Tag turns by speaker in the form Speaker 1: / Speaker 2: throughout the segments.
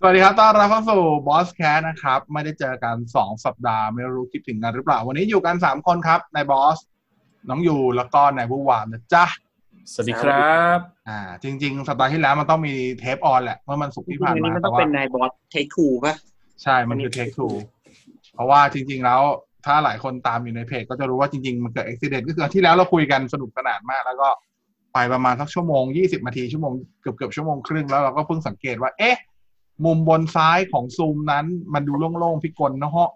Speaker 1: สวัสดีครับ ต้อนรับเข้าสู่บอสแคสนะครับ ไม่ได้เจอกันสองสัปดาห์ ไม่รู้คิดถึงกันหรือเปล่า วันนี้อยู่กันสามคนครับ นายบอส น้องยูแล้วก็นายผู้วานนะจ๊ะ
Speaker 2: สวัสดีครับ
Speaker 1: อ่า จริง ๆ สัปดาห์ที่แล้วมันต้องมีเทปออนแหละ เมื่อมันสุกร์ที่ผ่าน
Speaker 3: อัน
Speaker 1: มา
Speaker 3: นี้มัน
Speaker 1: แต่
Speaker 3: ต้อง
Speaker 1: ว่า
Speaker 3: เป็นนายบอสเทคทูป่ะ
Speaker 1: ใช่ มันคือเทคทูเพราะว่าจริง ๆ แล้ว ถ้าหลายคนตามอยู่ในเพจก็จะรู้ว่าจริง ๆ มันเกิดอุบิเหตุก็คือที่แล้วเราคุยกันสนุกสนานมาก แล้วก็ไปประมาณสักชั่วโมงยี่สิบนาทีชั่วโมงเกือบเกือบๆชั่วโมงครึ่งแล้วเราก็เพิ่งสังเกตว่า เอ๊ะ มุมบนซ้ายของซูมนั้น มันดูโล่งๆพิกลนะฮะ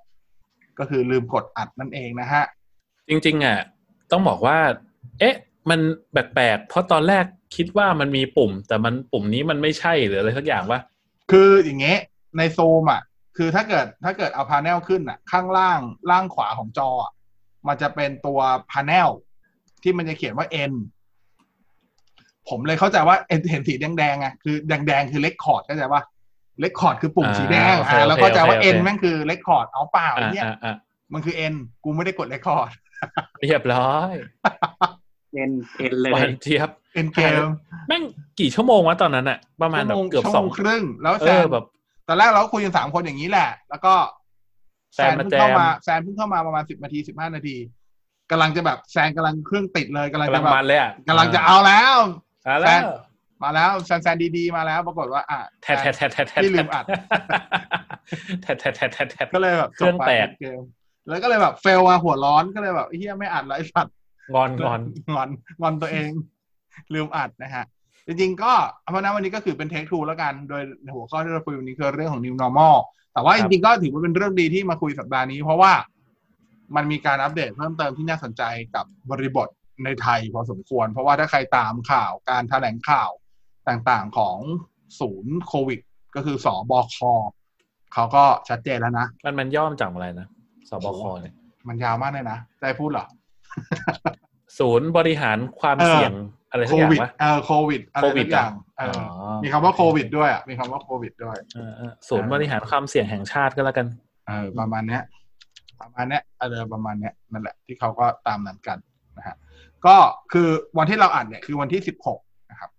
Speaker 1: ก็คือลืมกดอัดนั่นเองนะฮะ
Speaker 2: จริงๆอ่ะต้องบอกว่า เอ๊ะ มันแปลกๆเพราะตอนแรกคิดว่ามันมีปุ่ม แต่มันปุ่มนี้มันไม่ใช่หรืออะไรสักอย่างว่า
Speaker 1: คืออย่างเงี้ยในซูมอ่ะ คือถ้าเกิดถ้าเกิดเอาพาเนลขึ้นอ่ะ ข้างล่างล่างขวาของจออ่ะมันจะเป็นตัวพาเนลที่มันจะเขียนว่า N ผมเลยเข้าใจว่า N เห็นสีแดงๆไงคือแดงๆคือเลคคอร์ดเข้าใจว่าเลคคอร์ดคือปุ่มสีแดงอ่าแล้วเข้าใจว่า N แม่งคือเลคคอร์ดเอาเปล่า
Speaker 2: อ่ะ
Speaker 1: เนี่ย
Speaker 2: อ่ะอ่ะ
Speaker 1: มันคือ N กูไม่ได้กดเลคคอร์ด
Speaker 2: เรียบร้อย
Speaker 3: เอ็นเอ็นเล
Speaker 2: วั
Speaker 3: ย
Speaker 2: นเทียบ
Speaker 1: N เกม
Speaker 2: แม่งกี่ชั่วโมงวะตอนนั้นอ่ะ ประมาณ
Speaker 1: ชั่ว
Speaker 2: แบบ
Speaker 1: โมง
Speaker 2: เกือบ
Speaker 1: ชั่ว
Speaker 2: ส
Speaker 1: โม
Speaker 2: อง
Speaker 1: งครึ่งแล้ว
Speaker 2: เอ
Speaker 1: แซ
Speaker 2: อน แบบ
Speaker 1: ตอนแรกเราคุยกันสามคนอย่างนี้แหละ แล้วก็แซ
Speaker 2: แซน
Speaker 1: น
Speaker 2: มา
Speaker 1: เพิ่ง
Speaker 2: แจม
Speaker 1: เข้ามาแซนเพิ่งเข้ามาประมาณสิบนาทีสิบห้านาทีกำลังจะแบบแซนกำลังเครื่องติดเลยกำลัง
Speaker 2: กำลั
Speaker 1: จะ
Speaker 2: ง
Speaker 1: แบบ
Speaker 2: มันเลยอ่ะ
Speaker 1: กำลังจะเอาแล้ว
Speaker 2: เอา
Speaker 1: แซ
Speaker 2: แล้ว
Speaker 1: น มาแล้วแซนแซนดีๆมาแล้ว ปรากฏว่าอ่ะ
Speaker 2: แทะแทะแทะแทะแทะ
Speaker 1: ที่ลืมอัด
Speaker 2: แทะแทะแทะแทะแทะ
Speaker 1: ก็เลยแบบจ
Speaker 2: เครื่
Speaker 1: บ
Speaker 2: อง
Speaker 1: ไป
Speaker 2: แตก
Speaker 1: เกมแล้วก็เลยแบบเฟลมาหัวร้อนก็เลยแบบเฮียไม่อัดแล้วไรสัตว์
Speaker 2: งอนงอน
Speaker 1: งอนงอนตัวเอง ลืมอัดนะฮะ จริงๆก็เพราะนั้นวันนี้ก็คือเป็นเทคทูแล้วกันโดยหัวข้อที่เราคุยวันนี้คือเรื่องของ new normal แต่ว่าจริงๆก็ถือว่าเป็นเรื่องดีที่มาคุยสัปดาห์นี้ เพราะว่ามันมีการอัปเดตเพิ่มเติมที่น่าสนใจกับบริบทในไทยพอสมควร เพราะว่าถ้าใครตามข่าวการแถลงข่าวต่างๆของศูนย์โควิด ก็คือสอบคเขาก็ชัดเจนแล้วนะ
Speaker 2: มันมันย่อมจากอะไรนะสบคเนี่ย
Speaker 1: มันยาวมากเลยนะจะให้พูดเหรอ
Speaker 2: ศูนย์บริหารความ
Speaker 1: เออ
Speaker 2: เสี่ยงอะไร
Speaker 1: โค
Speaker 2: สักอย่าง
Speaker 1: วิด
Speaker 2: วะ
Speaker 1: เออโควิดอะไร
Speaker 2: โควิ
Speaker 1: ทุ
Speaker 2: ด
Speaker 1: ก
Speaker 2: เหรอ
Speaker 1: อย่า
Speaker 2: อ
Speaker 1: งเอออมีคำว่าโควิดด้วยอ่ะมีคำว่าโควิดด้วย
Speaker 2: เออเออศูนย์บริหารความเสี่ยงแห่งชาติก็แล้วกัน
Speaker 1: เออประมาณเนี้ย ประมาณเนี้ยเออประมาณเนี้ยนั่นแหละที่เขาก็ตามนั้นกันนะฮะก็คือวันที่เราอัดเนี่ยคือวันที่สิบหกนะครับ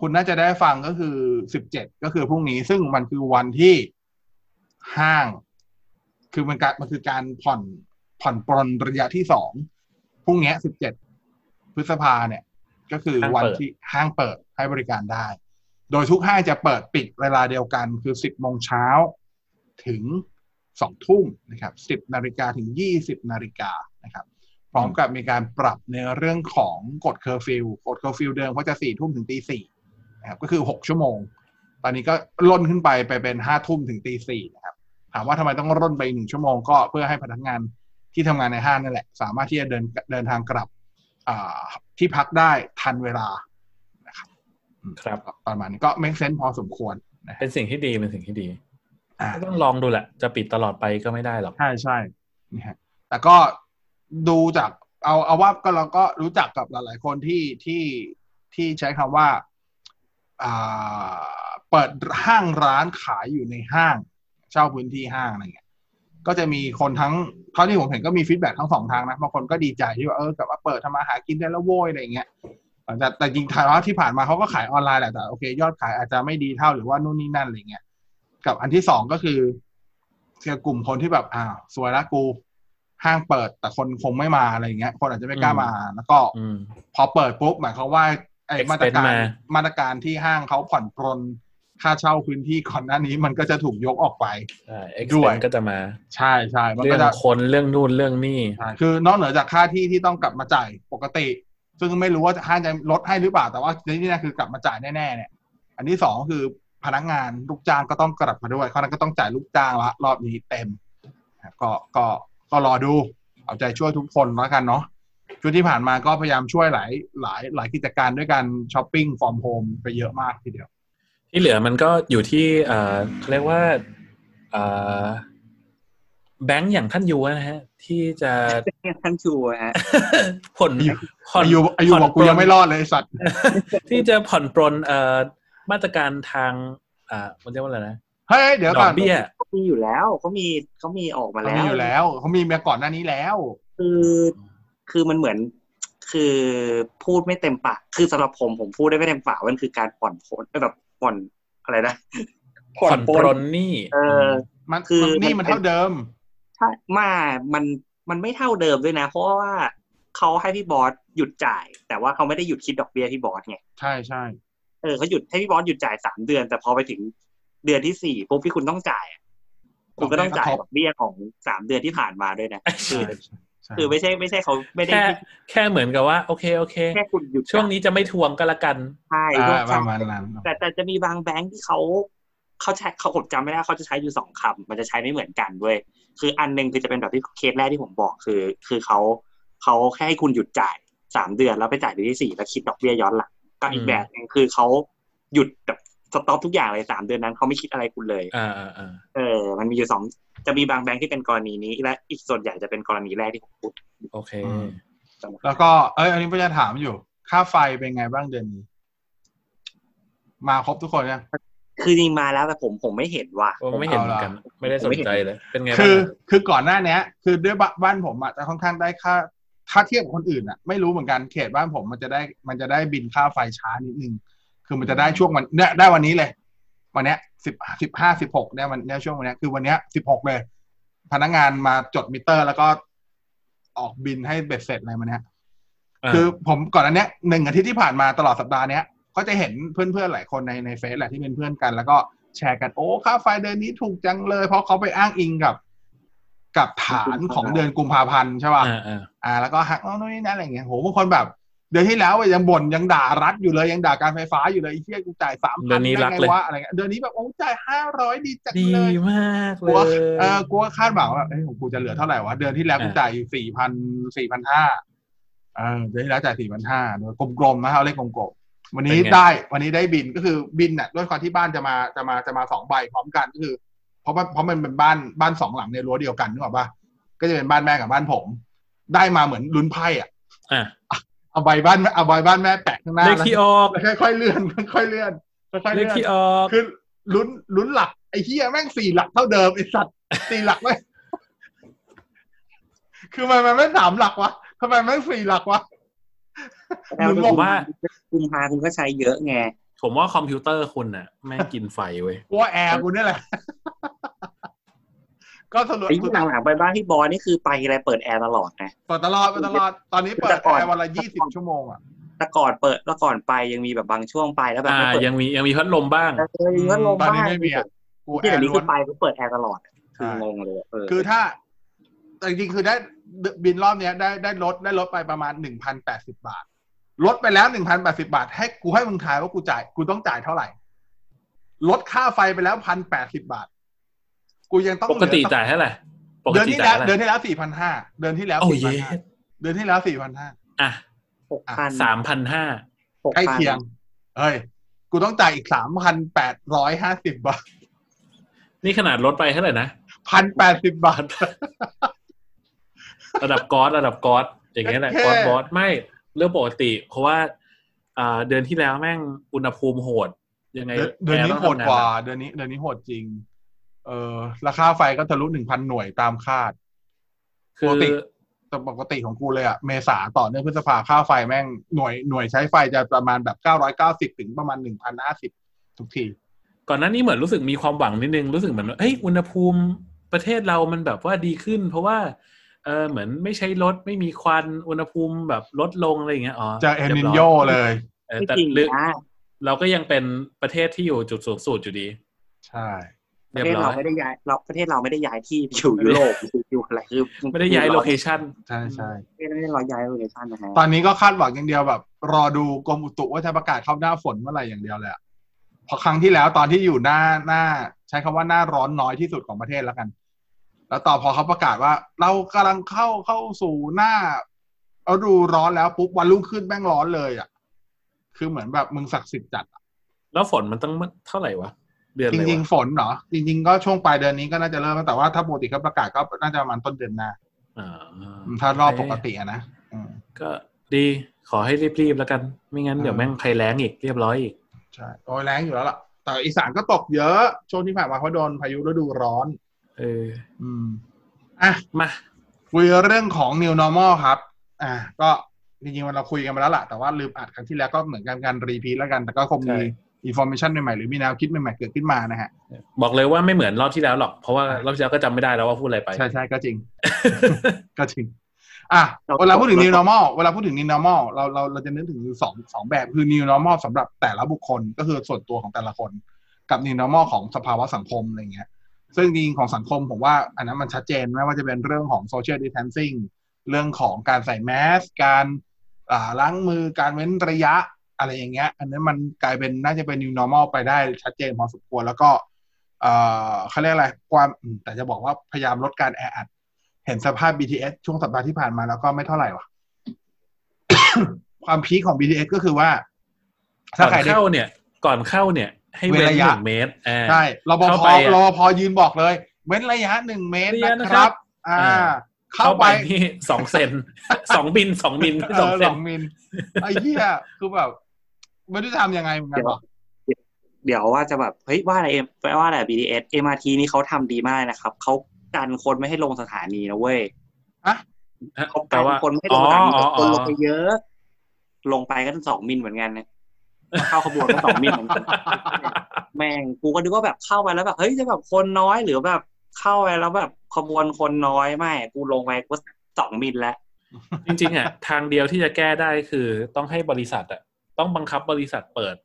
Speaker 1: คุณน่าจะได้ฟังก็คือสิบเจ็ดก็คือพรุ่งนี้ซึ่งมันคือวันที่ห้าง คือมันการมันคือการผ่อนผ่อนปรนระยะที่สองพรุ่งเนี้สิบเจ็ดพฤษภาเนี่ย ก็คือวันที่ห้างเปิดให้บริการได้ โดยทุกห้างจะเปิดปิดเวลาเดียวกันคือ 10โมงเช้าถึง 2 ทุ่มนะครับ 10 นาฬิกาถึง 20 นาฬิกานะครับ พร้อมกับมีการปรับในเรื่องของกฎเคอร์ฟิวกฎเคอร์ฟิวเดิมเขาจะ 4 ทุ่มถึงตี4นะครับก็คือ 6 ชั่วโมง ตอนนี้ก็ล่นขึ้นไปไปเป็น 5 ทุ่มถึงตี4นะครับ ถามว่าทำไมต้องร่นไปหนึ่งชั่วโมงก็เพื่อให้พนักงานที่ทำงานในห้างนั่นแหละ สามารถที่จะเดินเดินทางกลับอ่าที่พักได้ทันเวลานะครับอืม
Speaker 2: ครับ
Speaker 1: ประมาณนี้ก็ make sense พอสมควรนะฮะ
Speaker 2: เป็นสิ่งที่ดีเป็นสิ่งที่ดี
Speaker 1: อ่า
Speaker 2: ก็ต้องลองดูแหละ จะปิดตลอดไปก็ไม่ได้หรอก
Speaker 1: ใช่ใช่นะฮะแต่ก็ดูจากเอาเอาว่าก็เราก็รู้จักกับหลายๆคนที่ที่ที่ใช้คำว่าอ่าเปิดห้างร้านขายอยู่ในห้าง เช่าพื้นที่ห้างอะไรเงี้ย ก็จะมีคนทั้งเท่าที่ผมเห็นก็มีฟีดแบ็ทั้งสองทางนะบางคนก็ดีใจที่ว่าเออกลับมาเปิดทำมาหากินได้แล้วโว้ยอะไรเงี้ยแต่แต่จริงๆทายว่าที่ผ่านมาเขาก็ขายออนไลน์แหละแต่โอเค ยอดขายอาจจะไม่ดีเท่าหรือว่านู่นนี่นั่นอะไรเงี้ย กับอันที่สองก็คือเสียกลุ่มคนที่แบบอ้าวสวยละกู ห้างเปิดแต่คนคงไม่มาอะไรอย่างเงี้ย คนอาจจะไม่กล้ามา แล้วก็
Speaker 2: อืม
Speaker 1: พอเปิดปุ๊บหมายความว่าไอ้
Speaker 2: Extend
Speaker 1: มาตรการ
Speaker 2: มา
Speaker 1: มาตรการที่ห้างเขาผ่อนปรนค่าเช่าพื้นที่ก่อนหน้านี้มันก็จะถูกยกออกไป
Speaker 2: ใช่เอ็ก
Speaker 1: ด้
Speaker 2: ซ์
Speaker 1: วย
Speaker 2: ก็จะมา
Speaker 1: ใช่ใช่มัน
Speaker 2: เรื่
Speaker 1: ก็
Speaker 2: อง
Speaker 1: จะ
Speaker 2: คนเรื่องนู่นเรื่องนี่
Speaker 1: ใช่คือนอกเหนือจากค่าที่ที่ต้องกลับมาจ่ายปกติ ซึ่งไม่รู้ว่าจะห้างจะลดให้หรือเปล่าแต่ว่าที่แน่ๆคือกลับมาจ่ายแน่ๆเนี่ย อันที่สองก็คือพนักงานลูกจ้างก็ต้องกลับมาด้วยเพราะฉะนั้นก็ต้องจ่ายลูกจ้างละรอบนี้เต็มนะครับก็ก็ก็รอดู เอาใจช่วยทุกคนแล้วกันเนาะช่วงที่ผ่านมาก็พยายามช่วยหลายหลายหลายกิจการด้วยกันช้อปปิ้งฟอร์มโฮมไปเยอะมากทีเดียว
Speaker 2: ที่เหลือมันก็อยู่ที่เอ่อเขาเรียกว่าเอ่อแบงก์อย่างท่านยูนะฮะ ที่จะ
Speaker 3: ท่านชูอะฮะ
Speaker 2: ผ่อนผ่อน
Speaker 1: อายุอายุ
Speaker 2: ผ่น
Speaker 1: บอกกู
Speaker 2: ปลน
Speaker 1: ยังไม่รอดเลยไอ้สัตว์
Speaker 2: ที่จะผ่อนปรนเอ่อมาตรการทางอ่ามันเรียกว่าอะไรนะ
Speaker 1: เฮ้ยเดี๋ยว
Speaker 2: ดอ
Speaker 1: ก่อก น
Speaker 2: เบี้ย
Speaker 3: เขามีอยู่แล้วเขามีเขามีออกมา
Speaker 1: เขา
Speaker 3: แล้
Speaker 1: มี
Speaker 3: ว
Speaker 1: อยู่แล้วเขามีมาก่อนหน้านี้แล้ว
Speaker 3: คือ คือมันเหมือน คือพูดไม่เต็มปาก คือสำหรับผมผมพูดได้ไม่เต็มปากมันคือการผ่อนผลแบบผ่อนอะไรนะ
Speaker 2: ผ่อน
Speaker 3: ป
Speaker 2: ป
Speaker 3: ลน
Speaker 2: รนหนี่
Speaker 3: เออ
Speaker 1: มัน
Speaker 3: คือ
Speaker 1: มันนี่
Speaker 3: มั
Speaker 1: มัน น
Speaker 3: เป็น
Speaker 1: เท่าเดิม
Speaker 3: ใช่มามันมันไม่เท่าเดิมด้วยนะ เพราะว่าเขาให้พี่บอสหยุดจ่าย แต่ว่าเขาไม่ได้หยุดคิดดอกเบี้ยพี่บอสไง
Speaker 1: ใช่ใช่
Speaker 3: เออเขาหยุดให้พี่บอสหยุดจ่ายสามเดือน แต่พอไปถึงเดือนที่สี่ปุ๊บที่คุณต้องจ่ายอะคุณก็ต้องจ่ายดอกเบี้ยของสามเดือนที่ผ่านมาด้วยนะ
Speaker 1: ใช่ใช่
Speaker 3: คือไม่ใช่ไม่ใช่เขาไม่ได้
Speaker 2: แค่แค่เหมือนกับว่า โอเคโอเค
Speaker 3: แค่คุณหยุด
Speaker 2: ช่วงนี้จะไม่ทวงก็แล้วกัน
Speaker 3: ใช่
Speaker 1: อ่า
Speaker 3: ช่
Speaker 1: ป
Speaker 3: วง
Speaker 1: ระมาณนั้น
Speaker 3: แต่แต่จะมีบางแบงค์ที่เขาเขาใช้เขาผมจำไม่ได้เขาจะใช้อยู่สองคำมันจะใช้ไม่เหมือนกันด้วย คืออันหนึงคือจะเป็นแบบที่เคสแรกที่ผมบอกคือ คือเขาเขาแค่ให้คุณหยุดจ่ายสามเดือนแล้วไปจ่ายเดือนที่สี่แล้วคิดดอกเบี้ยย้อนหลังกับอีกแบบหนึงคือเขาหยุดแบบสต็อปทุกอย่างเลยสามเดือนนั้นเขาไม่คิดอะไรคุณเลย
Speaker 2: อ่าอ่าอ่า
Speaker 3: เออ มันมีอยู่สอง จะมีบางแบงค์ที่เป็นกรณีนี้ และอีกส่วนใหญ่จะเป็นกรณีแรกที่ผมพูด
Speaker 2: โอเค
Speaker 1: แล้วก็เอ้ยอันนี้พี่จะถามอยู่ ค่าไฟเป็นไงบ้างเดือนนี้ มาครบทุกคนยัง
Speaker 3: คือจริงมาแล้วแต่ผมผมไม่เห็นว่า
Speaker 2: โอ้ไม่เห็นเหมือนกัน ไม่ได้สนใจเลย เป็นไงบ้าง
Speaker 1: คือ
Speaker 2: อะ
Speaker 1: คือก่อนหน้าเนี้ย คือด้วยบ้านบ้านผมอ่ะจะค่อนข้างได้ค่าถ้าเทียบกับคนอื่นอ่ะ ไม่รู้เหมือนกันเขตบ้านผมมันจะได้มันจะได้บินค่าไฟช้านิดนึง คือมันจะได้ช่วงวันเนี่ยได้วันนี้เลย วันเนี้ยสิบสิบห้าสิบหกเนี่ยวันเนี่ยช่วงวันเนี้ยคือวันเนี้ยสิบหกเลย พนักงานมาจดมิเตอร์ แล้วก็ออกบินให้เบ็ดเสร็จอะไรมาเนี้ย
Speaker 2: า
Speaker 1: คือผมก่อนอันเนี้ยหนึ่งอาทิตย์ที่ผ่านมาตลอดสัปดาห์เนี้ยก็จะเห็นเพื่อนๆหลายคนในในเฟซแหละที่เป็นเพื่อนกัน แล้วก็แชร์กันโอ้ค่าไฟเดือนนี้ถูกจังเลย เพราะเขาไปอ้างอิงกับ กับฐานของเดือนกุมภาพันธ์ใช่ป่ะ
Speaker 2: อ่าอ่า
Speaker 1: อ่า แล้วก็หักโน่นนี่นั่นอะไรอย่างเงี้ยโหบางคนแบบ เดือนที่แล้วอะยังบ่นยังด่ารัฐอยู่เลยยังด่าการไฟฟ้าอยู่เลยไอ้เชี่ยกูจ่ายสามพันได้ไงวะอะไรเงี้ยเดือนนี้แบบโอ้จ่ายห้าร้อยดีจัง
Speaker 2: ดี
Speaker 1: เลย
Speaker 2: มาก
Speaker 1: ก
Speaker 2: เล
Speaker 1: ลัวย เออกลัวคาดหวังว่าเอ้ยของกูจะเหลือเท่าไหร่วะ เดือนที่แล้วกู
Speaker 2: อ่า
Speaker 1: จ่ายสี่พันสี่พันห้าเออเดือนที่แล้วจ่ายสี่พันห้าโดยกลมๆนะฮะเอาเลขกลมๆวันนี้ได้วันนี้ได้บินก็คือบินน่ะด้วยความที่บ้านจะมาจะมาจะมาสองใบพร้อมกันก็คือ เพราะว่าเพราะมันเป็นบ้านบ้านสองหลังในรั้วเดียวกันนึกออกปะก็จะเป็นบ้านแม่กับบ้านผม ได้มาเหมือนลุ้นไพ่อ่ะ
Speaker 2: อ่ะ
Speaker 1: เอาใบบ้านแม่เอาใบบ้านแม่แปะข้างหน้า
Speaker 2: เลขที่ออก
Speaker 1: แล้วค่อยๆเลื่อนค่อยๆเลื่อนค่อยๆ
Speaker 2: เล
Speaker 1: เลื่
Speaker 2: ข
Speaker 1: อน
Speaker 2: ที่ออก
Speaker 1: คือลุ้นลุ้นหลักไอ้เฮียแม่งสี่หลักเท่าเดิมไอ้สัตว์ สี่หลักไว้ยคือมันมันไม่สามหลักวะทำไมแม่งสี่หลักวะ
Speaker 3: แล้ว
Speaker 1: มึงบ
Speaker 2: ผ
Speaker 1: อ
Speaker 2: ม
Speaker 1: ก
Speaker 2: ว่า
Speaker 3: คุณพาคุณก็ใช้เยอะไง
Speaker 2: ผมว่าคอมพิวเตอร์คุณน่ะแม่งกินไฟเว้ย
Speaker 1: กลัวแอร์กูเนี่ยแหละ ก็สรุป
Speaker 3: ไอ้ที่หลังๆไปบ้านพี่บอลนี่คือไปอะไรเปิดแอร์ตลอดนะ
Speaker 1: เปิดตลอดเปิดตลอด ตอนนี้เปิดแอร์วันละยี่สิบชั่วโมงอ่ะ
Speaker 3: แต่ก่อนเปิดแล้วก่อนไปยังมีแบบบางช่วงไปแล้วแบบ
Speaker 2: อ่า
Speaker 3: ไม่เปิด
Speaker 2: ยังมียังมีพัดลมบ้าง
Speaker 3: เออยังก็ลง
Speaker 1: ตอนนี้
Speaker 3: บ้าน
Speaker 1: ไม่มีอะ กูแอ
Speaker 3: ที่แต่
Speaker 1: ร์
Speaker 3: นี้
Speaker 1: ล้ว
Speaker 3: คือน ไปก็เปิดแอร์ตลอดคืองงเลยเออ
Speaker 1: คือถ้าแต่จริงๆคือได้บินรอบเนี้ยได้ได้ลดได้ลดไปประมาณหนึ่งพันแปดสิบาท ลดไปแล้วหนึ่งพันแปดสิบาท ให้กูให้มึงทายว่ากูจ่าย กูต้องจ่ายเท่าไหร่ ลดค่าไฟไปแล้วพันแปดสิบาท กูยังต้อง
Speaker 2: ปกติ
Speaker 1: เหลือ
Speaker 2: จ่ายเท่าไหร่ปก
Speaker 1: เดือน
Speaker 2: ติ
Speaker 1: ที่
Speaker 2: จ่า
Speaker 1: แล้
Speaker 2: ยว
Speaker 1: เดือน
Speaker 2: เท่าไหร่
Speaker 1: ที่แล้วสี่พันห้าเดือนที่แล้ว
Speaker 2: โอ้
Speaker 1: สี่
Speaker 2: เย
Speaker 1: พันห้าเดือนที่แล้วสี่พันห้า
Speaker 2: อ่ะ
Speaker 3: หกพัน
Speaker 2: สามพันห้า
Speaker 3: หก
Speaker 1: ใกล้
Speaker 3: พัน
Speaker 1: เคียง เอ้ย กูต้องจ่ายอีกสามพันแปดร้อยห้าสิบบาท
Speaker 2: นี่ขนาดลดไปเท่าไหร่นะ
Speaker 1: พันแปดสิบบาท
Speaker 2: ระดับกอสระดับกอสอย่างเงี้ยแหละ
Speaker 1: แค่
Speaker 2: กอสบอสไม่เรื่องปกติ เพราะว่าอ่าเดือนที่แล้วแม่งอุณหภูมิโหด ยังไง
Speaker 1: เดือนเดือนนี้
Speaker 2: แร์
Speaker 1: โหดกว่า เดือนนี้เดือนนี้โหดจริง เออราคาไฟก็ทะลุหนึ่งพันหน่วยตามคาด
Speaker 2: ต้
Speaker 1: ป
Speaker 2: อง
Speaker 1: ก
Speaker 2: ทำงานห
Speaker 1: ติแต่ป
Speaker 2: นักคือ
Speaker 1: กติของกูเลยอะเมษาต่อเนื่องพฤษภาค่าไฟแม่งหน่วยหน่วยใช้ไฟจะประมาณแบบเก้าร้อยเก้าสิบถึงประมาณหนึ่งพันห้าสิบทุกที
Speaker 2: ก่อนหน้านี้เหมือนรู้สึกมีความหวังนิดนึงรู้สึกเหมือนว่าเฮ้ยอุณหภูมิประเทศเรามันแบบว่าดีขึ้น เพราะว่าเออเหมือนไม่ใช้รถไม่มีควันอุณหภูมิแบบลดลงอะไรอย่างเงี้ยอ๋อ
Speaker 1: เจอเอลนินโย
Speaker 2: รีบร้อ
Speaker 1: เลย
Speaker 2: เออ
Speaker 3: ไม่
Speaker 2: แต่
Speaker 3: จริง
Speaker 2: ลึก
Speaker 3: นะ
Speaker 2: เราก็ยังเป็นประเทศที่อยู่จุดสูงสุดอยู่ดี
Speaker 1: ใช่
Speaker 3: ป
Speaker 2: เรียบ
Speaker 3: ระเทศ
Speaker 2: ร้อย
Speaker 3: เราไม่ได้ย้ายเราประเทศเราไม่ได้ย้ายที่ไปอยู่ยุโรปอยู่อะไรคือ
Speaker 2: ไม่ได้ย้ายโลเคชั่น
Speaker 1: ใช่ใช่
Speaker 3: ไม่ได้เราย้ายโลเคชั่นนะฮะ
Speaker 1: ตอนนี้ก็คาดหวังอย่างเดียวแบบ รอดูกรมอุตุว่าจะประกาศเข้าหน้าฝนเมื่อไหร่อย่างเดียวเลยอะเพอครั้งที่แล้วตอนที่อยู่หน้าหน้า ใช้คำว่าหน้าร้อนน้อยที่สุดของประเทศแล้วกัน แล้วต่อพอเขาประกาศว่า เรากำลังเข้าเข้าสู่หน้าฤดูร้อนแล้วปุ๊บวันรุ่งขึ้นแม่งร้อนเลยอะคือเหมือนแบบมึงศักดิ์สิทธิ์จัด
Speaker 2: แล้วฝนมันต้องเท่าไหร่วะเดือนอะ
Speaker 1: จ
Speaker 2: ไร
Speaker 1: ริง
Speaker 2: วะ
Speaker 1: ๆฝนเหรอจริงๆก็ช่วงปลายเดือนนี้ก็น่าจะเริ่มแล้วแต่ว่าถ้าปกติเขาประกาศก็น่าจะประมาณต้นเดือนหน้า
Speaker 2: อ่า
Speaker 1: อืมถ้ารอบปกติอะนะอืม
Speaker 2: ก็ดีขอให้รีบๆแล้วกัน ไม่งั้นเดี๋ยวแม่งภัยแล้งอีกเรียบร้อยอีก
Speaker 1: ใช่โอ้ยแรงอยู่แล้วล่ะ แต่อีสานก็ตกเยอะ ช่วงที่ผ่านมาเขาะโดนพายุฤดูร้อน
Speaker 2: เออ
Speaker 1: อืมอ่ะ
Speaker 2: มา
Speaker 1: คุยเรื่องของ new normal ครับ อ่ะก็จริงๆมันเราคุยกันมาแล้วล่ะแต่ว่าลืมอัดครั้งที่แล้วก็เหมือนกันการรีพีทแล้วกัน แต่ก็คงมี อินโฟมชันใหม่ๆหรือมีแนวคิดใหม่ๆเกิดขึ้นมานะฮะ
Speaker 2: บอกเลยว่าไม่เหมือนรอบที่แล้วหรอก เพราะว่ารอบที่แล้วก็จำไม่ได้แล้วว่าพูดอะไรไป
Speaker 1: ใช่ใช่ก็จริ ง ก็จริง อ่ะเวลาพูดถึง new normal เวลาพูดถึง new normal เราเราเราจะนึกถึงสองสองแบบคือ new normal สำหรับแต่ละบุคคลก็คือส่วนตัวของแต่ละคน กับ new normal ของสภาวะสังคมอะไรเงี้ย ซึ่งจริงๆของสังคมผมว่าอันนั้นมันชัดเจนไม่ว่าจะเป็นเรื่องของ social distancing เรื่องของการใส่แมสการอ่าล้างมือการเว้นระยะอะไรอย่างเงี้ย อันนั้นมันกลายเป็นน่าจะเป็น new normal ไปได้ชัดเจนพอสมควรแล้วก็ เอ่อเขาเรียกอะไรความอืมแต่จะบอกว่าพยายามลดการแออัด เห็นสภาพ BTS ช่วงสัปดาห์ที่ผ่านมาแล้วก็ไม่เท่าไหร่วะ ความพีคของ BTS ก็คือว่า
Speaker 2: ก่
Speaker 1: ถ้า
Speaker 2: อน
Speaker 1: ใครได้
Speaker 2: เข้าเนี่ย ก่อนเข้าเนี่ย ให้เว้
Speaker 1: เว้น
Speaker 2: น
Speaker 1: ระ
Speaker 2: ห
Speaker 1: ยะ
Speaker 2: นึ่งเมตรอ่า
Speaker 1: ใช่รป
Speaker 2: เข้า
Speaker 1: ภ
Speaker 2: ไปอะ
Speaker 1: รปภยืนบอกเลย เว้นระยะหนึ่งเมตร
Speaker 2: ระยะ
Speaker 1: นะ
Speaker 2: นะ
Speaker 1: ค
Speaker 2: ครั
Speaker 1: รับ
Speaker 2: บ
Speaker 1: อ่า
Speaker 2: อ่า
Speaker 1: เข้าไป
Speaker 2: นี่สองเซน สองบินสองบินไม่
Speaker 1: เอ
Speaker 2: สอง
Speaker 1: อ
Speaker 2: เซ
Speaker 1: ส
Speaker 2: น
Speaker 1: องมิลไอ้เหี้ยคือแบบ ไม่รู้จะทำยังไงเหมือนกันวะ
Speaker 3: เดี๋ยวว่าจะแบบเฮ้ยว่าอะไรเอ็มว่าอะไร BTS MRT นี่เขาทำดีมากนะครับเขากันคนไม่ให้ลงสถานีนะเว้ยเขา
Speaker 2: แต่
Speaker 3: กัน
Speaker 2: ว่า
Speaker 3: คนไม่ให้ล
Speaker 2: อ๋องอ๋อ
Speaker 3: สถานีแต่ค
Speaker 2: อ๋
Speaker 3: นล
Speaker 2: อง
Speaker 3: ไปเยอะ ลงไปก็ต้องสองมิลเหมือนกันนะเข้าขบวนก็สองมิลเหมือนกัน แม่งกูก็นึกว่าแบบเข้าไปแล้วแบบเฮ้ยจะแบบคนน้อยหรือแบบเข้าไปแล้วแบบขบวนคนน้อยไม่กูลงไปกูสองมิลแล้ว
Speaker 2: จริงๆอ่ะทางเดียวที่จะแก้ได้คือต้องให้บริษัทอ่ะต้องบังคับบริษัทเปิด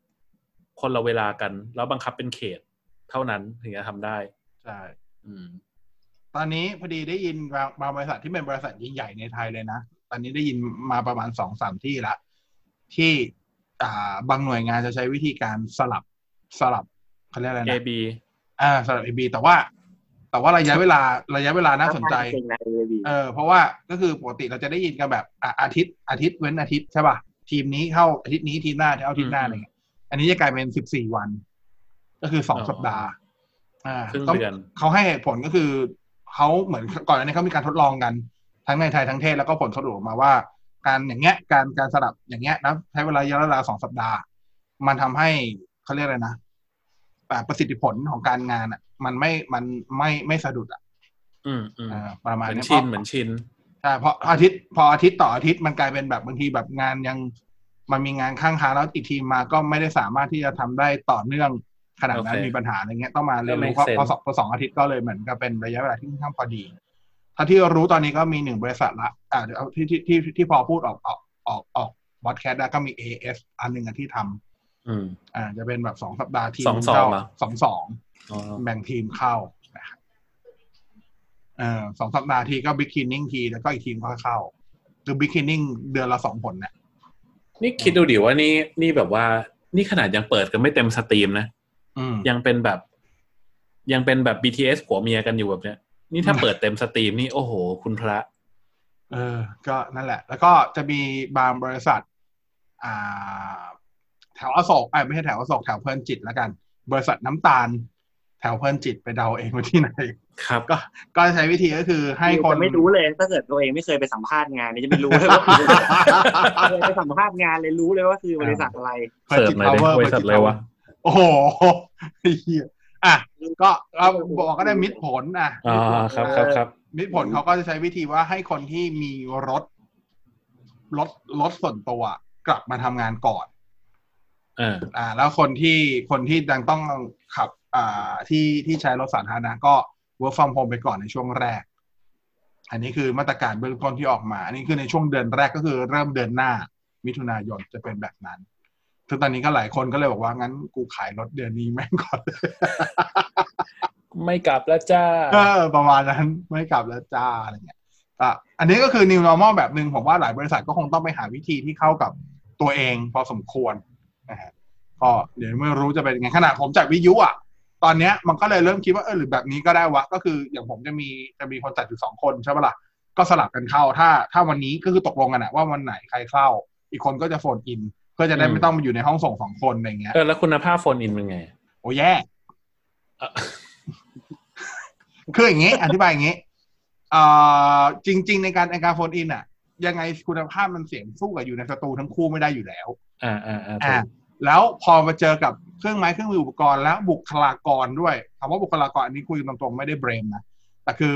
Speaker 2: คนละเวลากัน แล้วบังคับเป็นเขต เท่านั้นถึงจะทำได้
Speaker 1: ใช่
Speaker 2: อืม
Speaker 1: ตอนนี้พอดีได้ยินบางบางบริษัทที่เป็นบริษัทยิ่งใหญ่ในไทยเลยนะ ตอนนี้ได้ยินมาประมาณสองสามที่ละ ที่อ่าบางหน่วยงานจะใช้วิธีการสลับสลับเขาเรียกอะไรนะ
Speaker 2: AB
Speaker 1: อ่าสลับ AB แต่ว่า แต่ว่าระยะเวลาระยะเวลาน่าสนใจ เออเพราะว่าก็คือปกติเราจะได้ยินกันแบบอ่ะอาทิตย์อาทิตย์เว้นอาทิตย์ใช่ป่ะทีมนี้เข้าอาทิตย์นี้ทีมหน้าเข้าอาทิตย์หน้า
Speaker 2: อืม
Speaker 1: อะไรเงี้ยอันนี้จะกลายเป็นสิบสี่วัน ก็คือสอง
Speaker 2: อ๋อ
Speaker 1: สัปดาห์ อ่า
Speaker 2: ครึ่ง
Speaker 1: ต้อง
Speaker 2: เดือน
Speaker 1: เขาให้เหตุผลก็คือเขาเหมือน ก่อนหน้านี้เขามีการทดลองกัน ทั้งในไทยทั้งเทศแล้วก็ผลสรุปออกมาว่า การอย่างเงี้ยการการสลับอย่างเงี้ยนะใช้เวลาระยะเวลาสองสัปดาห์ มันทำให้เขาเรียกอะไรนะอ่าประสิทธิผลของการงานอ่ะ มันไม่มันไม่ไม่สะดุดอ่ะ
Speaker 2: อืมอืม
Speaker 1: อ่าประมา
Speaker 2: เห
Speaker 1: ณ
Speaker 2: มือน
Speaker 1: นี้ย
Speaker 2: ชินเหมือนชิน
Speaker 1: ใช่เพราะอาทิตย์พออาทิตย์ต่ออาทิตย์มันกลายเป็นแบบบางทีแบบงานยังมันมีงานข้างทางแล้วอีกทีมมาก็ไม่ได้สามารถที่จะทำได้ต่อเนื่องขนาดนั้น
Speaker 2: โอเค
Speaker 1: มีปัญหาอะไรเงี้ยต้องมาเรียนรู้
Speaker 2: ก็
Speaker 1: เพราะพอ
Speaker 2: make sense
Speaker 1: สองพอสองอาทิตย์ก็เลยเหมือนกับเป็นระยะเวลาที่ค่อนข้างพอดีเท่าที่รู้ตอนนี้ก็มีหนึ่งบริษัทละอ่าเดี๋ยวเอาที่ที่ที่ที่พอพูดออกออกออกออกบอดแคสต์ได้ก็มี AS อันหนึ่งอะที่ทำ
Speaker 2: อืม
Speaker 1: อ่าจะเป็นแบบสองสัปดาห์ทีม
Speaker 2: สองสอง
Speaker 1: เข้า
Speaker 2: เหรอ
Speaker 1: สองสอง
Speaker 2: อ๋อ
Speaker 1: แบ่งทีมเข้านะครับเอ่อสองสัปดาห์ทีก็บิ๊กคินนิ่งที แล้วก็อีกทีมก็เข้า คือบิ๊กคินนิ่งเดือนละสองผลนะ
Speaker 2: นี่คิดดูดิว่านี่นี่แบบว่า นี่ขนาดยังเปิดกันไม่เต็มสตรีมนะ
Speaker 1: อืม
Speaker 2: ยังเป็นแบบ ยังเป็นแบบ BTS ผัวเมียกันอยู่แบบเนี้ย นี่ถ้าเปิดเต็มสตรีมนี่โอ้โห คุณพระ
Speaker 1: เออ ก็นั่นแหละ แล้วก็จะมีบางบริษัท อ่า แถวอโศกไอ้ยไม่ใช่แถวอโศกแถวเพลินจิตแล้วกัน บริษัทน้ำตาล แถวเพลินจิตไปเดาเองว่าที่ไหน
Speaker 2: ครับ
Speaker 1: ก็ก็ใช้วิธีก็คือให้
Speaker 3: ให้
Speaker 1: ค
Speaker 3: คน นไม่รู้เลยถ้าเกิดตัวเองไม่เคยไปสัมภาษณ์งานนี่จะไม่รู้เลยว่า คือ เคยไปสัมภาษณ์งานเลยรู้เลยว่าคือบริษัทอะไร
Speaker 2: เสิร์ชหน่อยดิบริษัทอะไรวะ
Speaker 1: โอ้โหไอ้เหี้ยอ่ะก็เราบอกก็ได้มิตรผลอ่ะ
Speaker 2: อ่าครับครับครับ
Speaker 1: มิตรผลเขาก็จะใช้วิธีว่าให้คนที่มีรถ รถรถส่วนตัวกลับมาทำงานก่อน
Speaker 2: เออ
Speaker 1: อ่า แล้วคนที่คนที่ยังต้องขับ อ่าที่ที่ใช้รถสาธารณะก็ work from home ไปก่อนในช่วงแรก อันนี้คือมาตรการเบื้องต้นที่ออกมา อันนี้คือในช่วงเดือนแรกก็คือเริ่มเดือนหน้า มิถุนายนจะเป็นแบบนั้นซึ่งตอนนี้ก็หลายคนก็เลยบอกว่า งั้นกูขายรถเดือนนี้แม่งก่อน
Speaker 2: ไม่กลับแล้วจ้า
Speaker 1: เออประมาณนั้นไม่กลับแล้วจ้าอะไรเงี้ยอ่ะอันนี้ก็คือ new normal แบบหนึ่งผมว่าหลายบริษัทก็คงต้องไปหาวิธีที่เข้ากับตัวเองพอสมควรนะฮะก็เดี๋ยวไม่รู้จะเป็นยังไงขนาดผมจัดวิทยุอ่ะ ตอนเนี้ยมันก็เลยเริ่มคิดว่าเออหรือแบบนี้ก็ได้วะ ก็คืออย่างผมจะมีจะมีคนจัดอยู่สองคนใช่ปะล่ะก็สลับกันเข้าถ้า ถ้าวันนี้ก็คือตกลงกันอะว่าวันไหนใครเข้า อีกคนก็จะโฟนอินเพื่อจะได้
Speaker 2: อืม
Speaker 1: ไม่ต้องมาอยู่ในห้องส่งสองคนอะไรเงี้ย
Speaker 2: เออแล้วคุณภาพโฟนอินเป็นไง
Speaker 1: โอ้แย่
Speaker 2: เอ อ
Speaker 1: คืออย่างงี้อธิบายอย่างงี้เอ่อจริง ๆ ในการในการโฟนอินอะยังไงคุณภาพมันเสียงสู้กับอยู่ในสตูทั้งคู่ไม่ได้อยู่แล้ว
Speaker 2: อ่าอ่าอ่าถู
Speaker 1: อ่ะ
Speaker 2: ก
Speaker 1: แล้วพอมาเจอกับเครื่องไม้เครื่องมืออุปกรณ์แล้วบุคลากรด้วยคำว่าบุคลากรอันนี้คุยกันตรงๆไม่ได้เบรมนะแต่คือ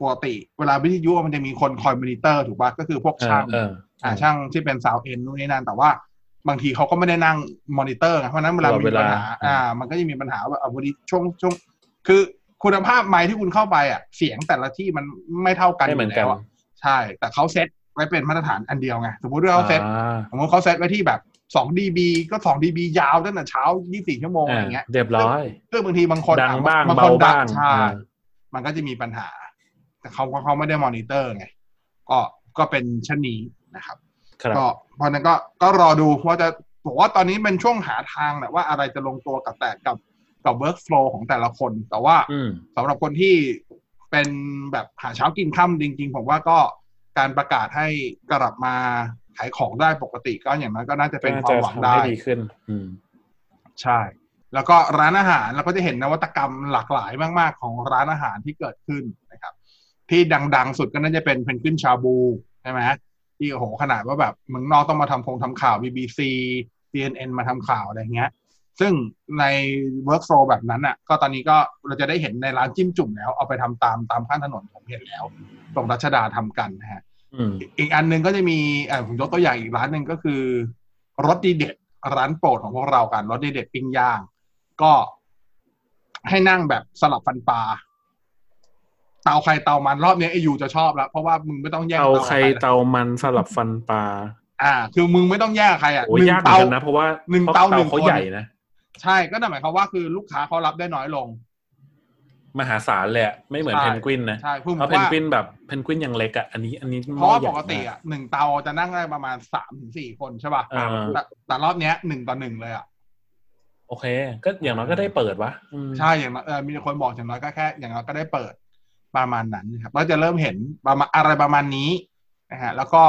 Speaker 1: ปกติเวลาวิทยุมันจะมีคนคอยมอนิเตอร์ถูกป่ะก็คือพวก
Speaker 2: เอ
Speaker 1: ช่า
Speaker 2: อง เออ
Speaker 1: อ่าช่างที่เป็นสาวเอ็นนู่นนี่นั่นแต่ว่า บางทีเขาก็ไม่ได้นั่งมอนิเตอร์ไงเพราะฉะนั้นเวลา
Speaker 2: ตลอด
Speaker 1: มี
Speaker 2: เวลา
Speaker 1: ปัญหาอ่า มันก็จะมีปัญหาว่าเอาวันนี้ช่วงช่วงคือคุณภาพไมค์ที่คุณเข้าไปอ่ะ เสียงแต่ละที่มันไม่เท่ากัน
Speaker 2: ไม่เหมือนกัน
Speaker 1: ยู่แล้วะใช่ แต่เขาเซตไว้เป็นมาตรฐานอันเดียวไงสมมติว่าเขาเซต
Speaker 2: อ่า
Speaker 1: สมมติเขาเซตไว้ที่แบบ2 dB ก็2 dB ยาวตั้งแต่เช้า 24 ชั่วโมงอะไรเงี้ย
Speaker 2: เรียบร้อย
Speaker 1: ซึ่งบางทีบางคน
Speaker 2: ดังบ้าง
Speaker 1: บาง
Speaker 2: เบา
Speaker 1: คนดั
Speaker 2: บ้าง
Speaker 1: ใช่
Speaker 2: อ่า
Speaker 1: มันก็จะมีปัญหา แต่เขาก็เขาไม่ได้มอนิเตอร์ไง ก็ก็เป็นเช่นนี้นะครับ
Speaker 2: ครับ
Speaker 1: ก็เพราะฉะนั้นก็ก็รอดูว่าจะบอกว่าตอนนี้เป็นช่วงหาทางแหละว่าอะไรจะลงตัวกับแต่กับกับเวิร์กโฟลของแต่ละคน แต่ว่า
Speaker 2: อืม
Speaker 1: สำหรับคนที่เป็นแบบหาเช้ากินค่ำจริงๆ ผมว่าก็การประกาศให้กลับมาขายของได้ปกติก็อย่างนั้นก็น่าจะเป็นความหวัง
Speaker 2: น่
Speaker 1: ได้
Speaker 2: จะทำให้ดีขึ้น อืม
Speaker 1: ใช่ แล้วก็ร้านอาหารเราก็จะเห็นนวัตกรรมหลากหลายมาก ๆ ของร้านอาหารที่เกิดขึ้นนะครับ ที่ดัง ๆ สุดก็น่าจะเป็นเพนกวินชาบูใช่ไหมที่โอ้โหขนาดว่าแบบเมืองนอกต้องมาทำโครงทำข่าว BBC CNN มาทำข่าวอะไรเงี้ย ซึ่งในเวิร์กโซแบบนั้นอ่ะ ก็ตอนนี้ก็เราจะได้เห็นในร้านจิ้มจุ่มแล้วเอาไปทำตามตามข้างถนนผมเห็นแล้วตรงรัชดาทำกันนะฮะ
Speaker 2: อืม
Speaker 1: อีกอันหนึ่งก็จะมีเอ่อผมยกตัวอย่างอีกร้านหนึ่งก็คือรสดีเด็ดร้านโปรดของพวกเรากันรสดีเด็ดปิ้งย่าง ก็ให้นั่งแบบสลับฟันปลาเตาใครเตามันรอบนี้ไอยูจะชอบแล้วเพราะว่ามึงไม่ต้องแย่ง
Speaker 2: เตา
Speaker 1: กับ
Speaker 2: ใคร
Speaker 1: แล้ว
Speaker 2: เตามันสลับฟันปลา
Speaker 1: อ่า คือมึงไม่ต้องแย่งกับใครอ่ะ
Speaker 2: โอ้ย
Speaker 1: หนึ่ง
Speaker 2: ยากเหมือ
Speaker 1: เตา
Speaker 2: นกันนะ เพราะว่า
Speaker 1: หนึ่ง
Speaker 2: พระ
Speaker 1: เตาหนึ่ง
Speaker 2: เขา
Speaker 1: คน
Speaker 2: ใหญ่นะ
Speaker 1: ใช่ก็นั่นหมายความว่าคือลูกค้าเขารับได้น้อยลง
Speaker 2: มหาศาลเลยอะไม่เหมือน
Speaker 1: ใช่
Speaker 2: เพนกวินนะ
Speaker 1: ใช่เพิ่ม
Speaker 2: เพราะเพนกวินแบบเพนกวินยังเล็กอะอันนี้อันนี้
Speaker 1: เพ
Speaker 2: หม้
Speaker 1: ราะว่า
Speaker 2: ใหญ่
Speaker 1: ปกติอ่ะหนึ่งเตาจะนั่งได้ประมาณสามถึงสี่คนใช่ป่ะ
Speaker 2: เออ
Speaker 1: แต่แต่รอบเนี้ยหนึ่งต่อหนึ่งเลยอ่ะ
Speaker 2: โอเค ก็อย่างน้อยก็ได้เปิดวะอืม
Speaker 1: ใช่อย่างน้อยเออมีคนบอกอย่างน้อยก็แค่ อย่างน้อยก็ได้เปิดประมาณนั้นนะครับเราจะเริ่มเห็นประมาณอะไรประมาณนี้นะฮะแล้วก็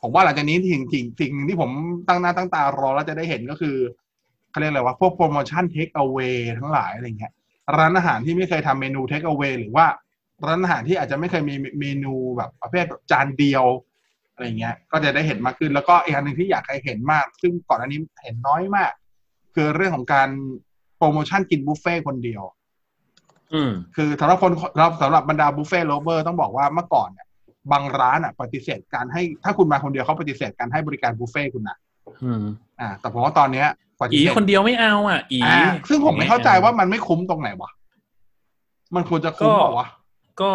Speaker 1: ผมว่าหลังจากนี้สิ่งสิ่งสิ่งหนึ่งที่ผมตั้งหน้าตั้งตารอแล้วจะได้เห็นก็คือเขาเรียกอะไรว่าพวกโปรโมชั่นเทคเอาเวทั้งหลายอะไรเงี้ยร้านอาหารที่ไม่เคยทำเมนูเทคเอาเวหรือว่าร้านอาหารที่อาจจะไม่เคยมีเมนูแบบประเภทแบบจานเดียวอะไรเงี้ย ก็จะได้เห็นมากขึ้นแล้วก็อีกอันหนึ่งที่อยากให้เห็นมาก ซึ่งก่อนอันนี้เห็นน้อยมาก คือเรื่องของการโปรโมชั่นกินบุฟเฟ่ต์คนเดียว
Speaker 2: อืม
Speaker 1: คือสำหรับคนเราสำหรับบรรดาบุฟเฟ่ต์โลเวอร์ต้องบอกว่าเมื่อก่อนเนี่ยบางร้านอ่ะปฏิเสธการให้ถ้าคุณมาคนเดียวเขาปฏิเสธการให้บริการบุฟเฟ่ต์คุณนะ
Speaker 2: อืม
Speaker 1: อ่าแต่ผมว่าตอนเนี้ยปฏิ
Speaker 2: อี
Speaker 1: เสธ
Speaker 2: คนเดียวไม่เอาอ่ะ อี
Speaker 1: อ่าซึ่งผมไม่เข้าใจว่ามันไม่คุ้มตรงไหนวะมันควรจะคุ้มเปล่าวะ
Speaker 2: ก็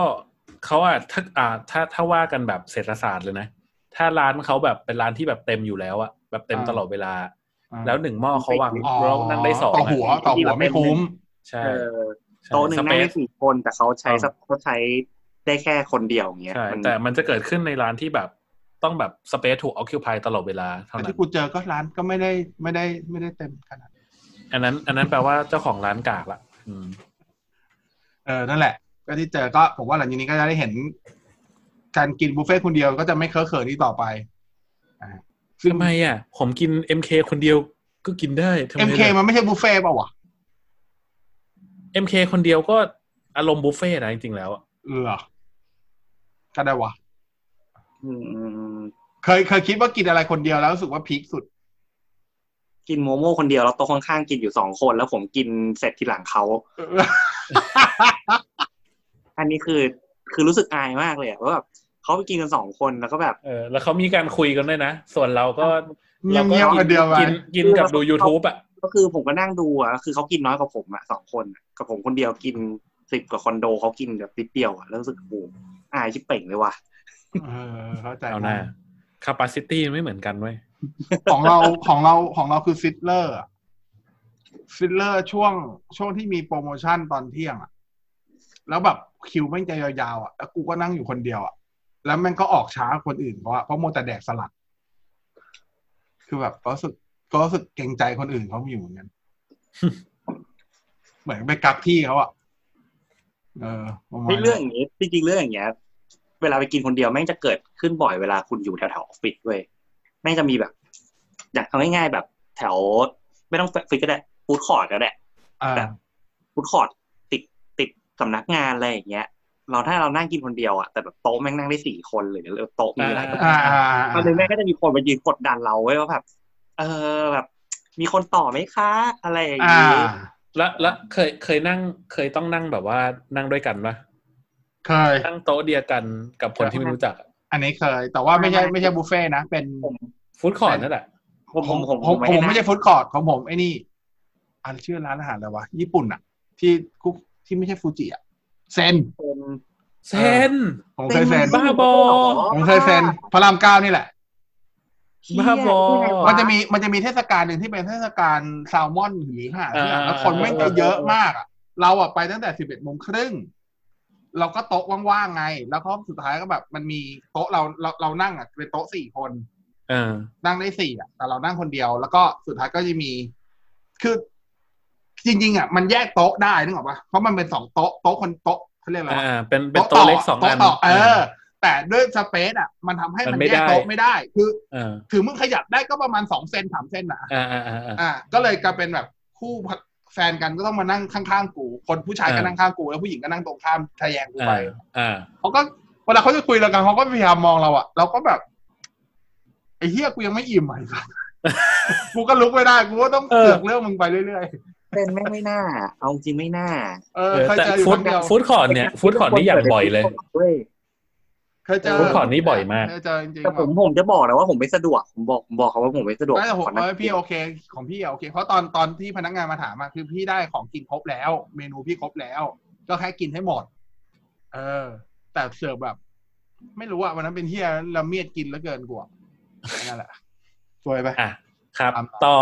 Speaker 2: เขาอ่ะถ้าอ่าถ้าถ้าว่ากันแบบเศรษฐศาสตร์เลยนะ ถ้าร้านเขาแบบเป็นร้านที่แบบเต็มอยู่แล้วอะแบบเต็มตลอดเวลา
Speaker 1: อ่า
Speaker 2: แล้วหนึ่งหม้อเขาวาง
Speaker 1: อ๋อ
Speaker 2: เรานั่งได้สอง
Speaker 1: ต่อ
Speaker 2: อะ
Speaker 1: หัวต่อหัวไม่คุ้ม
Speaker 2: ใช่
Speaker 3: เออ
Speaker 2: ใช่
Speaker 3: โต๊ะหนึ่ง
Speaker 2: ส
Speaker 3: นั่
Speaker 2: เป
Speaker 3: ง
Speaker 2: ซ
Speaker 3: ได้สี่คนแต่เขาใช้
Speaker 2: อ่า
Speaker 3: สักเขาใช้ได้แค่คนเดียวอย่างเงี้ย
Speaker 2: ใช่
Speaker 3: มัน
Speaker 2: แต่มันจะเกิดขึ้นในร้านที่แบบต้องแบบสเปซถูก occupy ตลอดเวลาเท่า
Speaker 1: แต่
Speaker 2: นั้
Speaker 1: ที่
Speaker 2: น
Speaker 1: กูเจอก็ร้านก็ไม่ได้ไม่ได้ไม่ได้เต็มขนาดนั้น
Speaker 2: อันนั้น อันนั้นแปลว่าเจ้าของร้านกากละอืม
Speaker 1: เออนั่นแหละ ก็ที่เจอก็ผมว่าหลังจากนี้ก็จะได้เห็น การกินบุฟเฟ่ต์คนเดียวก็จะไม่เคอะเขินนี้ต่อไป
Speaker 2: ทำไมอ่ะ ผมกิน MK คนเดียวก็กินได้ทำไม
Speaker 1: MK
Speaker 2: ล่ะ
Speaker 1: มันไม่ใช่บุฟเฟ่ต์เปล่าวะ
Speaker 2: MK คนเดียวก็อารมณ์บุฟเฟ่ต์นะจริงๆแล้วอะ
Speaker 1: เออก็ได้วะ
Speaker 3: อืมอืมอืม
Speaker 1: เคยเคยคิดว่ากินอะไรคนเดียวแล้วรู้สึกว่าพีคสุด
Speaker 3: กินโมโม่คนเดียวแล้วโต๊ะข้างๆกินอยู่สองคน แล้วผมกินเสร็จทีหลังเขา อันนี้คือคือรู้สึกอายมากเลยอะว่าแบบเขาไปกินกันสองคนแล้วก็แบบ
Speaker 2: เออแล้วเขามีการคุยกันด้วยนะ ส่วนเราก็
Speaker 1: เงี
Speaker 2: เรา
Speaker 1: ยบ
Speaker 2: ก็
Speaker 1: เงียบอันเดียวไป
Speaker 2: กินกินกับดู YouTube อ่ะ
Speaker 3: ก็คือผมก็นั่งดูอะคือเขากินน้อยกว่าผมอะสองคนอะกับผมคนเดียวกินสิบกว่าคอนโดเขากินแบบนิดเดียวอะแล้วรู้สึกโอ้โหอายชิบเป่งเลยว่ะ
Speaker 1: เออเข้าใจ
Speaker 2: เอาหน้า capacity มันไม่เหมือนกันเว้ย
Speaker 1: ของเรา ของเราของเราคือซิ t เลอร์ซิตเลอร์ช่วงช่วงที่มีโปรโมชั่นตอนเที่ยงอะแล้วแบบคิวแม่งจะยาวๆอะแล้วกูก็นั่งอยู่คนเดียวอะแล้วแม่งก็ออกช้ากว่าคนอื่นเพราะว่าเพราะโมวแต่แดกสลัด คือแบบก็รู้สึกก็รู้สึกเกรงใจคนอื่นเขาอยู่เหมือน กัน เหมือนไปกักที่เขาอะเออประมาณ
Speaker 3: ไม่
Speaker 1: นั้น
Speaker 3: เรื่องอย่างนี้จริงๆเรื่องอย่างเงี้ย เวลาไปกินคนเดียวแม่งจะเกิดขึ้นบ่อยเวลาคุณอยู่แถวแถวออฟฟิศเว้ยแม่งจะมีแบบ อยากเอาง่ายๆแบบ แถว ไม่ต้องออฟฟิศก็ได้ฟูดคอร์ดก็ได้
Speaker 1: อ่า
Speaker 3: แบบ ฟูดคอร์ดติดติดสำนักงานอะไรอย่างเงี้ย เราถ้าเรานั่งกินคนเดียวอะแต่แบบโต๊ะแม่งนั่งได้สี่คนหรือโต๊ะมีหลายคน
Speaker 1: อ่าอ่า
Speaker 3: ตอนนี้แม่ก็จะมีคนมายืนกดดันเราไว้ยว่าแบบ เออแบบ มีคนต่อไหมคะ อะไรอย่าง
Speaker 1: อ่า
Speaker 3: นี้
Speaker 2: แล้วแล้วเคยเคยนั่งเคยต้องนั่งแบบว่านั่งด้วยกันปะ
Speaker 1: เคย
Speaker 2: นั่งโต๊ะเดียวกันกับคนที่ไม่รู้จัก
Speaker 1: อันนี้เคย แต่ว่าไม่ใช่ไม่ใช่บุฟเฟ่ต์นะ เป็น
Speaker 2: ฟู้ดคอร์ทนั่นแหละ
Speaker 3: ผมผมผม
Speaker 1: ผมผม
Speaker 3: ให้
Speaker 1: ไม่
Speaker 3: นะ
Speaker 1: ใช่ฟู้ดคอร์ทของผมไอ้นี่อันชื่อร้านอาหารอะไรวะญี่ปุ่นอ่ะ ที่คุกที่ไม่ใช่ฟูจิอ่ะเซน
Speaker 3: เป็น
Speaker 2: เซน
Speaker 1: ผมเคยเซน
Speaker 2: บ้าบอ
Speaker 1: ผมเคยเซนพระรามเก้านี่แหละ
Speaker 2: บ้าบอ
Speaker 1: มันจะมีมันจะมีเทศกาลหนึ่งที่เป็นเทศกาลแซลมอนหรือห่าที่อะแล้วคนไม่งจะเยอะมากอะเราอะไปตั้งแต่สิบเอ็ดโมงครึ่งเราก็โต๊ะว่างๆไง แล้วก็สุดท้ายก็แบบ มันมีโต๊ะเราเราเรานั่งอะเป็นโต๊ะสี่คน
Speaker 2: เออ
Speaker 1: นั่งได้สี่อ่ะแต่เรานั่งคนเดียว แล้วก็สุดท้ายก็จะมี คือจริงๆอ่ะมันแยกโต๊ะได้นึกออกปะเพราะมันเป็นสองโต๊ะโต๊ะคนโต๊ะเขาเรียกอะไรวะ
Speaker 2: อ่า เป็นเป็น
Speaker 1: ต่
Speaker 2: โต๊ะเล็กสองอัน
Speaker 1: โต๊ะต่อเออ แต่ด้วยสเปซอ่ะ มันทำให้
Speaker 2: มั
Speaker 1: มันน
Speaker 2: ไม่
Speaker 1: แยก
Speaker 2: ได้
Speaker 1: โต๊ะไม่ได้ คือ
Speaker 2: เออ
Speaker 1: คือมึงขยับได้ก็ประมาณสองเซนสามเซนอ่ะ
Speaker 2: อ่าอ่าอ่าอ่า
Speaker 1: อ่า ก็เลยกลายเป็นแบบคู่แฟนกันก็ต้องมานั่งข้างๆกูคนผู้ชายก็
Speaker 2: อ่านั่
Speaker 1: นั่งข้างกูแล้วผู้หญิงก็นั่งตรงข้ามทะแยงกูไป
Speaker 2: อ่าอ่า
Speaker 1: เขาก็เวลาเขาจะคุยเรากันเขาก็พยายามมองเราอะเราก็แบบไอ้เฮียกูยังไม่อิ่มอ่ะ ไอ้สัสกูก็ลุกไม่ได้กูก็ต้อง
Speaker 2: เออ
Speaker 1: เสือกเรื่องมึงไปเรื่อย
Speaker 3: เป็นไม่ไม่น่า เอาจริงไม่น่า
Speaker 1: ๆเออ
Speaker 2: เออ
Speaker 1: เคย
Speaker 2: แต่
Speaker 1: เจออยู่ค
Speaker 2: ฟู้ด
Speaker 1: นเดียว
Speaker 2: ฟู้ดคอร์ทเนี่ยฟู้ดคอร์ทนี่อย่างบ่อยเลย
Speaker 3: ว้ย
Speaker 1: เคยเจอ
Speaker 3: ฟู้ดคอร์ท
Speaker 2: นี่บ่อยมาก
Speaker 1: เคยเจอจริงๆ
Speaker 3: แต่ผมผมจะบอกนะว่าผมไม่สะดวก ผมบอกผมบอกเขาว่าผมไม่สะดวก
Speaker 1: ไม่แต่ผม
Speaker 3: ขอนั่
Speaker 1: เอง อพี่โอเค ของพี่อะโอเค เพราะตอนตอนที่พนักงานมาถามอะคือพี่ได้ของกินครบแล้ว เมนูพี่ครบแล้ว ก็แค่กินให้หมด เออ แต่เสิร์ฟแบบ ไม่รู้อะวันนั้นเป็นเฮียละเมียดกินแล้วเกินกว่านั่นแหละสวยไป
Speaker 2: อ่ะครับ
Speaker 1: ครับ
Speaker 2: ต่อ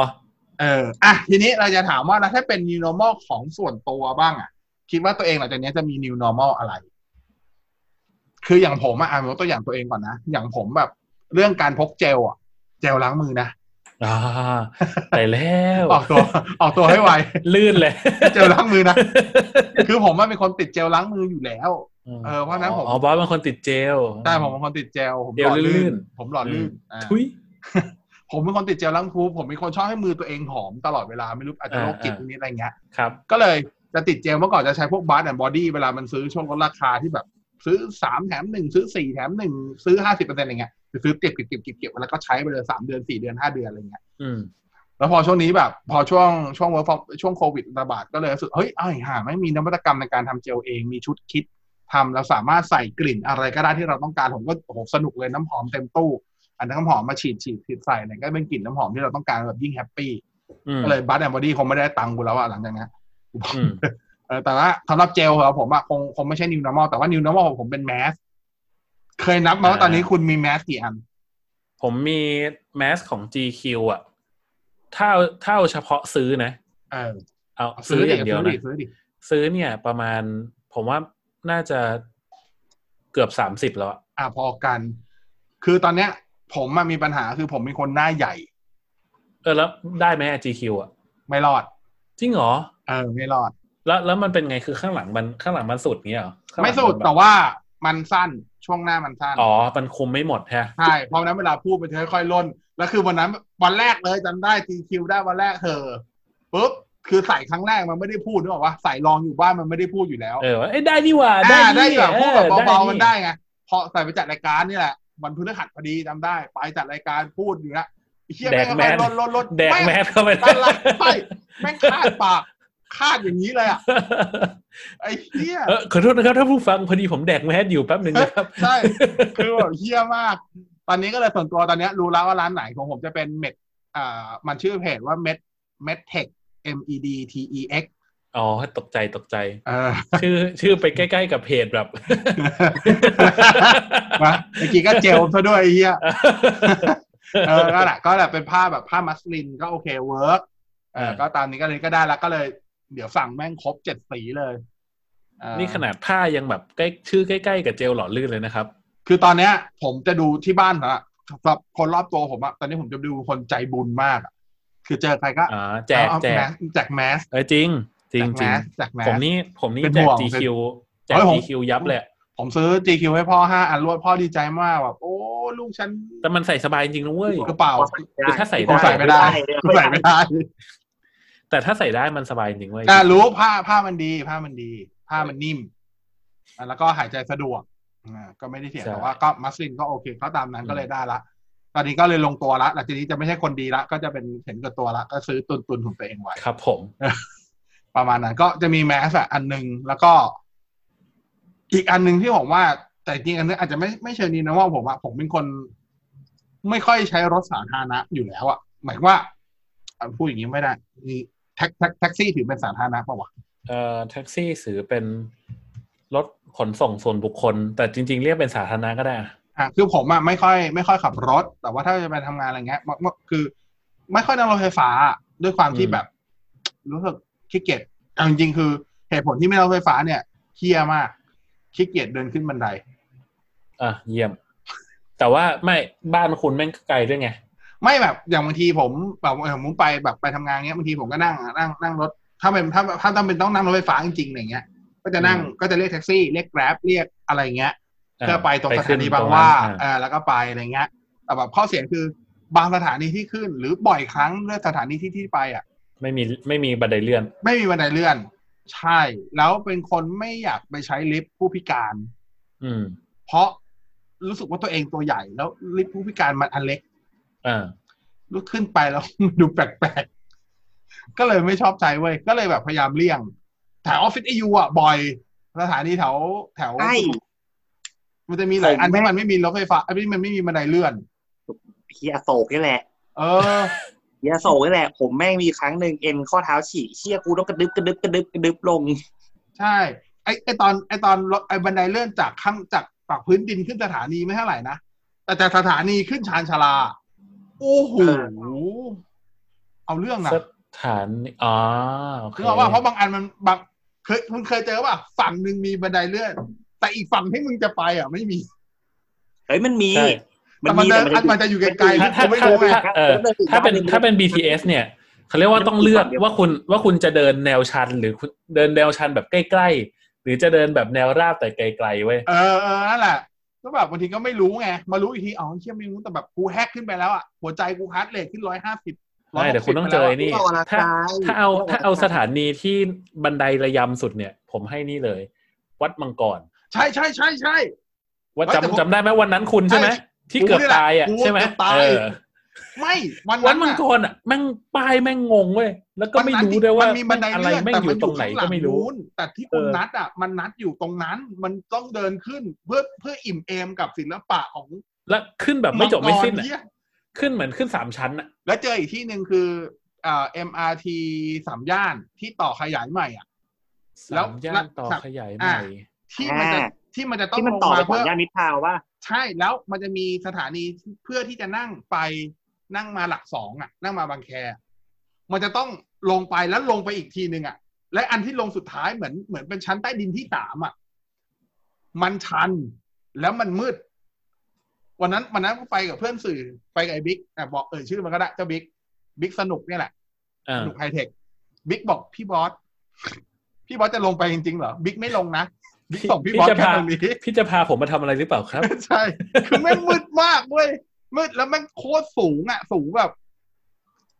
Speaker 1: เออ อ่ะ ทีนี้เราจะถามว่าแล้วถ้าเป็น new normal ของส่วนตัวบ้างอ่ะ คิดว่าตัวเองหลังจากนี้จะมี new normal อะไร คืออย่างผมอ่ะอ่ะยกตัวอย่างตัวเองก่อนนะ อย่างผมแบบ เรื่องการพกเจลอ่ะ เจลล้างมือนะ
Speaker 2: อ่าไปแล้ว
Speaker 1: ออกตัว ออกตัวให้ไว
Speaker 2: ลื่นเลย
Speaker 1: เจลล้างมือนะ คือผมว่าเป็นคนติดเจลล้างมืออยู่แล้ว เออเพราะฉะนั้นผม
Speaker 2: อ๋อบอสเป็นคนติดเจล
Speaker 1: ใช่ผมเป็นคนติดเจล ผมหอ
Speaker 2: เจลลื่น
Speaker 1: ผมหลอดลื่นอ่า
Speaker 2: ทุย
Speaker 1: ผมเป็นคนติดเจลล้างมือผมเป็นคนชอบให้มือตัวเองหอมตลอดเวลา ไม่รู้อาจจะโรคจิต
Speaker 2: อ่า
Speaker 1: ตรงนี้อะไรเงี้ย
Speaker 2: ครับ
Speaker 1: ก็เลยจะติดเจลเมื่อก่อนจะใช้พวกบาร์แอนด์บอดี้เวลามันซื้อช่วงลดราคาที่แบบ ซื้อสามแถมหนึ่งซื้อสี่แถมหนึ่งซื้อห้าสิบเปอร์เซ็นต์อะไรเงี้ยจะซื้อเก็บเก็บเก็บเก็บเก็บแล้วก็ใช้ไปเลยสามเดือนสี่เดือนห้าเดือนอะไรเงี้ย
Speaker 2: อืม
Speaker 1: แล้วพอช่วงนี้แบบ พอช่วงช่วงเวิร์กช่วงโควิดระบาดก็เลยรู้สึกเฮ้ยไอ้ห่าไม่มีนวัตกรรมในการทำเจลเองมีชุดคิดทำเราสามารถใส่กลิ่นอะไรก็ได้ที่เราต้องการผมก็โอ้โหสนุกเลยน้ำหอมเต็มตู้ อันน้นน้ำหอมมาฉีดฉีดฉีดใส่เนี่ยก็เป็นกลิ่นน้ำหอมที่เราต้องการแบบยิ่งแฮปปี้
Speaker 2: อืม
Speaker 1: ก็เลยบัตแอนด์บอดี้คงไม่ได้ตังค์กูแล้วอะหลังจากนี้น
Speaker 2: อืม
Speaker 1: เออแต่ว่าสำหรับเจลของผมอะคงคงไม่ใช่ new normal แต่ว่า new normal ของผมเป็นแมสเคยนับไหมาว่าตอนนี้คุณมีแมสกี่อัน
Speaker 2: ผมมีแมสของ GQ อ่ะ ถ้าเอาถ้าเอาเฉพาะซื้อนะ
Speaker 1: เออ
Speaker 2: เอา
Speaker 1: เอา
Speaker 2: ซื้ออย่างเดียว
Speaker 1: ซื้อดิ
Speaker 2: นะ
Speaker 1: ซื้อดิ
Speaker 2: ซื้อเนี่ย ประมาณ ผมว่าน่าจะเกือบสามสิบแล้วอะ
Speaker 1: อ่ะพอกัน คือตอนเนี้ย ผมมามีปัญหาคือผมเป็นคนหน้าใหญ่
Speaker 2: เออแล้วได้ไหมอะ GQ อ่ะ
Speaker 1: ไม่รอด
Speaker 2: จริงเหรอ
Speaker 1: เออ ไม่รอด
Speaker 2: แล้วแล้วมันเป็นไงคือข้างหลังมันข้างหลังมันสุดเงี้ยเหรอข้างหลัง
Speaker 1: ไม่สุด
Speaker 2: นแบบ
Speaker 1: แต่ว่ามันสั้นช่วงหน้ามันสั้น
Speaker 2: อ๋อมันคุมไม่หมดแฮะ
Speaker 1: ใช่เพราะฉะนั้นเวลาพูดมันจะค่อยๆล่นแล้วคือวันนั้นวันแรกเลยจำได้ทีคิวได้วันแรกเธอปุ๊บคือใส่ครั้งแรกมันไม่ได้พูดนึกออกปะใส่ลองอยู่บ้านมันไม่ได้พูดอยู่แล้ว
Speaker 2: เออว่าเอ้ยได้นี่หว่า
Speaker 1: อ่าได้
Speaker 2: นี่
Speaker 1: แบบพวกแบบเบาๆมันได้
Speaker 2: เออ
Speaker 1: ไงพอใส่ไปจัดรายการนี่แหละวันพฤหัสพอดีจำได้ ไปจัดรายการพูดอยู่นะไอ้เฮียแม่งก็ไปลดลดลด
Speaker 2: แดกแมสเข้าไป
Speaker 1: แม่งอะไรไปแม่งคาดปากคาดอย่างนี้เลยอ่ะไอ้เฮีย
Speaker 2: เออขอโทษนะครับถ้าผู้ฟังพอดีผมแดกแมสอยู่แป๊บหนึ่งนะครับ
Speaker 1: ใช่คือแบบเฮียมาก ตอนนี้ก็เลยส่วนตัวตอนเนี้ยรู้แล้วว่าร้านไหนของผมจะเป็นเม็ดอ่ามันชื่อเพจว่าเม็ดเม็ดเทค M E D T E X
Speaker 2: อ๋อตกใจตกใจ
Speaker 1: เออ
Speaker 2: ชื่อชื่อไปใกล้ๆกับเพจแบบ
Speaker 1: มาเมื่ อกี้ก็เจลซะด้วยไอ้เฮีย เออก็แหละก็แหละเป็นผ้าแบบผ้ามัสลินก็โอเคเวิร์กเออก็ตามนี้ก็เลยก็ได้แล้วก็เลย เดี๋ยวสั่งแม่งครบเจ็ดสีเลยเออ
Speaker 2: นี่ขนาดผ้ายังแบบใกล้ชื่อใกล้ๆกับเจลหล่อลื่นเลยนะครับ
Speaker 1: คือตอนเนี้ย ผมจะดูที่บ้านผมอะสำหรับคนรอบตัวผมอะตอนนี้ผมจะดูคนใจบุญมากอะคือเจอใครก็
Speaker 2: อ่าแจก
Speaker 1: เอา
Speaker 2: แจก
Speaker 1: มสแจกแมส
Speaker 2: เออจริง จริงจ
Speaker 1: แจ
Speaker 2: ริ
Speaker 1: ก
Speaker 2: ง
Speaker 1: แมสแจกแม
Speaker 2: ผม
Speaker 1: ส
Speaker 2: นี่ผมนี่
Speaker 1: เป็น
Speaker 2: แจ
Speaker 1: ห่
Speaker 2: ก
Speaker 1: วง
Speaker 2: GQ แจ
Speaker 1: เฮ้
Speaker 2: ก
Speaker 1: ยผม
Speaker 2: GQ ยับเลย
Speaker 1: ผมซื้อ GQ ให้พ่อห้าอันรวดพ่อดีใจมากแบบโอ้ลูกฉัน
Speaker 2: แต่มันใส่สบายจริงนะเว้ย
Speaker 1: กระเป๋า
Speaker 2: คือถ้าใส่
Speaker 1: ผมใส่
Speaker 2: ด้
Speaker 1: ไม่ได้ผมใส่ไม่ได้
Speaker 2: แต่ถ้าใส่ได้มันสบายจริงเว้ย
Speaker 1: แต่รู้ผ้าผ้ามันดีผ้ามันดี ผ้ามันนิ่มอ่ะแล้วก็หายใจสะดวกอ่าก็ไม่ได้เสียง
Speaker 2: ใช่
Speaker 1: แต่ว่าก็มัสลินก็โอเคก็ตามนั้นก็เลยได้ละ ตอนนี้ก็เลยลงตัวละหลังจากนี้จะไม่ใช่คนดีละ ก็จะเป็นเห็นกับตัวละ ก็ซื้อตุนตุนๆของตัวเองไว้
Speaker 2: ครับผม
Speaker 1: ประมาณนั้นก็จะมีแมสอะอันหนึ่งแล้วก็ อีกอันหนึ่งที่ผมว่า แต่จริงอันนี้อาจจะไม่ไม่เชิงนี้นะว่าผมอะผมเป็นคน ไม่ค่อยใช้รถสาธารณะอยู่แล้วอะ หมายว่าอ่ะพูดอย่างนี้ไม่ได้มีแท็กแท็กแท็กซี่ถือเป็นสาธารณะป่าวะ
Speaker 2: เอ่อแท็กซี่ถือเป็นรถขนส่งส่วนบุคคล แต่จริง ๆ เรียกเป็นสาธารณะก็ได้อะ
Speaker 1: อ่ะคือผมอ่ะไม่ค่อยไม่ค่อยขับรถ แต่ว่าถ้าจะไปทำงานอะไรเงี้ยมันมันคือ ไม่ค่อยนั่งรถไฟฟ้าอ่ะด้วยความที่แบบ รู้สึกขี้เกียจเอาจริงๆคือเหตุผลที่ไม่นั่งรถไฟฟ้าเนี่ยเคียมากขี้เกียจเดินขึ้นบันได
Speaker 2: อ่ะเยี่ยม แต่ว่าไม่บ้านคุณแม่งก็ไกลด้วยไง
Speaker 1: ไม่แบบอย่างบางทีผมแบบเออผมไปแบบไปทำงานเงี้ยบางทีผมก็นั่งนั่งนั่งรถ ถ้าเป็นถ้าถ้าจำเป็นต้องนั่งรถไฟฟ้าจริงๆอะไรเงี้ย ก็จะนั่ง
Speaker 2: อืม
Speaker 1: ก็จะเรียกแท็กซี่เรียกแกร็บเรียกอะไรเงี้ย
Speaker 2: อ่ะ
Speaker 1: เพื่อไปตรงสถานีบางหว่าเออแล้วก็ไปอะไรเงี้ยแต่แบบข้อเสียคือบางสถานีที่ขึ้น หรือบ่อยครั้งเลือกสถานีที่ที่ไปอ่ะ
Speaker 2: ไม่มีไม่มีบันไดเลื่อน
Speaker 1: ไม่มีบันไดเลื่อน ใช่ แล้วเป็นคนไม่อยากไปใช้ลิฟต์ผู้พิการ
Speaker 2: อืม
Speaker 1: เพราะรู้สึกว่าตัวเองตัวใหญ่แล้วลิฟต์ผู้พิการมันอันเล็ก
Speaker 2: อ่า
Speaker 1: ลุกขึ้นไปแล้ว ดูแปลกๆ ก็เลยไม่ชอบใช้เว้ย ก็เลยแบบพยายามเลี่ยงแถวออฟฟิศไอยูอ่ะ บ่อย สถานีแถวแถว
Speaker 3: ใช่
Speaker 1: มันจะมีหลายอัน
Speaker 3: ผมไม่
Speaker 1: ที่มันไม่มีรถไฟฟ้าไอ้ที่มันไม่มีบันไดเลื่อน
Speaker 3: เฮียโศกนี่แหละ
Speaker 1: เออ
Speaker 3: เฮียโศกนี่แหละ ผมแม่งมีครั้งหนึ่งเอ็นข้อเท้าฉีกเฮียกูต้องกระดึบกระดึบกระดึบกระดึบลง
Speaker 1: ใช่ ไอ้ไอ้ตอนไอ้ตอนรถไอ้บันไดเลื่อนจากข้างจากปากพื้นดินขึ้นสถานีไม่เท่าไหร่นะ แต่จากสถานีขึ้นชานชาลา โอ้โห
Speaker 3: เอ
Speaker 1: เอาเรื่องนะ
Speaker 2: สถานอ๋อโอเค
Speaker 1: คือเอาว่าเพราะบางอันมันบางเคยมึงเคยเจอป่ะฝั่งหนึ่งมีบันไดเลื่อน แต่อีกฝั่งที่มึงจะไปอ่ะไม่มี
Speaker 3: เฮ้ยมันมี
Speaker 2: ใช่
Speaker 1: แต่มันเดินอันมันจะอยู่ไกลๆ
Speaker 2: ถ้า
Speaker 1: ผ
Speaker 2: ถ้าม
Speaker 1: ไม่
Speaker 2: ถ้า
Speaker 1: รู้ไง
Speaker 2: ถ้าเออถ้าเป็นถ้าเป็น BTS เนี่ยเขาเรียกว่าต้องเลือกว่าคุณว่าคุณจะเดินแนวชัน หรือคุณเดินแนวชันแบบใกล้ๆ หรือจะเดินแบบแนวราบแต่ไกลๆเว้ย
Speaker 1: เออเออนั่นแหละก็แบบบางทีก็ไม่รู้ไงมารู้อีกทีอ๋อเชี่ยไม่รู้แต่แบบกูแฮกขึ้นไปแล้วอ่ะหัวใจกูฮาร์ดเรทขึ้นร้อยห้าสิบ
Speaker 2: ไม่เดี๋ยวคุณต้องเจอไอ้นี่
Speaker 3: พวกเราละ
Speaker 2: ถ้า
Speaker 3: ใช่
Speaker 2: ถ้าเอา
Speaker 3: พวกเราละ
Speaker 2: ถ้าเอาสถานีที่บันไดระยำสุดเนี่ย ผมให้นี่เลย วัดมังกร
Speaker 1: ใช่ใช่ใช่ใช่
Speaker 2: ว่า
Speaker 1: เฮ้ยแต่ผม
Speaker 2: จำจำได้ไหมวันนั้นคุณใช่ไหม
Speaker 1: ใช่
Speaker 2: ที่เกือบตายอ่ะ
Speaker 1: กูนี่แหละ
Speaker 2: ใช่ไหม
Speaker 1: กูเกือบตาย
Speaker 2: เออ
Speaker 1: ไม่วันนั้
Speaker 2: วัด
Speaker 1: น
Speaker 2: มัง
Speaker 1: อะ
Speaker 2: กรอ่ะแม่งป้ายแม่งงงเว้ยแล้วก็ไม่รู้ด้วยว่าน
Speaker 1: มีบันได
Speaker 2: อะไร
Speaker 1: เลื่อน
Speaker 2: แม่ง
Speaker 1: แต่
Speaker 2: อยู่ตรงไหนก็ไม่รู้
Speaker 1: ข้างหลังนู้นแต่ที่คุณ
Speaker 2: เออ
Speaker 1: นัดอ่ะมันนัดอยู่ตรงนั้นมันต้องเดินขึ้นเพื่อเพื่ออิ่มเอมกับศิลปะของ
Speaker 2: แล้วขึ้นแบบไม่จบไม่สิ้น
Speaker 1: มังกร
Speaker 2: อ่ะ
Speaker 1: เหี้ย
Speaker 2: ขึ้นเหมือนขึ้นสามชั้นอ่ะ
Speaker 1: แล้วเจออีกที่หนึ่งคืออ่า MRT สามย่านที่ต่อขยายใหม่อ่ะ แล้
Speaker 2: สาว มย่า
Speaker 1: และ
Speaker 2: นต่อ
Speaker 1: สาม
Speaker 2: ขยายใหม่
Speaker 1: อ่ะ ที่มันจะ
Speaker 3: อ่า
Speaker 1: ที่มันจะต้อง
Speaker 3: ที่มัน
Speaker 1: ลง
Speaker 3: ต่อ
Speaker 1: มา
Speaker 3: ไปขอ
Speaker 1: เพื่อย่
Speaker 3: งานนิทาวว่า
Speaker 1: ใช่ แล้วมันจะมีสถานีเพื่อที่จะนั่งไปนั่งมาหลักสองอ่ะ นั่งมาบางแค มันจะต้องลงไปแล้วลงไปอีกทีหนึ่งอ่ะ และอันที่ลงสุดท้ายเหมือนเหมือนเป็นชั้นใต้ดินที่สามอ่ะ มันชันแล้วมันมืด วันนั้นวันนั้นก็ไปกับเพื่อนสื่อไปกับไอ้บิ๊กอ่ะบอกเอ่ยชื่อมันก็ได้เจ้าบิ๊กบิ๊กสนุกเนี่ยแหละ
Speaker 2: อ่า
Speaker 1: หนุกไฮเทคบิ๊กบอกพี่บอส พี่บอสจะลงไปจริงๆเหรอ บิ๊กไม่ลงนะ บิ๊กส่งพี่บอส
Speaker 2: จะ
Speaker 1: แค่
Speaker 2: พา
Speaker 1: ตรงนี้
Speaker 2: พี่จะพาผมมาทำอะไรหรือเปล่าครับ
Speaker 1: ใช่ คือแม่งมืดมากเว้ย มืดแล้วแม่งโคตรสูงอ่ะ สูงแบบ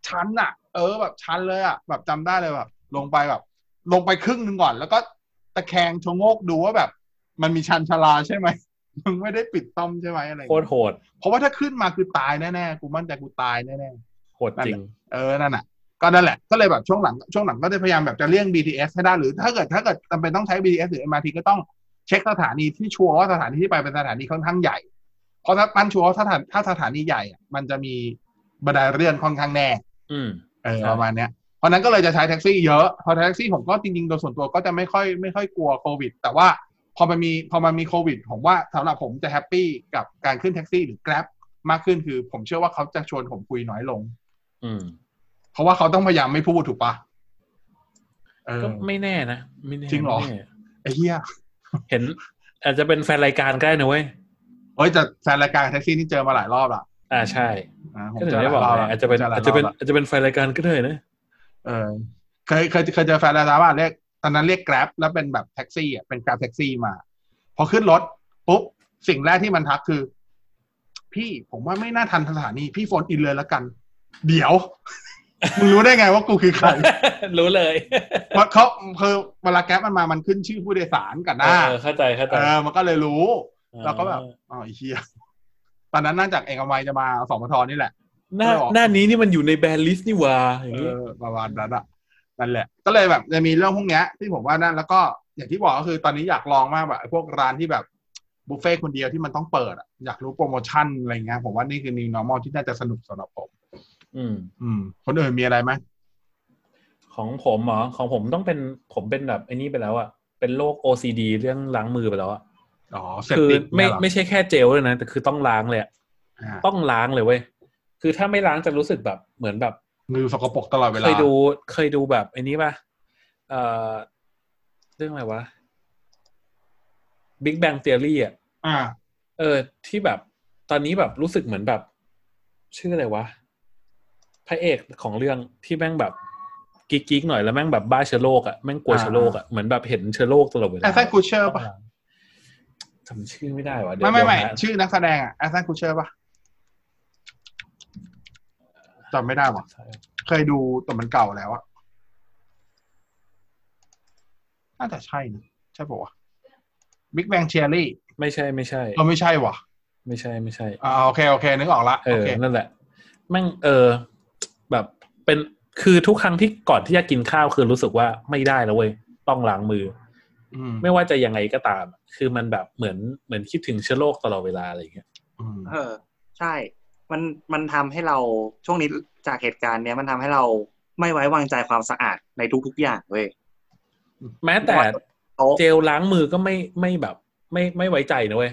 Speaker 1: ชั้นอ่ะ เออแบบชั้นเลยอ่ะ แบบจำได้เลยแบบ ลงไปแบบ ลงไปครึ่งหนึ่งก่อน แล้วก็ตะแคงชะโงกดูว่าแบบ มันมีชันชาลาใช่ไหม มึงไม่ได้ปิดต้อมใช่ไหมอะไรอย่าง
Speaker 2: โคตร
Speaker 1: เงี้ย
Speaker 2: โหด
Speaker 1: เพราะว่าถ้าขึ้นมาคือตายแน่ๆ กูมั่นใจกูตายแน่ๆ
Speaker 2: โหดจริง
Speaker 1: เออ นั่นน่ะ ก็นั่นแหละ ก็เลยแบบช่วงหลัง ช่วงหลังก็ได้พยายามแบบจะเลี่ยง BTS ให้ได้ หรือถ้าเกิดถ้าเกิดจำเป็นต้องใช้ BTS หรือ MRT ก็ต้องเช็คสถานีที่ชัวร์ว่าสถานีที่ไปเป็นสถานีค่อนข้างใหญ่ เพราะถ้ามันชัวร์ว่าถ้าสถานถ้าสถานีใหญ่อะมันจะมีบันไดเลื่อนค่อนข้างแน่
Speaker 2: อืม
Speaker 1: เออ
Speaker 2: ใช่
Speaker 1: ประมาณเนี้ย เพราะนั้นก็เลยจะใช้แท็กซี่เยอะ พอแท็กซี่ผมก็จริงๆ โดยส่วนตัวก็จะไม่ค่อยไม่ค่อยกลัวโควิด แต่ว่าพอมันมีพอมันมีโควิด ผมว่าสำหรับผมจะแฮปปี้กับการขึ้นแท็กซี่หรือ Grab มากขึ้นคือ ผมเชื่อว่าเขาจะชวนผมคุยน้อยลง
Speaker 2: อืม
Speaker 1: เพราะว่าเขาต้องพยายามไม่พูดถูกปะเออ
Speaker 2: ก็ไม่แน่นะไม่แน่
Speaker 1: จริงเหรอ
Speaker 2: ไม่แน่
Speaker 1: ไอ้เหี้ย
Speaker 2: เห็น อาจจะเป็นแฟนรายการก็ได้นะเว้ย
Speaker 1: เฮ้ยแต่แฟนรายการแท็กซี่นี่เจอมาหลายรอบละ
Speaker 2: อ่าใช่
Speaker 1: อ่าผม
Speaker 2: ก็
Speaker 1: เจ
Speaker 2: ถึง
Speaker 1: อห
Speaker 2: ได้
Speaker 1: ลาย
Speaker 2: บอก
Speaker 1: รอบ
Speaker 2: ไง
Speaker 1: ละ
Speaker 2: อาจจะเป็น
Speaker 1: ผม
Speaker 2: อาจจะเป็น
Speaker 1: หลยรบล
Speaker 2: อาจจะเป็นแฟนรายการก็ได้นะ
Speaker 1: เออเคยเคยเคยเจอแฟนรายการว่าเรียกตอนนั้นเรียกแกร็บแล้วเป็นแบบแท็กซี่อ่ะเป็นแกร็บแท็กซี่มา พอขึ้นรถปุ๊บสิ่งแรกที่มันทักคือ พี่ผมว่าไม่น่าทันสถานีพี่โฟนอินเลยละกัน เดี๋ยว มึงรู้ได้ไงว่ากูคือใคร
Speaker 2: รู้เลย
Speaker 1: เพราะเขาเพอเวลาแกร็บมันมามันขึ้นชื่อผู้โดยสารกันหน้า
Speaker 2: เออเข้าใจเข้าใจ
Speaker 1: เออมันก็เลยรู้ เราก็แบบ อ๋อไอ้เฮียตอนนั้นน่าจากเอกมัยจะมาสมทนี่แหละ
Speaker 2: หน้า
Speaker 1: ไม่ออก
Speaker 2: หน้านี้นี่มันอยู่ในแบนลิสต์นี่หว่าอย่า
Speaker 1: เอง
Speaker 2: นี้
Speaker 1: อประมาณนั้นอะนั่นแหละ ก็เลยแบบจะมีเรื่องพวกเนี้ยที่ผมว่านั่นแล้วก็อย่างที่บอกก็คือตอนนี้อยากลองมากแบบไอ้พวกร้านที่แบบบุฟเฟ่ต์คนเดียวที่มันต้องเปิดอะอยากรู้โปรโมชั่นอะไรเงี้ยผมว่านี่คือ new normal ที่น่าจะสนุกสำหรับผม
Speaker 2: อืม
Speaker 1: อืม คนอื่นมีอะไรไหม
Speaker 2: ของผมเหรอของผมต้องเป็นผมเป็นแบบไอ้นี่ไปแล้วอะเป็นโรค OCD เรื่องล้างมือไปแล้วอะ
Speaker 1: อ๋อเสพ
Speaker 2: คือ
Speaker 1: ติด
Speaker 2: ไม่
Speaker 1: เนี่ยเหรอ
Speaker 2: ไม่ใช่แค่เจลเลยนะแต่คือต้องล้างเลยอะ
Speaker 1: อ่า
Speaker 2: ต้องล้างเลยเว้ยคือถ้าไม่ล้างจะรู้สึกแบบเหมือนแบบ
Speaker 1: มือสกปรกตลอดเวลา
Speaker 2: เคยดูเคยดูแบบไอ้นี้ป่ะเอ่อเรื่องอะไรวะ Big Bang Theory อ่ะ
Speaker 1: อ่า
Speaker 2: เออ ที่แบบตอนนี้แบบรู้สึกเหมือนแบบ ชื่ออะไรวะพระเอกของเรื่องที่แม่งแบบกิ๊กๆหน่อยแล้วแม่งแบบบ้าเชื้อโรคอ่ะแม่งกลัวเชื้อโรคอ่ะเหมือนแบบเห็นเชื้อโรคตลอดเวลา
Speaker 1: แอสซันคูเชอร์ป่ะ
Speaker 2: จำชื่อไม่ได้วะเดี๋ยว
Speaker 1: ไม่ไม่ไม่
Speaker 2: เดี๋ยวนะ
Speaker 1: ชื่อนักแสดงอะแอสซันคูเชอร์ป่ะจำไม่ได้ว่ะ เคยดูแต่มันเก่าแล้วอะน่าจะใช่นะใช่ป่วะบิ๊กแบงเชียรี่
Speaker 2: ไม่ใช่ไม่ใช่
Speaker 1: เออไม่ใช่ว่ะ
Speaker 2: ไม่ใช่ไม่ใช่
Speaker 1: อ่าโอเคโอเค นึกออกละ
Speaker 2: เอ
Speaker 1: โอ
Speaker 2: อ
Speaker 1: เค
Speaker 2: นั่นแหละ แม่ง เออ แบบเป็นคือทุกครั้งที่ก่อนที่จะกินข้าวคือรู้สึกว่าไม่ได้แล้วเว้ย ต้องล้างมือ
Speaker 1: อืม
Speaker 2: ไม่ว่าจะยังไงก็ตาม คือมันแบบเหมือนเหมือนคิดถึงเชื้อโรคตลอดเวลาอะไรอย่างเงี้ย
Speaker 1: อืม
Speaker 3: เออ ใช่ มันมันทำให้เราช่วงนี้จากเหตุการณ์เนี้ยมันทำให้เราไม่ไว้วางใจความสะอาดในทุกๆอย่างเว้ย
Speaker 2: แม้แต่
Speaker 3: โต๊ะ
Speaker 2: เจลล้างมือก็ไม่ไม่แบบ ไม่ไม่ไว้ใจนะเว้ย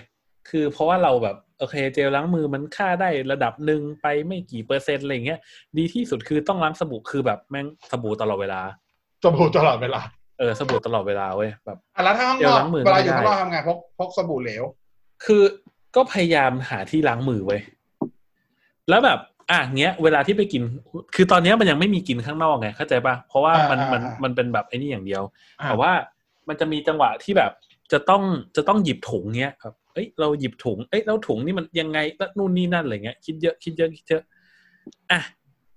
Speaker 2: คือเพราะว่าเราแบบโอเค เจลล้างมือมันค่าได้ระดับหนึ่งไปไม่กี่เปอร์เซ็นต์อะไรอย่างเงี้ย ดีที่สุดคือต้องล้างสบู่คือแบบแม่งสบู่ตลอดเวลา
Speaker 1: จมูกตลอดเวลา
Speaker 2: เออสบู่ตลอดเวลาเว้ยแบบ
Speaker 1: อ่ะแล้วถ้าข้างนอก
Speaker 2: เดี๋ยวล้างมือ
Speaker 1: เวลาอยู่
Speaker 2: ไม่
Speaker 1: ข้างน
Speaker 2: ได้
Speaker 1: อกทำไงพกพกสบู่เหลว
Speaker 2: คือก็พยายามหาที่ล้างมือไว้ยแล้วแบบ อ่ะเงี้ย เวลาที่ไปกิน คือตอนเนี้ยมันยังไม่มีกินข้างนอกไงเข้าใจปะเพราะว่ามัน
Speaker 1: อ่าอ่า
Speaker 2: มัน
Speaker 1: อ่ามั
Speaker 2: มันเป็นแบบไอ้นี่อย่างเดียว
Speaker 1: อ่ะ
Speaker 2: แต่ว่ามันจะมีจังหวะที่แบบจะต้องจะต้องหยิบถุงเงี้ยครับเอ้ยเราหยิบถุงเอ้ยแล้วถุงนี่มันยังไงแล้วนู่นนี่นั่นอะไรเงี้ยคิดเยอะคิดเยอะคิดเยอะอ่ะ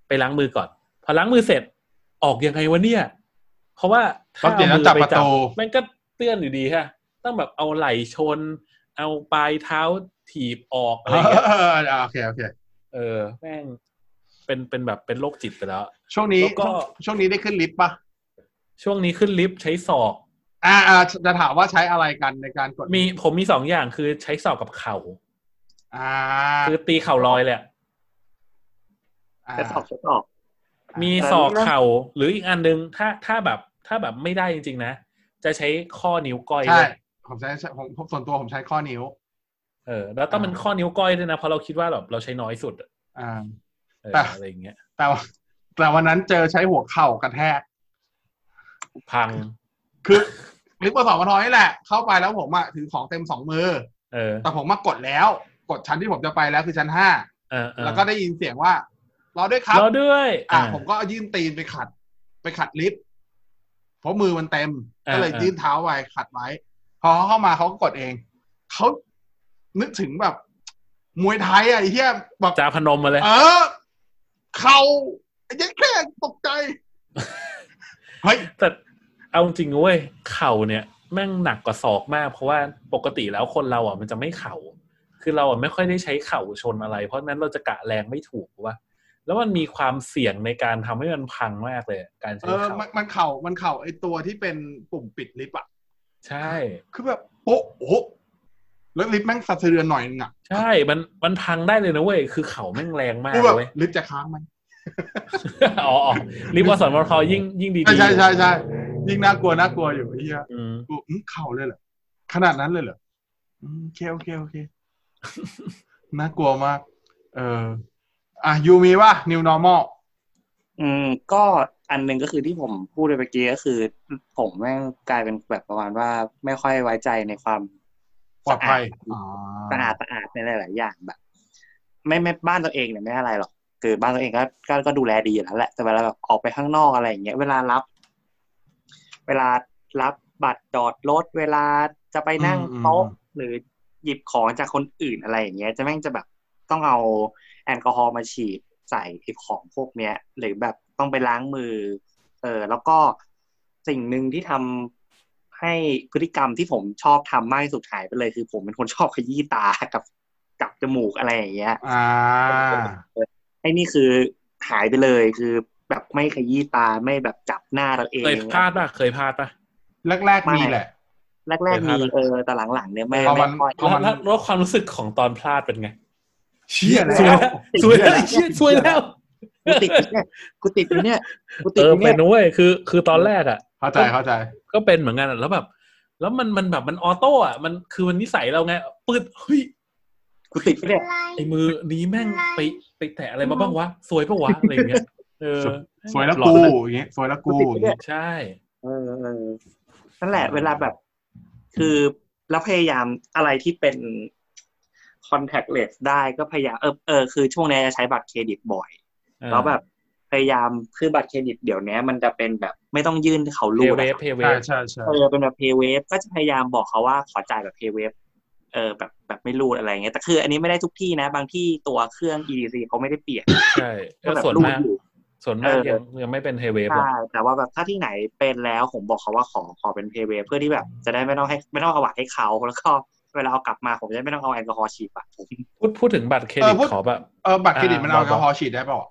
Speaker 2: ไปล้างมือก่อน พอล้างมือเสร็จออกยังไงวะเนี่ย เพราะว่าถ้า
Speaker 1: เดี๋ยว
Speaker 2: เอา
Speaker 1: เรา
Speaker 2: มือ
Speaker 1: จับ
Speaker 2: ไป
Speaker 1: ประ
Speaker 2: จับ
Speaker 1: ตู
Speaker 2: มันก็เตือนอยู่ดีค่ะ ต้องแบบเอาไหล่ชน เอาปลายเท้าถีบออกอะไร เงี้ย
Speaker 1: เอออ่ะโอเคโอเค
Speaker 2: เออ แม่ง เป็นเป็นแบบเป็นโรคจิตไปแล้ว
Speaker 1: ช่วงนี้
Speaker 2: แล้วก็
Speaker 1: ช่วงช่วงนี้ได้ขึ้นลิฟต์ปะ
Speaker 2: ช่วงนี้ขึ้นลิฟต์ใช้ศอก
Speaker 1: อ่าอ่าจะถามว่าใช้อะไรกันในการกด
Speaker 2: มีผมมีสองอย่างคือใช้ศอกกับเข่า
Speaker 1: อ่า
Speaker 2: คือตีเข่าลอยแหลยอะ
Speaker 1: อ่า
Speaker 3: จะสอบจะสอบ
Speaker 2: มีศอกเข่า หรืออีกอันนึง ถ้าถ้าแบบถ้าแบบไม่ได้จริง ๆ นะ จะใช้ข้อนิ้วก้อย
Speaker 1: ใช่
Speaker 2: ด้วย
Speaker 1: ผมใช้ผมผมส่วนตัวผมใช้ข้อนิ้ว
Speaker 2: เออ แล้วต้องเป็นข้อนิ้วก้อยด้วยนะ เพราะเราคิดว่าแบบเราใช้น้อยสุดอะ
Speaker 1: อ่า
Speaker 2: เออ
Speaker 1: แต่
Speaker 2: อะไรอย่างเงี้ย
Speaker 1: แต่ว่า แต่วันนั้นเจอใช้หัวเข่ากระแทก
Speaker 2: พัง
Speaker 1: คือ ลิฟต์ปสองกทนี่แหละ เข้าไปแล้วผมอะถือของเต็มสองมือ
Speaker 2: เออ
Speaker 1: แต่ผมมากดแล้ว กดชั้นที่ผมจะไปแล้วคือชั้นห้า
Speaker 2: เออเออ
Speaker 1: แล้วก็ได้ยินเสียงว่ารอด้วยครับ
Speaker 2: รอด้วย
Speaker 1: อ่ะ
Speaker 2: เ
Speaker 1: ผมก็ยื่นตีนไปขัด ไปขัดลิฟต์เพราะมือมันเต็ม
Speaker 2: อ่า
Speaker 1: ก็เลย
Speaker 2: อ่ายื่
Speaker 1: ยื่นเท้าไว้ขัดไว้ พอเขาเข้ามาเขาก็กดเอง เขานึกถึงแบบ มวยไทยอ่ะไอ้เหี้ยแบบ
Speaker 2: จาพนมมาเลย
Speaker 1: เออ เขาไอ้เหี้ยัแค่ตกใจ เฮ้ย
Speaker 2: แต่เอาจริงเว้ยเข่าเนี่ยแม่งหนักกว่าศอกมาก เพราะว่าปกติแล้วคนเราอ่ะมันจะไม่เข่า คือเราอ่ะไม่ค่อยได้ใช้เข่าชนอะไร เพราะฉะนั้นเราจะกะแรงไม่ถูกว่า แล้วมันมีความเสี่ยงในการทำให้มันพังมากเลยการ
Speaker 1: เอ
Speaker 2: ใช้
Speaker 1: อ
Speaker 2: เข่า
Speaker 1: มันมันเข่ามันเข่าไอตัวที่เป็นปุ่มปิดลิฟต์อ่ะ
Speaker 2: ใช่
Speaker 1: คือแบบโป๊ะโอ๊ะแล้วลิฟต์แม่งสะเทือนหน่อยนึงอ่ะ
Speaker 2: ใช่มันมันพังได้เลยนะเว้ยคือเข่าแม่งแรงมาก
Speaker 1: กูแบบ
Speaker 2: เว้ย
Speaker 1: ลิฟต์จะค้างไหม
Speaker 2: อ๋ออ๋อรีบวสม ทยิ่งยิ่งดี
Speaker 1: ใช่ใช่ใช่ใช่ยิ่งน่ากลัวน่ากลัวอยู่ไอ้เหี้ย
Speaker 2: อืม
Speaker 1: กูอื้อเข่าเลยเหรอขนาดนั้นเลยเหรออืมโอเคโอเคโอเค น่ากลัวมาก เออ อ่ะยูมีป่ะ new normal
Speaker 3: อืมก็อันหนึ่งก็คือที่ผมพูดไปเมื่อกี้ก็คือ ผมแม่งกลายเป็นแบบประมาณว่าไม่ค่อยไว้ใจในความ
Speaker 1: ปลอดภัย
Speaker 3: สะอาดสะอาดสะอาดในหลาย ๆ อย่างแบบ ไม่ไม่บ้านตัวเองเนี่ยไม่อะไรหรอกคือบ้านตัวเองก็ก็ก็ดูแลดีอยู่แล้วแหละแต่เวลาแบบออกไปข้างนอกอะไรอย่างเงี้ยเวลารับ เวลารับบัตรจอดรถเวลาจะไปนั่งโต๊ะหรือหยิบของจากคนอื่นอะไรอย่างเงี้ย จะแม่งจะแบบต้องเอา แอลกอฮอล์มาฉีดใส่ไอ้ของพวกเนี้ย หรือแบบต้องไปล้างมือ เออ แล้วก็สิ่งหนึ่งที่ทำให้พฤติกรรมที่ผมชอบทำมากที่สุดหายไปเลย คือผมเป็นคนชอบขยี้ตากับกับจมูกอะไรอย่างเงี้ย
Speaker 1: อ่า
Speaker 3: ไอ้นี่คือหายไปเลยคือแบบไม่ขยี้ตาไม่แบบจับหน้าตัวเอง
Speaker 2: เคยพลาดป่ะเคยพลาดป่ะ
Speaker 1: แรกๆมีแหละ
Speaker 3: แรกๆมีเออแต่หลังๆเนี่ยไม่
Speaker 1: เอามัน
Speaker 3: ไม่ค่อย
Speaker 1: พระมัน
Speaker 2: แล้วแล้วความรู้สึกของตอนพลาดเป็นไง
Speaker 1: เชี่ยแล้
Speaker 2: สวยว แล้วสวยแล้วเชี่ยสวยแล้ว
Speaker 1: เ
Speaker 3: กูติดอยู่เนี่ยกูติดอยู่เนี่ยกูติ
Speaker 2: เอ
Speaker 3: ดอ
Speaker 2: อยู่ เป็
Speaker 3: เนี่
Speaker 2: น
Speaker 3: ย
Speaker 2: นะเว้ยคือคือตอนแรกอ่ะ
Speaker 1: เข้าใจเข้าใจ
Speaker 2: ก็เป็นเหมือนกันอะแล้วแบบ แล้วมันมันแบบมันออโต้อ่ะมันคือมันนิสัยเราไงปืดเฮ้ย
Speaker 3: กูติดอยู่เนี่ย
Speaker 2: ไอ้มือนี้แม่งไปไปแตะอะไรมาบ้างวะ สวยปะวะอะไรอย่างเงี้ยเอ อ
Speaker 1: สวยแล้ว
Speaker 2: หอ
Speaker 1: กู
Speaker 2: น
Speaker 1: อย่างเงี้ยสวยแล้วกู
Speaker 3: กูติด
Speaker 1: อ
Speaker 3: ไป
Speaker 1: ย่าง
Speaker 3: เนี่
Speaker 1: เงี้
Speaker 3: ย
Speaker 1: ย
Speaker 2: ใช่
Speaker 3: เออเออนั่นแหละเวลาแบบ คือแล้วพยายามอะไรที่เป็น contact lens ได้ก็พยายามเออเออคือช่วงนี้จะใช้บัตรเครดิตบ่อย แล้วแบบพยายามคือบัตรเครดิตเดี๋ยวนี้มันจะเป็นแบบไม่ต้องยื่นเขา
Speaker 2: เพ
Speaker 3: รูด
Speaker 2: เว
Speaker 3: อะ
Speaker 2: ฟเพเว
Speaker 1: ใช่
Speaker 2: ฟ
Speaker 1: ใช่ใช่
Speaker 3: เออเป็นแบบเพย์เวฟก็จะพยายามบอกเขาว่าขอจ่ายแบบเพย์เวฟเออแบบแบบไม่รูดอะไรเงี้ยแต่คืออันนี้ไม่ได้ทุกที่นะ บางที่ตัวเครื่อง EDC เขาไม่ได้เปลี่ยน
Speaker 2: ใช่ก็
Speaker 3: ก็แบบ
Speaker 2: ส่วน
Speaker 3: รูด
Speaker 2: มาก
Speaker 3: อยู่
Speaker 2: ส่วนมาก
Speaker 3: เออ
Speaker 2: ยังยังไม่เป็นเพเวฟหรอก
Speaker 3: ใช่แต่ว่าแบบถ้าที่ไหนเป็นแล้วผมบอกเขาว่าขอขอเป็นเพย์เวฟเพื่อที่แบบจะได้ไม่ต้องให้ไม่ต้องเอาบัตรให้เขาแล้วก็เวลาเอากลับมาผมจะได้ไม่ต้องเอาแอลกอฮอล์ฉีดบัตรผม
Speaker 2: พูดพูดถึงบัตรเครดิตขอแบบ
Speaker 1: เออบัตรเครดิตมันเอา
Speaker 2: อ่า
Speaker 1: แอลกอฮอล์ฉีดได้เปล่า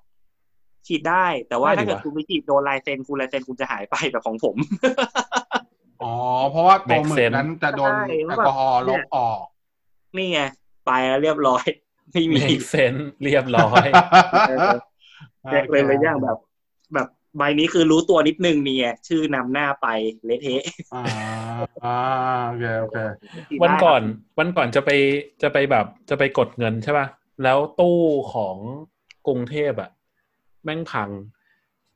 Speaker 3: ฉีดได้แต่ว่า
Speaker 2: ได้ดิ
Speaker 3: ถ้าเกิด
Speaker 2: วะ
Speaker 3: คุณไปฉีดโดนลายเซ็นคุณลายเซ็นคุณจะหายไปแบบของผม
Speaker 1: อ๋อ เพราะว่าตัวห
Speaker 2: Make
Speaker 1: มึก
Speaker 2: sense
Speaker 1: นั้นจะโดน
Speaker 3: ใช่
Speaker 1: แอลกอฮอล์ล
Speaker 3: เนี่ย
Speaker 1: บออก
Speaker 3: นี่ไงไปแล้วเรียบร้อย ไม่มี
Speaker 2: เมกเซนเรียบร้อย
Speaker 3: เออ เรียกเลยเลยย่างแบบ แบบใบนี้คือรู้ตัวนิดนึงนี่ไงชื่อนำหน้าไปเละเทะ
Speaker 1: อ่าอ่าโอเคโอเค
Speaker 2: วันก่อนวันก่อนจะไปจะไปแบบจะไปกดเงินใช่ป่ะ แล้วตู้ของกรุงเทพอะแม่งพัง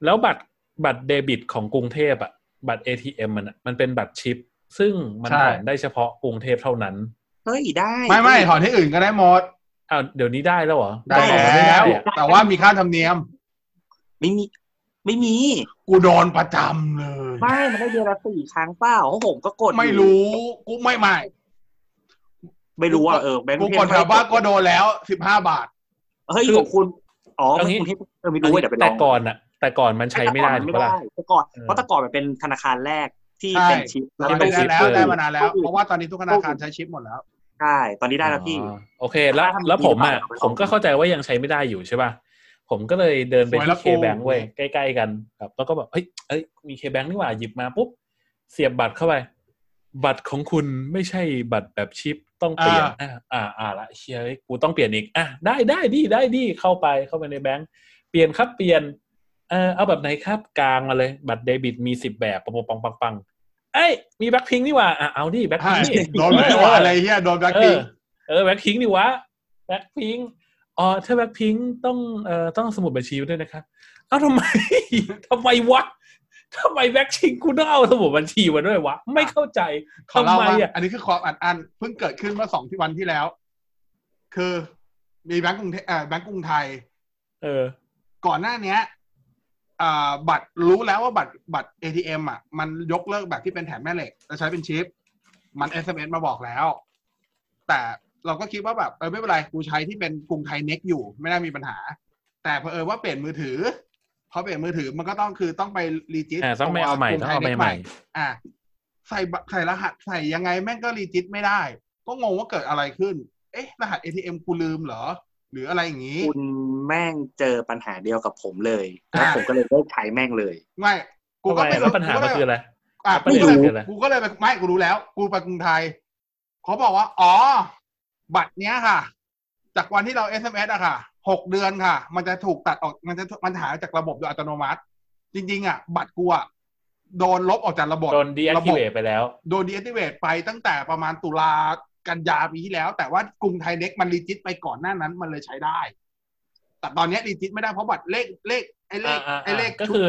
Speaker 2: แล้วบัตรบัตรเดบิตของกรุงเทพอะบัตร ATM มันอะมันเป็นบัตรชิป ซึ่งมันถอนได้เฉพาะกรุงเทพเท่านั้น
Speaker 3: เฮ้ยได้
Speaker 1: ไม่ไม่ถอนที่อื่นก็ได้หมด
Speaker 2: อ้าวเดี๋ยวนี้ได้แล้วเหรอ
Speaker 1: ได้
Speaker 3: ได้
Speaker 1: แล้ว
Speaker 2: เหรอ
Speaker 1: แต่ว่ามีค่าธรรมเนียม
Speaker 3: ไม่มี ไม่มี
Speaker 1: กูโดนประจำเลย
Speaker 3: ไม่มันได้เดือนละสี่ครั้งเปล่าของผมก็กดอยู่
Speaker 1: ไม่รู้ กูไม่ไม่
Speaker 3: ไม่รู้อ่ะเออแบงค์
Speaker 1: กู
Speaker 3: เพ
Speaker 1: กดแถวบ้านก็โดนแล้วสิบห้าบาท
Speaker 3: เฮ้ยของคุณอ๋อไม่คุณให้เออไม่รู้เว้ยเดี๋ยวไปล
Speaker 2: แต่
Speaker 3: อง
Speaker 2: ก่อนอะแต่ก่อนมันใช้ไม่ได้ถูกปะล่ะ
Speaker 3: แต่ก่อน
Speaker 2: เออ
Speaker 3: เพราะแต่ก่อนมันเป็นธนาคารแรกที่
Speaker 1: ใช่
Speaker 3: เป็นชิป
Speaker 1: เรา
Speaker 2: ที่เป็
Speaker 1: ได้
Speaker 2: น
Speaker 1: แล้ว
Speaker 2: shipper
Speaker 1: ได้มานานแล้ว เพราะว่าตอนนี้ทุกธนาคารใช้ชิปหมดแล้ว
Speaker 3: ใช่ตอนนี้ได้แล้วพี่
Speaker 2: อ๋อโอเค แล้ว
Speaker 3: ถ้าทำ
Speaker 2: แล้วผมอ่ะ
Speaker 3: ดีหรือเปล่า
Speaker 2: ผมก็เข้าใจว่ายังใช้ไม่ได้อยู่ใช่ป่ะ ผมก็เลยเดินไป
Speaker 1: สวยแล้
Speaker 2: ที่
Speaker 1: ว
Speaker 2: เค
Speaker 1: กู
Speaker 2: แบงเว้ยใกล้ๆกันครับแล้วก็แบบเฮ้ยเอ้ยมีเคแบงนี่หว่าหยิบมาปุ๊บ เสียบบัตรเข้าไป บัตรของคุณไม่ใช่บัตรแบบชิปต้องเปลี่ยนอ่าอ่าอ่าละเชียร์กูต้องเปลี่ยนอีกอ่ะได้ได้ดีได้ดีเข้าไปเข้าไปในแบงค์เปลี่ยนครับเปลี่ยนเออเอาแบบไหนครับกลางมาเลย บัตรเดบิตมีสิบแบบปังปังปังปังเอ้ยมีแบ็คพิงนี่หว่าอ่ะเอาดิแบ็คพิ
Speaker 1: ใช่
Speaker 2: ง
Speaker 1: โดนไม่ว่าอะไรเฮียโดนแบล็คพิงค์
Speaker 2: เออเออแบ็คพิงค์ดิวะแบ็คพิงค์อ๋อถ้าแบ็คพิงค์ต้องเอ่อต้องสมุดบัญชีไว้ด้วยนะครับเอ้าทำไม ทำไมวะทำไมแบ็คพิงค์คุณต้องเอาสมุดบัญชีมาด้วยวะ ไม่เข้าใจ
Speaker 1: ขอ
Speaker 2: ทำ
Speaker 1: เล่า
Speaker 2: ไม
Speaker 1: ว่า
Speaker 2: อ่ะ
Speaker 1: อันนี้คือความอัดอั้นเพิ่งเกิดขึ้นเมื่อสองที่วันที่แล้ว คือมีแบงก์กรุงเทพเอ่อแบงก์กรุงไทย
Speaker 2: เออ
Speaker 1: ก่อนหน้าเนี้ยอ่าบัตรรู้แล้วว่าบัตรบัตร ATM อ่ะ มันยกเลิกแบบที่เป็นแถมแม่เหล็กจะใช้เป็นชิป มัน SMS มาบอกแล้ว แต่เราก็คิดว่าแบบเออไม่เป็นไรกูใช้ที่เป็นกรุงไทยเน็กอยู่ ไม่น่ามีปัญหา แต่เผอิญว่าเปลี่ยนมือถือพอเปลี่ยนมือถือมันก็ต้องคือต้องไปรีจิส
Speaker 2: อ่าต้องไม่เอาใหม่ต้องเอาใหม่ใหม่
Speaker 1: อ่ะใส่บะใส่รหัสใส่ยังไงแม่งก็รีจิสไม่ได้ ก็งงว่าเกิดอะไรขึ้น เอ๊ะ รหัส ATM กูลืมเหรอ หรืออะไรอย่างนี้
Speaker 3: คุณแม่งเจอปัญหาเดียวกับผมเลยแล้วผมก็เลยได้ใช้แม่งเลย
Speaker 1: ไม่กูก็
Speaker 2: ทำไม
Speaker 1: ไม่
Speaker 2: แล้
Speaker 1: รู้
Speaker 2: วปัญหา
Speaker 1: กูก็
Speaker 2: มั
Speaker 1: เล
Speaker 2: น
Speaker 1: ย
Speaker 2: คืออะไร
Speaker 1: อ่ะ
Speaker 2: ปัญหา
Speaker 1: กู
Speaker 2: คื
Speaker 1: ก็
Speaker 2: ออะไร
Speaker 1: เลยกูก็เลยไปไม่กูรู้แล้ว กูไปกรุงไทยเขาบอกว่า อ๋อ บัตรเนี้ยค่ะ จากวันที่เรา SMS อะค่ะหกเดือนค่ะ มันจะถูกตัดออกมันจะมันหายจากระบบโดยอัตโนมัติ จริง ๆ อ่ะ บัตรกูอ่ะโดนลบออกจากระบบ
Speaker 2: โดนดีแอ
Speaker 1: ระ
Speaker 2: คที
Speaker 1: บบ
Speaker 2: เวไปแล้ว
Speaker 1: โดนดีแอคทีเวตไปตั้งแต่ประมาณตุลากันยาปีที่แล้ว แต่ว่ากรุงไทยเน็กมันรีจิตไปก่อนหน้านั้นมันเลยใช้ได้ แต่ตอนเนี้ยรีจิตไม่ได้เพราะบัตรเลขเลขไอ้เลข
Speaker 2: อ่าๆๆ
Speaker 1: ไอ้เลข
Speaker 2: ก็คือ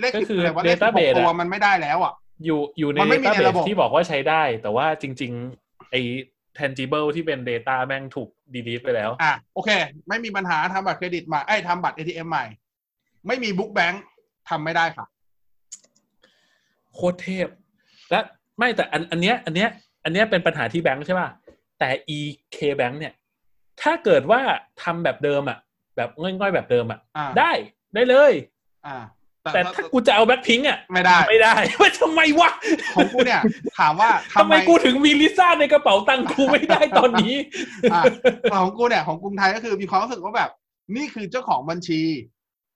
Speaker 1: เลข
Speaker 2: ก็
Speaker 1: สิบ
Speaker 2: คือ
Speaker 1: อะไรวะเลขสิบหก
Speaker 2: database
Speaker 1: ตัว
Speaker 2: อะ
Speaker 1: มันไม่ได้แล้วอ่ะ
Speaker 2: อยู่อยู่ใน
Speaker 1: มันไม่มี
Speaker 2: database
Speaker 1: ในระบบ
Speaker 2: ที่บอกว่าใช้ได้ แต่ว่าจริง ๆ ไอ้ tangible ที่เป็น data แม่งถูก delete ไปแล้ว
Speaker 1: อ่ะโอเค ไม่มีปัญหาทำบัตรเครดิตใหม่ไอ้ยทำบัตรเอทีเอ็มใหม่ ไม่มีบุ๊กแบงค์ทำไม่ได้ค่ะ
Speaker 2: โคตรเทพ และไม่แต่อันอันเนี้ยอันเนี้ยอันเนี้ยเป็นปัญหาที่แบงค์ใช่ป่ะ แต่ EK Bank เนี่ย ถ้าเกิดว่าทำแบบเดิมอ่ะ แบบง่อยๆแบบเดิมอ่ะ
Speaker 1: อ่า
Speaker 2: ได้ได้เลย
Speaker 1: อ่า
Speaker 2: แต่ถ้ากูจะเอาแบ็คพิงอ่ะ
Speaker 1: ไม่ได้
Speaker 2: ไม่ได้ ว่าทำไมวะ
Speaker 1: ของกูเนี่ย ถามว่า
Speaker 2: ทำไมกูถึงมีลิซ่าในกระเป๋าตังค์กูไม่ได้ตอนนี้
Speaker 1: อ่ะของกูเนี่ยของกรุงไทยก็คือมีความรู้สึกว่าแบบ นี่คือเจ้าของบัญชี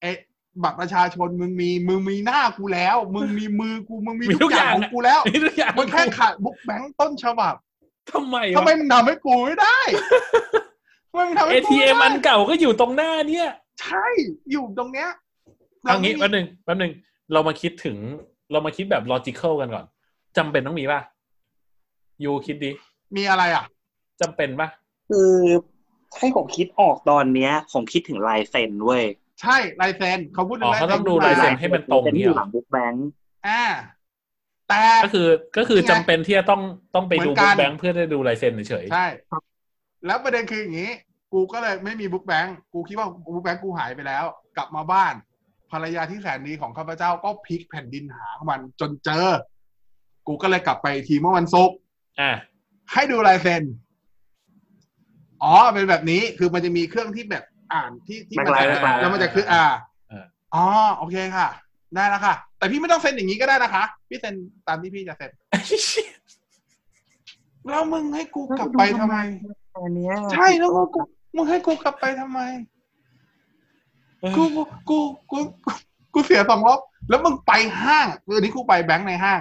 Speaker 1: เอะบัตรประชาชนมึงมีมึงมีหน้ากูแล้ว มึงมีมือกูมึงมี
Speaker 2: มีทุ
Speaker 1: ทุ
Speaker 2: ก
Speaker 1: กอย่
Speaker 2: อา
Speaker 1: ย่าง งของกูแล้ว
Speaker 2: นี่ทุกอย่าง
Speaker 1: มึงแค่ขาดบุ๊กแบงค์ต้นฉบับ
Speaker 2: ทำไม
Speaker 1: ทำ
Speaker 2: วะ
Speaker 1: ไมมึงทำให้กูไม่ได้ทำไมมึงทำให้กูไม่
Speaker 2: ATM
Speaker 1: ได้
Speaker 2: อันเก่าก็อยู่ตรงหน้าเนี่ย
Speaker 1: ใช่อยู่ตรงเนี้ย
Speaker 2: เอางี้
Speaker 1: ร
Speaker 2: แป๊บหนึงแป๊บหนึงเรามาคิดถึงเรามาคิดแบบ logical กันก่อนจำเป็นต้องมีป่ะยูคิดดิ
Speaker 1: มีอะไรอ่ะ
Speaker 2: จำเป็นป่ะ
Speaker 3: คือให้ผมคิดออกตอนเนี้ย ผมคิดถึงลายเซ็นเว้ย
Speaker 1: ใช่ลายเซ็นเขาพูดถึ
Speaker 2: อ๋อเขาต้องดูลายเซ็น ให้มันตรง
Speaker 3: เป็
Speaker 2: เนี่
Speaker 3: ที่
Speaker 2: ย
Speaker 3: อยู่หลังบุ๊กแบงค์
Speaker 1: อ่าแต่
Speaker 2: ก็คือก็คือจำเป็นที่จะต้องต้องไปดูบุ๊กแบงค์เพื่อได้ดูลายเซ็นเฉยๆ
Speaker 1: ใช่ แล้วประเด็นคืออย่างนี้ กูก็เลยไม่มีบุ๊กแบงค์กูคิดว่าบุ๊กแบงค์กูหายไปแล้ว กลับมาบ้าน ภรรยาที่แสนดีของข้าพเจ้าก็พลิกแผ่นดินหาของมันจนเจอ กูก็เลยกลับไปอีกทีเมื่อวันศุกร์
Speaker 2: อ่ะ
Speaker 1: ให้ดูลายเซ็น อ๋อ เป็นแบบนี้ คือมันจะมีเครื่องที่แบบอ่านที่ที่
Speaker 3: แบ
Speaker 1: มัน
Speaker 3: งค์ไลน์
Speaker 1: จะ
Speaker 3: แบงค์ไลน์
Speaker 1: แล้วมันจะขึ้นอ่า อ๋อ โอเคค่ะ ได้แล้วค่ะ แต่พี่ไม่ต้องเซ็นอย่างนี้ก็ได้นะคะ พี่เซ็นตามที่พี่จะเซ็น แล้วมึงให้กูกลับไปทำไม
Speaker 3: อันเนี้ย
Speaker 1: ใช่แล้วกู มึงให้กูกลับไปทำไม กู กู กู กู กูเสียสองรอบ แล้วมึงไปห้างคืออนนี้กูไปแบงค์ในห้าง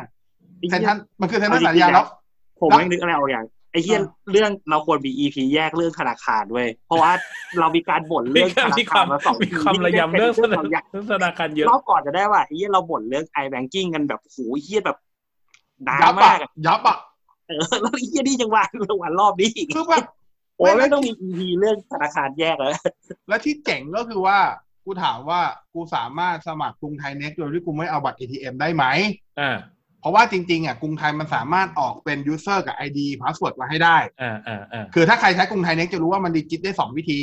Speaker 1: เซ็นทันมันคือเซ็นทันสัญญาแล้ว
Speaker 3: ผมยังนึกอะไรออกอย่างไอ้เหี้ย
Speaker 1: อ่า
Speaker 3: เรื่องเราควรมี EP แยกเรื่องธนาคารเว้ยเพราะว่าเรามีการบ่น
Speaker 2: มี
Speaker 3: เรื่อง
Speaker 2: ควา
Speaker 3: ธ
Speaker 2: มมีคาร ม
Speaker 3: นาคาวมาสอง
Speaker 2: มีความระยำเรื่อง
Speaker 3: เป็นความยาก
Speaker 2: ธนาคารเยอะ
Speaker 3: รอบก่อนจะได้ว่าไอ้เหี้ยเราบ่นเรื่อง i banking กันแบบโอ้โหเหี้ยแบบนาน
Speaker 1: ยับ
Speaker 3: มา
Speaker 1: อ่ะ
Speaker 3: กอะ
Speaker 1: ยับอ่ะ
Speaker 3: เออแล้วไอ้เหี้ยนี่ยังวางระหว่างรอบนี้อีก
Speaker 1: คือแบบ
Speaker 3: โอ้ยไม่ต้องมี EP เรื่องธนาคารแยกแล้ว
Speaker 1: และที่เจ๋งก็คือว่ากูถามว่ากูสามารถสมัครกรุงไทยเน็กโดยที่กูไม่เอาบัตร ATM ได้ไหม
Speaker 2: อ่า
Speaker 1: เพราะว่าจริงๆอ่ะกรุงไทยมันสามารถออกเป็น user กับ ID password มาให้ได้
Speaker 2: อ่าอ่าอ่า
Speaker 1: คือถ้าใครใช้กรุงไทยเน็กจะรู้ว่ามันดิจิตได้สองวิธี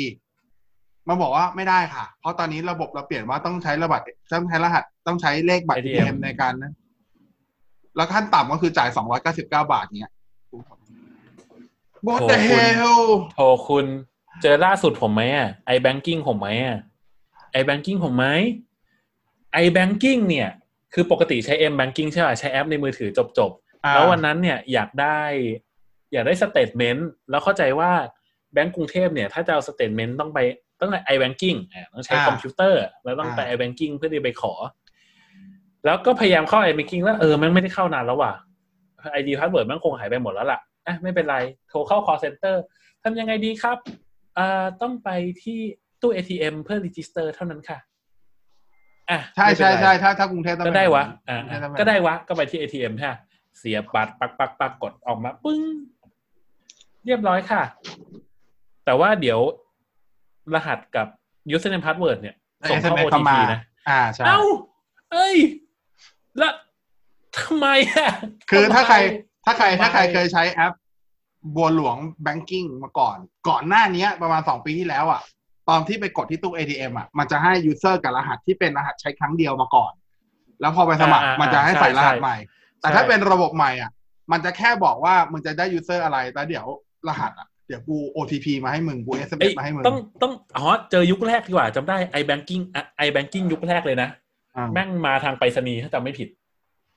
Speaker 1: มันบอกว่าไม่ได้ค่ะ เพราะตอนนี้ระบบเราเปลี่ยนว่าต้องใช้ระบัตรต้องใช้รหัสต้องใช้เลขบัตร ATM ในการนะแล้วขั้นต่ำก็คือจ่าย 299 บาทเนี้ย What the hell
Speaker 2: โทรคุณเจอล่าสุดผมไหมอ่ะไอแบงกิ้งผมไหมอ่ะไอแบงกิ้งผมไหมไอแบงกิ้งเนี่ย คือปกติใช้ M Banking ใช่ป่ะใช้แอปในมือถือจบจบๆ
Speaker 1: อ่า
Speaker 2: แล้ววันนั้นเนี่ยอยากได้ อยากได้สเตทเมนต์แล้วเข้าใจว่าแบงก์กรุงเทพเนี่ย ถ้าจะเอาสเตทเมนต์ต้องไปต้องไปไอแบงกิ้งต้องใช้
Speaker 1: อ่า
Speaker 2: คอมพิวเตอร์ แล้วต้องไป
Speaker 1: อ่า
Speaker 2: ไอแบงกิ้งเพื่อที่ไปขอ แล้วก็พยายามเข้าไอแบงกิ้งแล้วเออแมันไม่ได้เข้านานแล้วว่ะไอดีพาสเวิร์ดมันคงหายไปหมดแล้วล่ะอ่ะไม่เป็นไร โทรเข้า call center ทำยังไงดีครับอ่าต้องไปที่ตู้ ATM เพื่อรีจิสเตอร์เท่านั้นค่ะอ่ะ
Speaker 1: ใช่
Speaker 2: ไม่เป็
Speaker 1: ใช่
Speaker 2: นไร
Speaker 1: ใช่ถ้าถ้ากรุงเทพต้อง
Speaker 2: ก็
Speaker 1: เป็น
Speaker 2: ได้วะ
Speaker 1: ก
Speaker 2: อ่า
Speaker 1: รุงเทพต้องเป็น
Speaker 2: ก็ได้วะ ก็ไปที่ ATM ค่ะ เสียบบัตรปักปักปักกดออกมาปึ้ง เรียบร้อยค่ะ แต่ว่าเดี๋ยวรหัสกับ username password เนี่ย ส่งเข้า
Speaker 1: SMS เข้า
Speaker 2: OTP
Speaker 1: มา
Speaker 2: นะ
Speaker 1: อ่าใช่
Speaker 2: เอ้า เอ้ย แล้วทำไมอ่ะ
Speaker 1: คือถ้าใคร
Speaker 2: ทำไม
Speaker 1: ถ้าใคร
Speaker 2: ทำไม
Speaker 1: ถ้าใครเคยใช้แอป บัวหลวงแบงกิ้งมาก่อน ก่อนหน้านี้ประมาณสองปีที่แล้วอ่ะ ตอนที่ไปกดที่ตู้ ATM อ่ะมันจะให้ยูเซอร์กับรหัสที่เป็นรหัสใช้ครั้งเดียวมาก่อน แล้วพอไปสมัคร
Speaker 2: อ่าอ่า
Speaker 1: มันจะให้ใส่รหัส
Speaker 2: ใช่
Speaker 1: ใหม่ แต่ถ้าเป็นระบบใหม่อ่ะ มันจะแค่บอกว่ามึงจะได้ยูเซอร์อะไรแล้วเดี๋ยวรหัสอ่ะเดี๋ยวกู OTP มาให้มึงกู
Speaker 2: เอ้
Speaker 1: SMS
Speaker 2: ย
Speaker 1: มาให้มึง
Speaker 2: ต้องต้องอ๋อเจอยุคแรกดีกว่าจำได้ iBanking อ่ะ iBanking ยุคแรกเลยนะ
Speaker 1: อ่า
Speaker 2: แม่งมาทางไปรษณีย์ถ้าจำไม่ผิด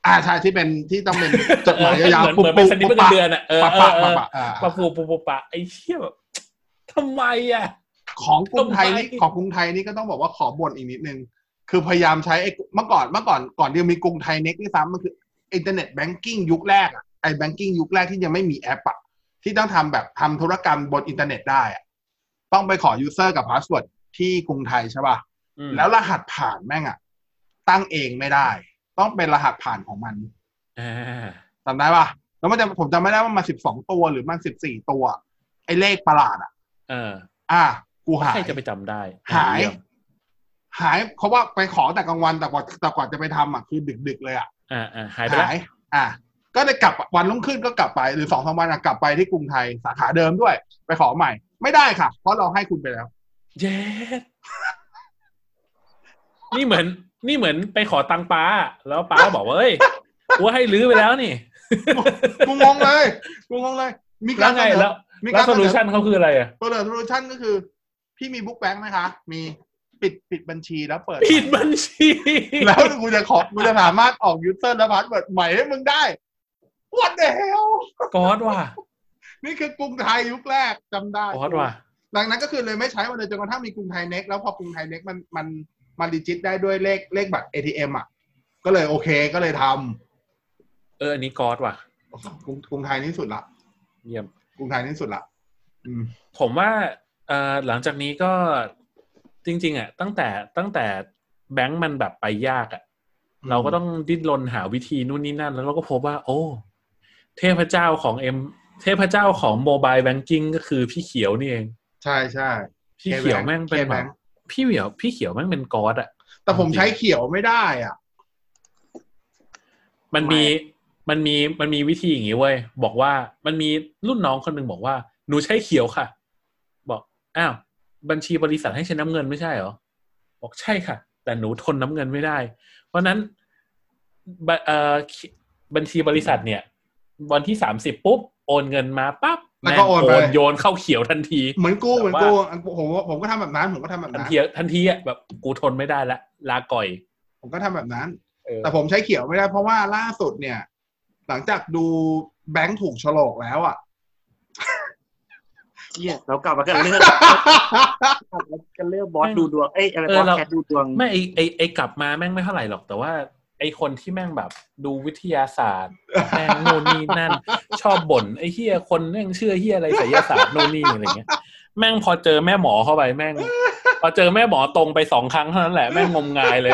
Speaker 1: อ่าใช่ที่เป็นที่ต้องเป็นจดหมาย
Speaker 2: เออย
Speaker 1: าว
Speaker 2: เหมือ
Speaker 1: ๆ
Speaker 2: นเหมือนไปรษณีย์ประจำเดือนอ่ะเออ
Speaker 1: ปะ
Speaker 2: เอ
Speaker 1: ปะ
Speaker 2: อเอ
Speaker 1: ปะ
Speaker 2: อ
Speaker 1: ปะอ่า
Speaker 2: ปะปูปูปูปะไอ้เชี่ยแบบทำไมอ่ะ
Speaker 1: ของกรุงไทยนี่
Speaker 2: ทำไม
Speaker 1: ของกรุงไทยนี่ก็ต้องบอกว่าขอบ่นอีกนิดนึง คือพยายามใช้ไอ้เมื่อก่อนเมื่อก่อนก่อนที่จะมีกรุงไทยเน็กนี่ซ้ำมันคืออินเทอร์เน็ตแบงกิ้งยุคแรกอะไอ้แบงกิ้งยุคแรกที่ยังไม่มีแอปอะที่ต้องทำแบบทำธุรกรรมบนอินเทอร์เน็ตได้อะต้องไปขอยูเซอร์กับพาสเวิร์ดที่กรุงไทยใช่ป่ะ แล้วรหัสผ่านแม่งอะตั้งเองไม่ได้ ต้องเป็นรหัสผ่านของมัน
Speaker 2: อ่า
Speaker 1: จำได้ป่ะแล้วมันจะผมจำไม่ได้ว่ามันสิบสองตัวหรือมันสิบสี่ตัว ไอ้เลขประหลาดอะ
Speaker 2: เออ
Speaker 1: อ่ะกูหา
Speaker 2: ใคร
Speaker 1: ย
Speaker 2: จะไปจำได้
Speaker 1: หาย
Speaker 2: เรื่อง
Speaker 1: หายเพราะว่าไปขอแต่กลางวันแต่กว่าแต่กว่าจะไปทำอ่ะคือดึก ๆ เลยอ่ะ
Speaker 2: อ่าอ่าหายไปแล้ว
Speaker 1: อ่ะก็ได้กลับวันรุ่งขึ้นก็กลับไปหรือสองสามวันอ่ะกลับไปที่กรุงไทยสาขาเดิมด้วย ไปขอใหม่ ไม่ได้ค่ะ เพราะเราให้คุณไปแล้ว
Speaker 2: เย็ดนี่เหมือน นี่เหมือนไปขอตังค์ป้า แล้วป้า บอกว่าเอ้ยกูให้รื้อไปแล้วนี่
Speaker 1: กูงงเลยกูงงเลย มี
Speaker 2: แล้
Speaker 1: กาว ร
Speaker 2: ไง
Speaker 1: เสน
Speaker 2: แล้
Speaker 1: อ
Speaker 2: ว
Speaker 1: มี
Speaker 2: แล้
Speaker 1: กาว รเสน
Speaker 2: โซลู
Speaker 1: อ
Speaker 2: ชันเขาคืออะไรอ่ะ
Speaker 1: ตัวเลือกโซลูชันก็คือ พี่มีบุ๊กแบงค์ไหมคะ มีปิดปิดบัญชีแล้วเปิด
Speaker 2: ผิดบัญชี
Speaker 1: แล้วกูจะขอกูจะสามารถออกยูเซอร์และพาสเวิร์ดใหม่ให้มึงได้ What the hell
Speaker 2: กอดว่ะ
Speaker 1: นี่คือกรุงไทยยุคแรกจำได้
Speaker 2: กอดว่ะ
Speaker 1: ดังนั้นก็คือเลยไม่ใช้มันเลยจนกระทั่งมีกรุงไทยเน็กแล้วพอกรุงไทยเน็กมันมันมันดิจิตได้ด้วยเลขเลขบัตร ATM อ่ะ ก็เลยโอเคก็เลยท
Speaker 2: เอออันนี้กอดว่ะ
Speaker 1: ำกรุงกรุงไทยนี่สุดละ
Speaker 2: เยี่ยม
Speaker 1: กรุงไทยนี่สุดละอืม
Speaker 2: ผมว่าเอ่อหลังจากนี้ก็ จริง ๆอ่ะตั้งแต่ตั้งแต่แบงก์มันแบบไปยากอ่ะ
Speaker 1: อืม
Speaker 2: เราก็ต้องดิ้นรนหาวิธีนู่นนี่นั่น แล้วเราก็พบว่า โอ้ เทพเจ้าของเอ็มเทพเจ้าของโมบายแบงกิ้งก็คือพี่เขียวนี่เอง
Speaker 1: ใช่ใช่
Speaker 2: พี่เขียวแม่งเป็น
Speaker 1: เคแบ
Speaker 2: แบ
Speaker 1: ง
Speaker 2: บ
Speaker 1: ค์
Speaker 2: พี่เขียวพี่เขียวแม่งเป็นก๊อดอ่ะ
Speaker 1: แต่ผมใช้เขียวไม่ได้อ่ะ
Speaker 2: มันมีมันมีมันมีวิธีอย่างนี้เว้ยบอกว่ามันมีรุ่นน้องคนหนึ่งบอกว่า หนูใช้เขียวค่ะ บอกอ้าวบัญชีบริษัทให้ใช้น้ำเงินไม่ใช่เหรอบอกใช่ค่ะ แต่หนูทนน้ำเงินไม่ได้ เพราะฉะนั้นบะเอ่อขีบัญชีบริษัทเนี่ย วันที่สามสิบปุ๊บโอนเงินมาปั๊บ
Speaker 1: แล้วก็โอน
Speaker 2: ม่ง
Speaker 1: ไป
Speaker 2: โยนเข้าเขียวทันที
Speaker 1: เหมือนกู
Speaker 2: แต่
Speaker 1: เหมือน
Speaker 2: ว่า
Speaker 1: กูอันผมว่าผมก็ทำแบบนั้นผมก็ทำแบบ
Speaker 2: ทัน
Speaker 1: นั้น
Speaker 2: ทีทันทีอ่ะแบบกูทนไม่ได้ละลาก่อย
Speaker 1: ผมก็ทำแบบนั้น
Speaker 2: เออ
Speaker 1: แต่ผมใช้เขียวไม่ได้เพราะว่าล่าสุดเนี่ย หลังจากดูแบงค์ถูกฉลกแล้วอ่ะ
Speaker 3: เหียเรากลับมากันเรื่อง กลับมากันเรื่องบอสดูดวงเอ้ยอะไรบอสแคทดูดวง
Speaker 2: ไม่ไอไอไอกลับมาแม่งไม่เท่าไหร่หรอก แต่ว่า ไอคนที่แม่งแบบดูวิทยาศาสตร์ แม่งโน่นนี่นั่น ชอบบ่นไอเฮียคนแม่งเชื่อเฮียอะไรไสยศาสตร์โน่นนี่อะไรเงี้ยแม่งพอเจอแม่หมอเข้าไปแม่ง พอเจอแม่หมอตรงไปสองครั้งเท่านั้นแหละแม่งงมงายเลย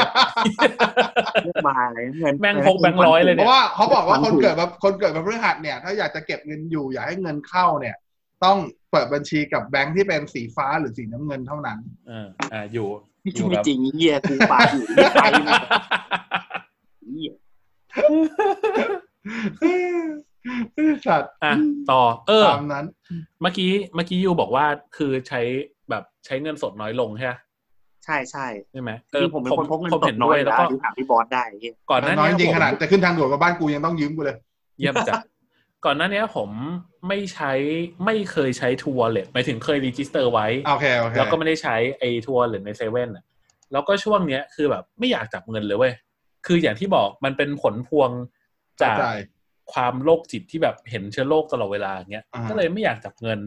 Speaker 3: เรื่องมาอะไรเงิน
Speaker 2: แม่งพกแบงค์ร้อยเลย
Speaker 1: เพ
Speaker 2: นี่ย
Speaker 1: ราะว่าเขาบอกว่าคนเกิดแบบคนเกิดแบบพฤหัสเนี่ย ถ้าอยากจะเก็บเงินอยู่อยากให้เงินเข้าเนี่ย ต้องเปิดบัญชีกับแบงค์ที่เป็นสีฟ้าหรือสีน้ำเงินเท่านั้น
Speaker 2: เอออ่าอยู่
Speaker 3: นี่
Speaker 2: อ
Speaker 3: จริ
Speaker 2: ยู่
Speaker 3: งไม่
Speaker 2: กับ
Speaker 3: จริงเฮียกูปากอยู่ไม่ไปเลยเหี้ย
Speaker 1: สัตว์
Speaker 2: อ่ะต่อ เออ
Speaker 1: ตามนั้น
Speaker 2: เมื่อกี้เมื่อกี้ยูบอกว่าคือใช้แบบใช้เงินสดน้อยลงใช่ไหม
Speaker 3: ใช่ใช่
Speaker 2: ใช่ไหม
Speaker 3: จริงๆผมเป็นคนพกเงิน
Speaker 2: ผม
Speaker 3: สด
Speaker 2: เห็น
Speaker 3: น้อ
Speaker 2: ด้วย ย
Speaker 3: แล้
Speaker 2: แล้ว วก็
Speaker 3: ดูถามพี่บอสได้เหี้ย
Speaker 2: ก่อนหน้า
Speaker 1: น้อย
Speaker 2: นี้
Speaker 1: จริง
Speaker 2: ผม
Speaker 1: ขนาดจะขึ้นทางด่วนมาบ้านกูยังต้องยืมกูเลย
Speaker 2: เยี่ยมจัด ก่อนหน้าเนี้ยผมไม่ใช้ไม่เคยใช้ทัวร์เลยหมายถึงเคยรีจิสเตอร์ไว้
Speaker 1: โอเค โอเค
Speaker 2: แล้วก็ไม่ได้ใช้ไอทัวร์หรือในเซเว่นอะแล้วก็ช่วงเนี้ยคือแบบไม่อยากจับเงินเลยเว้ย คืออย่างที่บอกมันเป็นผลพวง
Speaker 1: เข้
Speaker 2: จาก
Speaker 1: ใจ
Speaker 2: ความโรคจิตที่แบบเห็นเชื้อโรคตลอดเวลาอย่างเงี้ย
Speaker 1: อ่า
Speaker 2: ก็เลยไม่อยากจับเงิน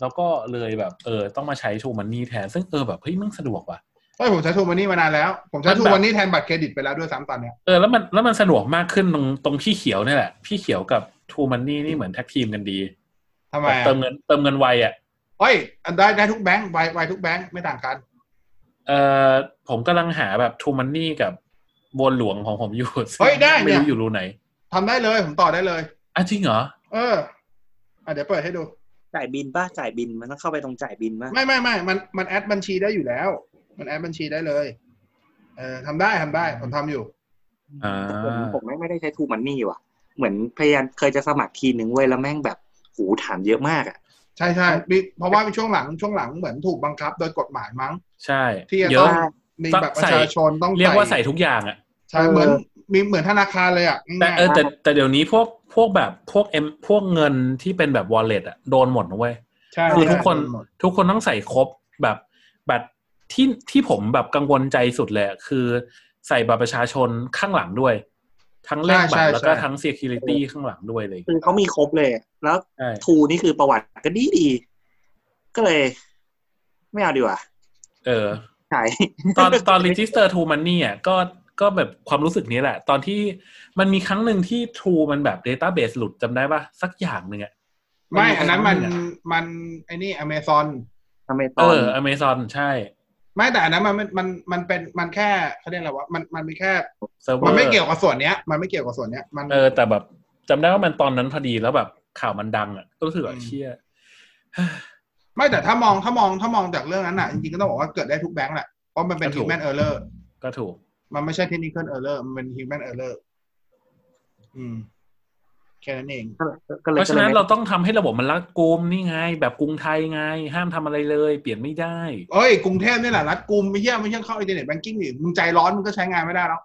Speaker 2: แล้วก็เลยแบบเออต้องมาใช้ทูมันนี่แทน ซึ่งเออแบบเฮ้ยมันสะดวกว่ะ
Speaker 1: เฮ้ยผมใช้ทูมันนี่มานานแล้ว ผมใช้
Speaker 2: มันแบบ
Speaker 1: ทูมันนี่แทนบัตรเครดิตไปแล้วด้วยซ้ำตอนเนี้ย
Speaker 2: เออแล้วมันแล้วมันสะดวกมากขึ้นตรงตรงพี่เขียวเนี่ยแหละ พี่เขียวกับทูมันนี่นี่เหมือนแท็กทีมกันดี
Speaker 1: ทำไม
Speaker 2: แบบ
Speaker 1: อะ
Speaker 2: เติมเงินเติมเงินไวอ่ะ
Speaker 1: เฮ้ยอันได้ได้ทุกแบงค์ไวไวทุกแบงค์ไม่ต่างกัน
Speaker 2: เอ่อผมกำลังหาแบบทูมันนี่กับบัวหลวงของผมอยู่ซึ่ง
Speaker 1: เฮ้ยได้
Speaker 2: ไม่
Speaker 1: เนี่ย
Speaker 2: รู้อยู่รูไหน
Speaker 1: ทำได้เลยผมต่อได้เลย
Speaker 2: อ่ะจริงเหรอ
Speaker 1: เอออ่ะเดี๋ยวเปิดให้ดู
Speaker 3: จ่ายบินป้าจ่ายบินมันต้องเข้าไปตรงจ่ายบินมั้ย
Speaker 1: ไม่ไม่ไม่มันมันแอดบัญชีได้อยู่แล้ว มันแอดบัญชีได้เลย เออทำได้ทำได้ผมทำอยู่
Speaker 2: อ่า
Speaker 3: ผมผมไม่ไม่ได้ใช้ทูมันนี่ว่ะ เหมือนพยายามเคยจะสมัครทีนึงเว้ยแล้วแม่งแบบหูถามเยอะมากอ่ะ
Speaker 1: ใช่ใช่มีเพราะว่าช่วงหลังช่วงหลังเหมือนถูกบังคับ โดยกฎหมายมั้ง
Speaker 2: ใช่
Speaker 1: ที่จะ
Speaker 2: เย
Speaker 1: ต้
Speaker 2: อะ
Speaker 1: อง มีบัตรประชาชนต้อง
Speaker 2: เรียกว่าใส่ทุกอย่างอ่ะ
Speaker 1: ใช่เหมือนมีเหมือนธนาคารเลยอ่ะ
Speaker 2: แต่
Speaker 1: ง่าย
Speaker 2: เออแต่แต่เดี๋ยวนี้พวกพวกแบบพวกเอ็มพวกเงินที่เป็นแบบวอลเล็ตอ่ะโดนหมดนะเว้ย
Speaker 1: ๆใช่
Speaker 2: คือทุกคน
Speaker 1: ใช่หมด
Speaker 2: ทุกคนต้องใส่ครบแบบบัตรที่ที่ผมแบบกังวลใจสุดเลยอะคือใส่บัตรประชาชนข้างหลังด้วย ทั้งเลขบัต
Speaker 1: ใช่
Speaker 2: ร
Speaker 1: ใช่
Speaker 2: แล้วก็
Speaker 1: ใช่
Speaker 2: ทั้ง security ข้างหลังด้วยเลย
Speaker 3: คือเขามีครบเลยแล้ว
Speaker 2: ใช่
Speaker 3: ทูนี่คือประวัติก็ดีดีก็เลย ไม่เอาดีกว่า
Speaker 2: เออ
Speaker 3: ใช่
Speaker 2: ตอนตอน register True Money อ่ะก็ก็แบบความรู้สึกนี้แหละ ตอนที่มันมีครั้งหนึ่งที่ True มันแบบ database หลุดจำได้ปะสักอย่างหนึ่งอ่ะ
Speaker 1: ไม่อันนั้นมัน
Speaker 2: มัน
Speaker 1: มันไอ้นี่อเมซอน
Speaker 3: ทำไมต
Speaker 2: เอ
Speaker 3: อน
Speaker 2: อ Amazon ใช่
Speaker 1: ไม่แต่อันนั้นมันมันมันมันเป็นมันแค่เขาเรียกอะไรวะมันมันมีแค่
Speaker 2: server
Speaker 1: มันไม่เกี่ยวกับส่วนเนี้ย มันไม่เกี่ยวกับส่วนเนี้ยมัน
Speaker 2: เออ แต่แบบจำได้ว่ามันตอนนั้นพอดีแล้วแบบข่าวมันดังอ่ะก็รู้สึกว่า
Speaker 1: อืม
Speaker 2: เชี่ย
Speaker 1: ไม่แต่ถ้ามองถ้ามองถ้ามองจากเรื่องนั้นอ่ะจริงๆก็ต้องบอกว่าเกิดได้ทุกแบงค์แหละเพราะมันเป็น human error
Speaker 2: ก็ถูก
Speaker 1: มันไม่ใช่ technical error มันเป็น human error อืม แค่นั้นเอง
Speaker 3: ก็เลย
Speaker 2: เพราะฉะนั้น
Speaker 3: ก็ลยไม่
Speaker 2: เราต้องทำให้ระบบมันรัดกุมนี่ไง แบบกรุงไทยไง ห้ามทำอะไรเลย เปลี่ยนไม่ได้
Speaker 1: เอ้ย กรุงเทพนี่แหละรัดกุมไม่เชี่ยไม่เชี่ยเข้าอินเทอร์เน็ตแบงกิ้งหนิมึงใจร้อนมึงก็ใช้งานไม่ได้แล้ว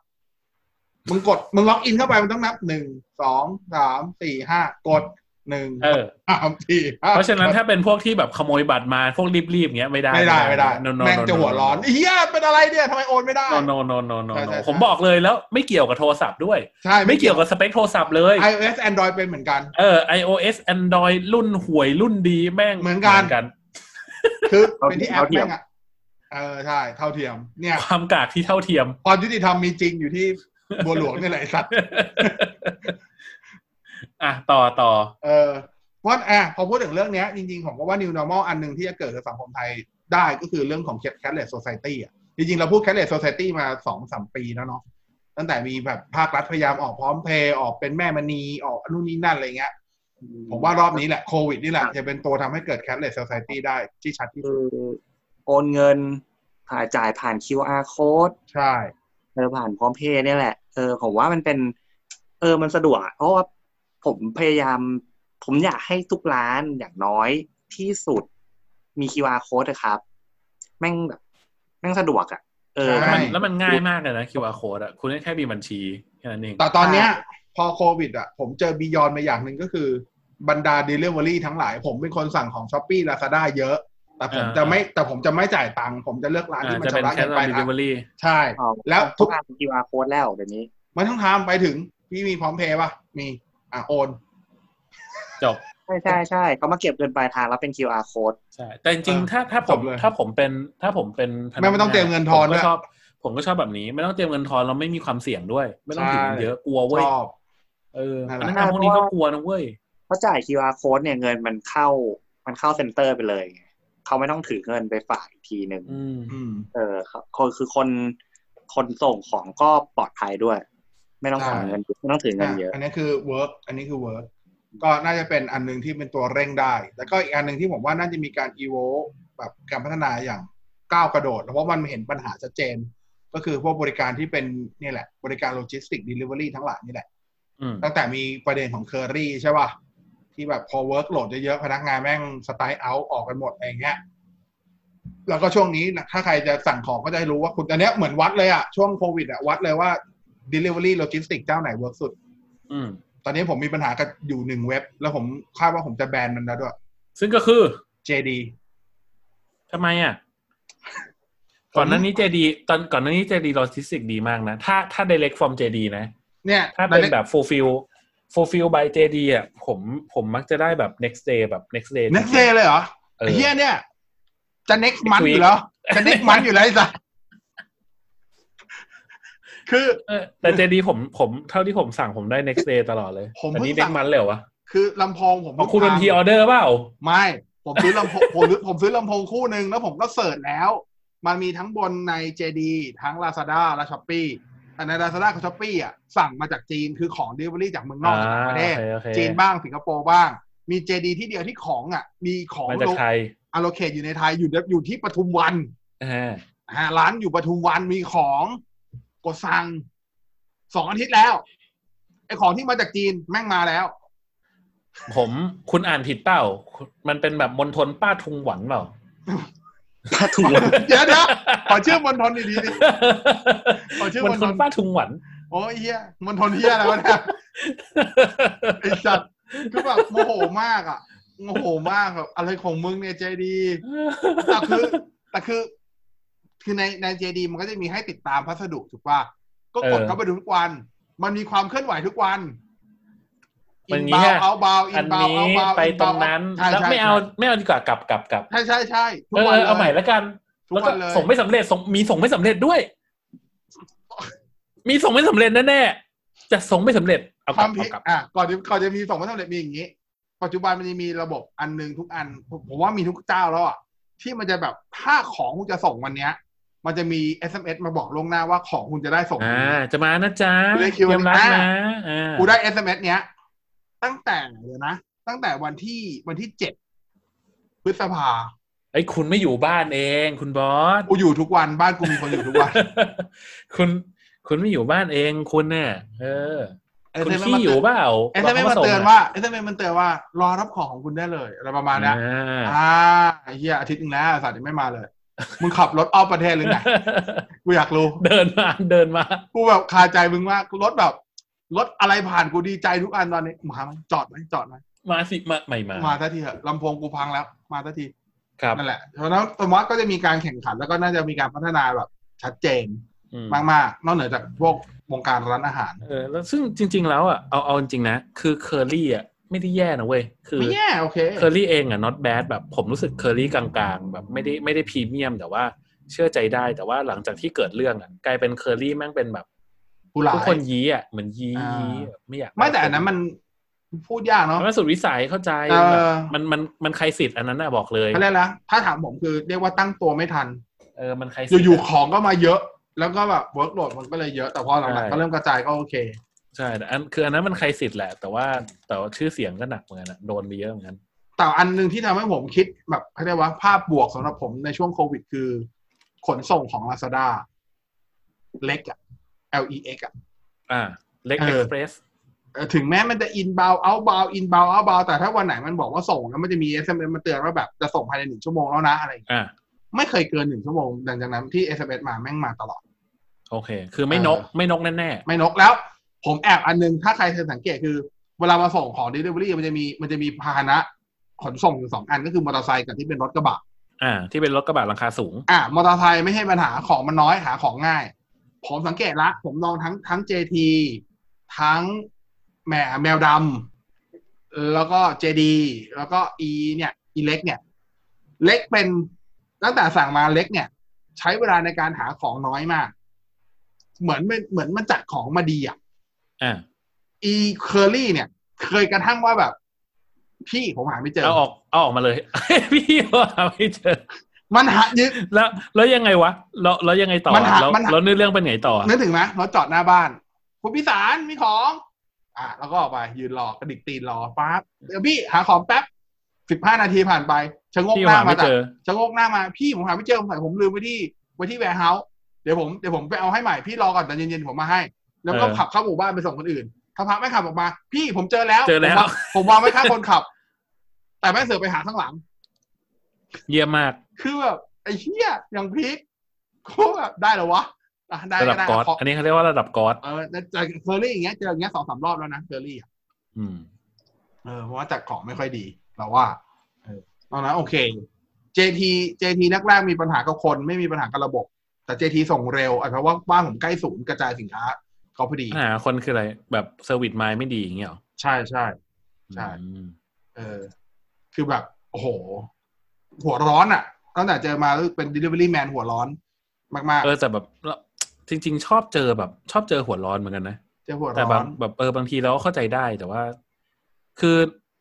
Speaker 1: มึงกด มึงล็อกอินเข้าไปมันต้องนับหนึ่งสองสามสี่ห้ากดหนึ่ง
Speaker 2: เออ
Speaker 1: สามสี่ห้
Speaker 2: เพราะฉะนั้นถ้าเป็นพวกที่แบบขโมยบัตรมาพวกรีบๆเงี้ยไม่ได้
Speaker 1: ไม่ได้ไม่ได้
Speaker 2: โนโนโน
Speaker 1: แม่งจะหัวร้อนเฮียเป็นอะไรเนี่ยทำไมโอนไม่ได้
Speaker 2: โนโนโนโนโน
Speaker 1: ใช่ใช่ใช่
Speaker 2: ผมบอกเลยแล้วไม่เกี่ยวกับโทรศัพท์ด้วย
Speaker 1: ใช่
Speaker 2: ไม่เกี่ยวกับสเปคโทรศัพท์เลย
Speaker 1: iOS Android เป็นเหมือนกัน
Speaker 2: เออ iOS Android รุ่นห่วยรุ่นดีแม่ง
Speaker 1: เหมือนกัน คือเป็นที่แอปแม่งอ่ะเออใช่ เท่าเทียมเนี่ย
Speaker 2: ความกากที่เท่าเทียม
Speaker 1: ความยุติธรรมมีจริงอยู่ ที่บัวหลวงนี่แหละไอ้สัตว์
Speaker 2: อ่ะต่อต่อ
Speaker 1: เออเพราะอ่ะพอพูดถึงเรื่องเนี้ยจริงๆผมก็ว่า new normal อันหนึ่งที่จะเกิดกับสังคมไทย ได้ก็คือเรื่องของ cashless society อ่ะ จริงๆ เราพูด cashless society มาสองสามปีแล้วเนาะตั้งแต่มีแบบภาครัฐพยายามออกพร้อมเพย์ออกเป็นแม่มณีออกนู่นนี่นั่นอะไรเงี้ย ผมว่ารอบนี้แหละโควิดนี่แหละจะเป็นตัวทำให้เกิด cashless society ได้ที่ชัดที่
Speaker 3: คื
Speaker 1: สุด
Speaker 3: อโอนเงินผ่านจ่ายผ่าน QR code
Speaker 1: ใช่
Speaker 3: เออผ่านพร้อมเพย์เนี่ยแหละเออผมว่ามันเป็น เออมันสะดวกอะเพราะว่าผมพยายาม ผมอยากให้ทุกร้านอย่างน้อยที่สุดมี QR code นะครับ แม่งแบบ แม่งสะดวกอะเออ
Speaker 1: ใช่
Speaker 2: มันแล้วมันง่ายมากเลยนะ QR code อะคุณแค่มีบัญชีแค่นั้นเอง
Speaker 1: แต่ตอนเนี้ยพอโควิดอ่ะ ผมเจอบียอนมาอย่างหนึ่งก็คือบรรดา Delivery ทั้งหลาย ผมเป็นคนสั่งของ s h อ p e e Lazada เยอะ แต่ผม
Speaker 2: อ่า
Speaker 1: จะไม่แต่ผมจะไม่จ่ายตังค์ผมจะเลือกร้านที่
Speaker 2: อ่า
Speaker 1: มัน
Speaker 2: จะเป็น
Speaker 1: ชำระ
Speaker 2: แค่
Speaker 1: เงิน
Speaker 2: ต
Speaker 1: ป
Speaker 2: อ
Speaker 1: ลาน ยทาง
Speaker 2: delivery
Speaker 1: ใช่
Speaker 3: อ๋อ
Speaker 1: แล้วทุ
Speaker 3: ทุ
Speaker 1: ก
Speaker 3: กอัน QR code แล้วเดี๋ยวนี้
Speaker 1: ไม่ต้องทำไปถึง พี่มีพร้อมเพย์ป่ะ มีอ่ะโอน
Speaker 2: จบ
Speaker 3: ใช่ใช่ใช่เขามาเก็บเงินปลายทางแล้วเป็น QR code
Speaker 2: ใช่ แต่จริง
Speaker 1: เออ
Speaker 2: ๆถ้าถ้าผม
Speaker 1: จบเลย
Speaker 2: ถ้าผมเป็นถ้าผมเป็นพนัก
Speaker 1: ไม่ไม่ต้องเตรียมเงินทอน
Speaker 2: ผม
Speaker 1: ด้
Speaker 2: ก็
Speaker 1: วย
Speaker 2: ชอบ ผมก็ชอบแบบนี้ ไม่ต้องเตรียมเงินทอนเราไม่มีความเสี่ยงด้วย ไม่ต้อง
Speaker 1: ใช่
Speaker 2: ถือเงินเยอะกลัว
Speaker 1: ช
Speaker 2: เว้ย
Speaker 1: อบ
Speaker 2: เออ
Speaker 1: นั่นแหละ
Speaker 2: พนักงานพวกนี้ก็กลัวนะเว้ย
Speaker 3: เพราะจ่าย QR code เนี่ยเงินมันเข้ามันเข้าเซ็นเตอร์ไปเลยไงเขาไม่ต้องถือเงินไปฝากอีกทีหนึ่ง
Speaker 2: อืม
Speaker 1: อืม
Speaker 3: เออครับคนคือคนคนส่งของก็ปลอดภัยด้วย ไม่ต้อง
Speaker 1: ใช่
Speaker 3: ถือเงินไม่ต้องถือเงินเยอะ
Speaker 1: อ่ะอันนี้คือเวิร์กอันนี้คือเวิร์กก็น่าจะเป็นอันหนึงที่เป็นตัวเร่งได้ แล้วก็อีกอันหนึ่งที่ผมว่าน่าจะมีการอีโวแบบการพัฒนาอย่างก้าวกระโดด เพราะมันเห็นปัญหาชัดเจน ก็คือพวกบริการที่เป็นเนี่ยแหละ บริการโลจิสติก d ิลิเวอรี่ทั้งหลายนี่แหละ
Speaker 2: อืม
Speaker 1: ตั้งแต่มีประเด็นของเคอรี่ใช่ป่ะ ที่แบบพอเวิร์กโหลดเยอะๆ พนักงานแม่งสไตล์เอาออกกันหมดอะไรเงี้ยแล้วก็ช่วงนี้นะถ้าใครจะสั่งของก็จะได้รู้ว่าคุณอันเนี้ยเหมือนวัดเลยอะช่วงโควิดอะวัดเลยว่า Delivery Logistics เจ้าไหนเวิร์กสุด
Speaker 2: อืม
Speaker 1: ตอนนี้ผมมีปัญหากับอยู่หนึ่งเว็บ แล้วผมคาดว่าผมจะแบนมันแล้วด้วย
Speaker 2: ซึ่งก็คือ
Speaker 1: JD
Speaker 2: ทำไมอ่ะ ก่อนหน้านี้เจดีตอนก่อนหน้านี้เจดีโลจิสติกดีมากนะ ถ้าถ้า direct from JD นะ
Speaker 1: เนี่ย
Speaker 2: ถ้าเป็นแบบ fulfill fulfill by JD อ่ะผมผมมักจะได้แบบ next day แบบ next day
Speaker 1: เน็กเซเลยเหรอ
Speaker 2: เออ
Speaker 1: ไอ้เฮียเนี่ย จะ next
Speaker 2: Next
Speaker 1: month อ
Speaker 2: week
Speaker 1: ยู่แล้ว จะ next month อยู่แล้วไอ้สัสคือ
Speaker 2: เออแต่เจดีผมผมเท่าที่ผมสั่งผมได้ next day ตลอดเลย
Speaker 1: ผม
Speaker 2: แต่นี่
Speaker 1: เพิ่ง
Speaker 2: เด็
Speaker 1: สั่
Speaker 2: ก
Speaker 1: ง
Speaker 2: มันเลยเหรอวะ
Speaker 1: คือลำโพงผม
Speaker 2: ของคุณเป็น
Speaker 1: พัง
Speaker 2: พีออเดอร์เปล่า
Speaker 1: ไม่ ผมซื้อลำโพง ผมซื้อผมซื้อลำโพงคู่หนึ่งแล้วผมก็เสิร์ชแล้ว มันมีทั้งบนใน JD ทั้ง Lazada และ Shopee แต่ใน Lazada กับ Shopee อ่ะสั่งมาจากจีนคือของ Delivery จากเมืองนอกจากต่างประเทศ
Speaker 2: อ่าโอเคโอเค
Speaker 1: จีนบ้างสิงคโปร์บ้าง มีเจดีที่เดียวที่ของอ่ะ มีของ
Speaker 2: มาจากไทย
Speaker 1: อโลเคตอยู่ในไทยอยู่อยู่ที่ปทุมวัน
Speaker 2: อ่า
Speaker 1: อ่าร้านอยู่ปทุมวันมีของกดสั่งสองอาทิตย์แล้วไอของที่มาจากจีนแม่งมาแล้ว
Speaker 2: ผมคุณอ่านผิดเปล่า มันเป็นแบบมณฑลป้าทุงหวันเป ล่า
Speaker 3: ถ้าถูก
Speaker 1: เดี๋ยวนะขอชื่อมณฑลดีๆดิ ขอชื่อ
Speaker 2: ม
Speaker 1: มณ
Speaker 2: ณฑ
Speaker 1: ฑ
Speaker 2: ล
Speaker 1: ล
Speaker 2: ป้าทุงหวัน
Speaker 1: โอ้ยเฮียมณฑลเฮียแล้วะเนี่ยไอสัตว์คือแบบโมโหมากอ่ะโมโหมากแบบอะไรของมึงเนี่ยเจดี แต่คือแต่คือ คือในในเจดีมันก็จะมีให้ติดตามพัสดุถูกป่ะก็กด
Speaker 2: เออ
Speaker 1: เข้าไปดูทุกวัน มันมีความเคลื่อนไหวทุกวัน
Speaker 2: มั
Speaker 1: อิ
Speaker 2: น
Speaker 1: น
Speaker 2: มี
Speaker 1: บา
Speaker 2: แค่
Speaker 1: วเอาบาวอิ
Speaker 2: อั
Speaker 1: น
Speaker 2: น
Speaker 1: บาว
Speaker 2: นี้
Speaker 1: เอาบาว
Speaker 2: ไปตรงนั้น
Speaker 1: ใช่
Speaker 2: แล้ว
Speaker 1: ใช่
Speaker 2: ไม่เอาไม่เอาดีกว่ากลับกลับกลับ
Speaker 1: ใช่ใช่ใช่ทุก
Speaker 2: เอ
Speaker 1: วัน
Speaker 2: อเอาใหม่
Speaker 1: เลย
Speaker 2: แล้วกัน
Speaker 1: ทุก
Speaker 2: แล้ว
Speaker 1: วั
Speaker 2: ก็
Speaker 1: นเลย
Speaker 2: ส่งไม่สำเร็จส่งมีส่งไม่สำเร็จด้วย มีส่งไม่สำเร็จแน่ๆจะส่งไม่สำเร็จเอา
Speaker 1: ค
Speaker 2: กลั
Speaker 1: วา
Speaker 2: บ
Speaker 1: ม
Speaker 2: เอา
Speaker 1: ผิด
Speaker 2: กลับ
Speaker 1: อ่ะก่อนจะก่อนจะมีส่งมาสำเร็จมีอย่างนี้ ปัจจุบันมันจะมีระบบอันหนึ่งทุกอันผมผมว่ามีทุกเจ้าแล้วอ่ะที่มันจะแบบถ้าของคุณจะส่งวันเนี้ย มันจะมี SMS มาบอกล่วงหน้าว่าของคุณจะได้ส่งวั
Speaker 2: อ่าน
Speaker 1: นี้
Speaker 2: จะมานะจ๊ะ
Speaker 1: กูได้คิว
Speaker 2: เตรียมรับ
Speaker 1: อ่า
Speaker 2: นะอ่า
Speaker 1: กูได้ SMS เนี้ย ตั้งแต่เดี๋ยวนะ ตั้งแต่วันที่วันที่เจ็ดพฤษภา
Speaker 2: ไอ้ยคุณไม่อยู่บ้านเองคุณบอส
Speaker 1: กูอยู่ทุกวันบ้านกูมีคนอยู่ทุกวัน
Speaker 2: คุณคุณไม่อยู่บ้านเองคุณเนี่ยเออ คุณ
Speaker 1: SMS
Speaker 2: ขี้อยู่เปล่า
Speaker 1: เอสเอ็มเอสมันเตือนว่าเอสเอ็มเอสมันเตือนว่ารอรับของของคุณได้เลยอะไรประมาณเนี้ยอ่าไอ้เฮียอาทิตย์หนึงแล้วสัตว์ยังไม่มาเลย มึงขับรถอ้อมประเทศหรือไงกูอยากรู้
Speaker 2: เดินมาเดินมา
Speaker 1: กูแบบคาใจมึงมากรถแบบรถอะไรผ่านกูดีใจทุกอันตอนนี้มาไหมจอดไหมจอดไหม
Speaker 2: มาสิมาใหม่มา
Speaker 1: มาทันทีเถอะลำโพงกูพังแล้วมาทันที
Speaker 2: ครับ
Speaker 1: นั่นแหละเพราะฉะนั้นผมว่าก็จะมีการแข่งขันแล้วก็น่าจะมีการพัฒนาแบบชัดเจน
Speaker 2: อืม
Speaker 1: มากๆ นอกเหนือจากพวกวงการร้านอาหาร
Speaker 2: เออแล้วซึ่งจริง ๆ แล้วอ่ะเอาเอาจริงๆนะ คือเคอรี่อ่ะไม่ได้แย่นะเว้ยคือ
Speaker 1: ไม่แย่โอเค
Speaker 2: เคอรี่เองอ่ะ not bad แบบผมรู้สึกเคอรี่กลางๆ แบบไม่ได้ไม่ได้พรีเมียม แต่ว่าเชื่อใจได้แต่ว่าหลังจากที่เกิดเรื่องอ่ะกลายเป็นเคอรี่แม่งเป็นแบบ
Speaker 1: ผู้หลา
Speaker 2: ทุก
Speaker 1: ย
Speaker 2: คนยี้อ่ะเหมือนยี้
Speaker 1: อ่า
Speaker 2: ยี้แบบไม่อยาก
Speaker 1: ไม่แต่อันนั้นมัน พูดยากเนาะ
Speaker 2: มันสุดวิสัยเข้าใจ
Speaker 1: เออ
Speaker 2: แบบมันมันมันใครสิทธิ์อันนั้นน่ะบอกเลย
Speaker 1: เขาเรียกนะถ้าถามผมคือเรียกว่าตั้งตัวไม่ทัน
Speaker 2: เออมันใครสิท
Speaker 1: อยู่ๆ
Speaker 2: ธิ์
Speaker 1: ของก็มาเยอะ แล้วก็แบบเวิร์กโหลดมันก็เลยเยอะ แต่พอหลัง
Speaker 2: ใช่
Speaker 1: ๆก็เริ่มกระจายก็โอเค
Speaker 2: ใช่แต่อันคืออันนั้นมันใครสิทธิ์แหละ แต่ว่าแต่ว่าชื่อเสียงก็หนักเหมือนกันอะโดนไปเยอะเหมือนกัน
Speaker 1: แต่อันหนึ่งที่ทำให้ผมคิดแบบเขาเรียกว่าภาพบวกสำหรับผมในช่วงโควิดคือ ขนส่งของ Lazada เล็กอะ LEX อะ
Speaker 2: อ่าเล็ก
Speaker 1: เอ
Speaker 2: เอ็ก
Speaker 1: อ
Speaker 2: ซ์เพรส
Speaker 1: เอ่อถึงแม้มันจะ inbound outbound inbound outbound แต่ถ้าวันไหนมันบอกว่าส่งแล้วมันจะมี SMS มาเตือนว่าแบบจะส่งภายในหนึ่งชั่วโมงแล้วนะอะไรอย่างเงี้ย
Speaker 2: อ่า
Speaker 1: ไม่เคยเกินหนึ่งชั่วโมงหลังจากนั้นที่ SMS มาแม่งมาตลอด
Speaker 2: โอเค คือไม่นก
Speaker 1: เออ
Speaker 2: ไม่นกแน่
Speaker 1: ไม่นกแล้ว ผมแอบอันนึง ถ้าใครเคยสังเกตคือ เวลามาส่งของ delivery มันจะมีมันจะมีพาหนะขนส่งอยู่สองอันก็คือมอเตอร์ไซค์กับที่เป็นรถกระบะ
Speaker 2: ๆอ่า ที่เป็นรถกระบะราคาสูง
Speaker 1: อ่ะมอเตอร์ไซค์ไม่ให้ปัญหาของมันน้อยหาของง่าย ผมสังเกตละ ผมลองทั้งทั้ง JT ทั้งแหมแมวดำแล้วก็ JD แล้วก็ E เนี่ยอีเล็กเนี่ย เล็กเป็นตั้งแต่สั่งมาเล็กเนี่ย ใช้เวลาในการหาของน้อยมาก เหมือนมันเหมือนมันจัดของมาดีอ่ะ
Speaker 2: อ่า
Speaker 1: E เคอรี่เนี่ย เคยกระทั่งว่าแบบ พี่ผมหาไม่เจอ
Speaker 2: เอาออกเอาออกมาเลย พี่ว่าไม่เจอ
Speaker 1: มันหายึด
Speaker 2: แล้วแล้วยังไงวะแล้วแล้วยังไงต่อ
Speaker 1: มันหา
Speaker 2: แล้ว
Speaker 1: มันหา
Speaker 2: แล้วเนื้อเรื่องเป็นไงต่อ
Speaker 1: นึกถึงไหมรถจอดหน้าบ้าน คุณพิสารมีของ อ่ะแล้วก็ออกไป ยืนรอกระดิกตีนรอปั๊บเดี๋ยวพี่หาของแป๊บสิบห้านาทีผ่านไปชะโงก
Speaker 2: พี่
Speaker 1: หน้ามา
Speaker 2: หาไม่
Speaker 1: จาก
Speaker 2: เจอ
Speaker 1: ชะโงกหน้ามาพี่ผมหาไม่เจอผมใส่ผมลืมไว้ที่ไว้ที่แวร์เฮาส์เดี๋ยวผมเดี๋ยวผมไปเอาให้ใหม่พี่รอก่อนแต่เย็นๆผมมาให้ แล้วก็
Speaker 2: เออ
Speaker 1: ขับเข้าหมู่บ้านไปส่งคนอื่นถ้าพักไม่ขับออกมา พี่ผมเจอแล้ว
Speaker 2: เจอแล้ว
Speaker 1: ผมางผมวางไว้ข้างคนขับ แต่แม่งเสือไปหาข้างหลัง
Speaker 2: เยี่ยมมาก
Speaker 1: คือแบบไอ้เหี้ยอย่างพีคกูแบบได้เหรอวะอ่ะได้
Speaker 2: ระดั
Speaker 1: ก็ได้
Speaker 2: บกอด
Speaker 1: ขอ
Speaker 2: อันนี้เขาเรียกว่าระดับกอด
Speaker 1: เออแล้วเจอเคอรี่อย่างเงี้ยเจออย่างเงี้ยสองสามรอบแล้วนะเคอรี่อ่ะ
Speaker 2: อืม
Speaker 1: เออเพราะว่าจัดของไม่ค่อยดีเราว่าเออตอนนั้นโอเค JT JT แรกๆมีปัญหากับคนไม่มีปัญหากับระบบ แต่ JT ส่งเร็วอาจจะเพราะว่าบ้านผมใกล้ศูนย์กระจายสินค้าเขาพอดี
Speaker 2: ปัญหาคนคืออะไรแบบเซอร์วิสไมล์ไม่ดีอย่างเงี้ยเหรอ
Speaker 1: ใช่ใช่ ใช่
Speaker 2: อืม
Speaker 1: เออ คือแบบ โอ้โห หัวร้อนอ่ะ ตั้งแต่เจอมาแล้วเป็น delivery man หัวร้อนมาก
Speaker 2: เออแต่แบบเราจริง ๆ ชอบเจอแบบ ชอบเจอหัวร้อนเหมือนกันนะ
Speaker 1: ๆ เจอหัว
Speaker 2: แต่
Speaker 1: ร้
Speaker 2: บา
Speaker 1: อง น
Speaker 2: แบบเออบางทีเราก็เข้าใจได้แต่ว่า คือ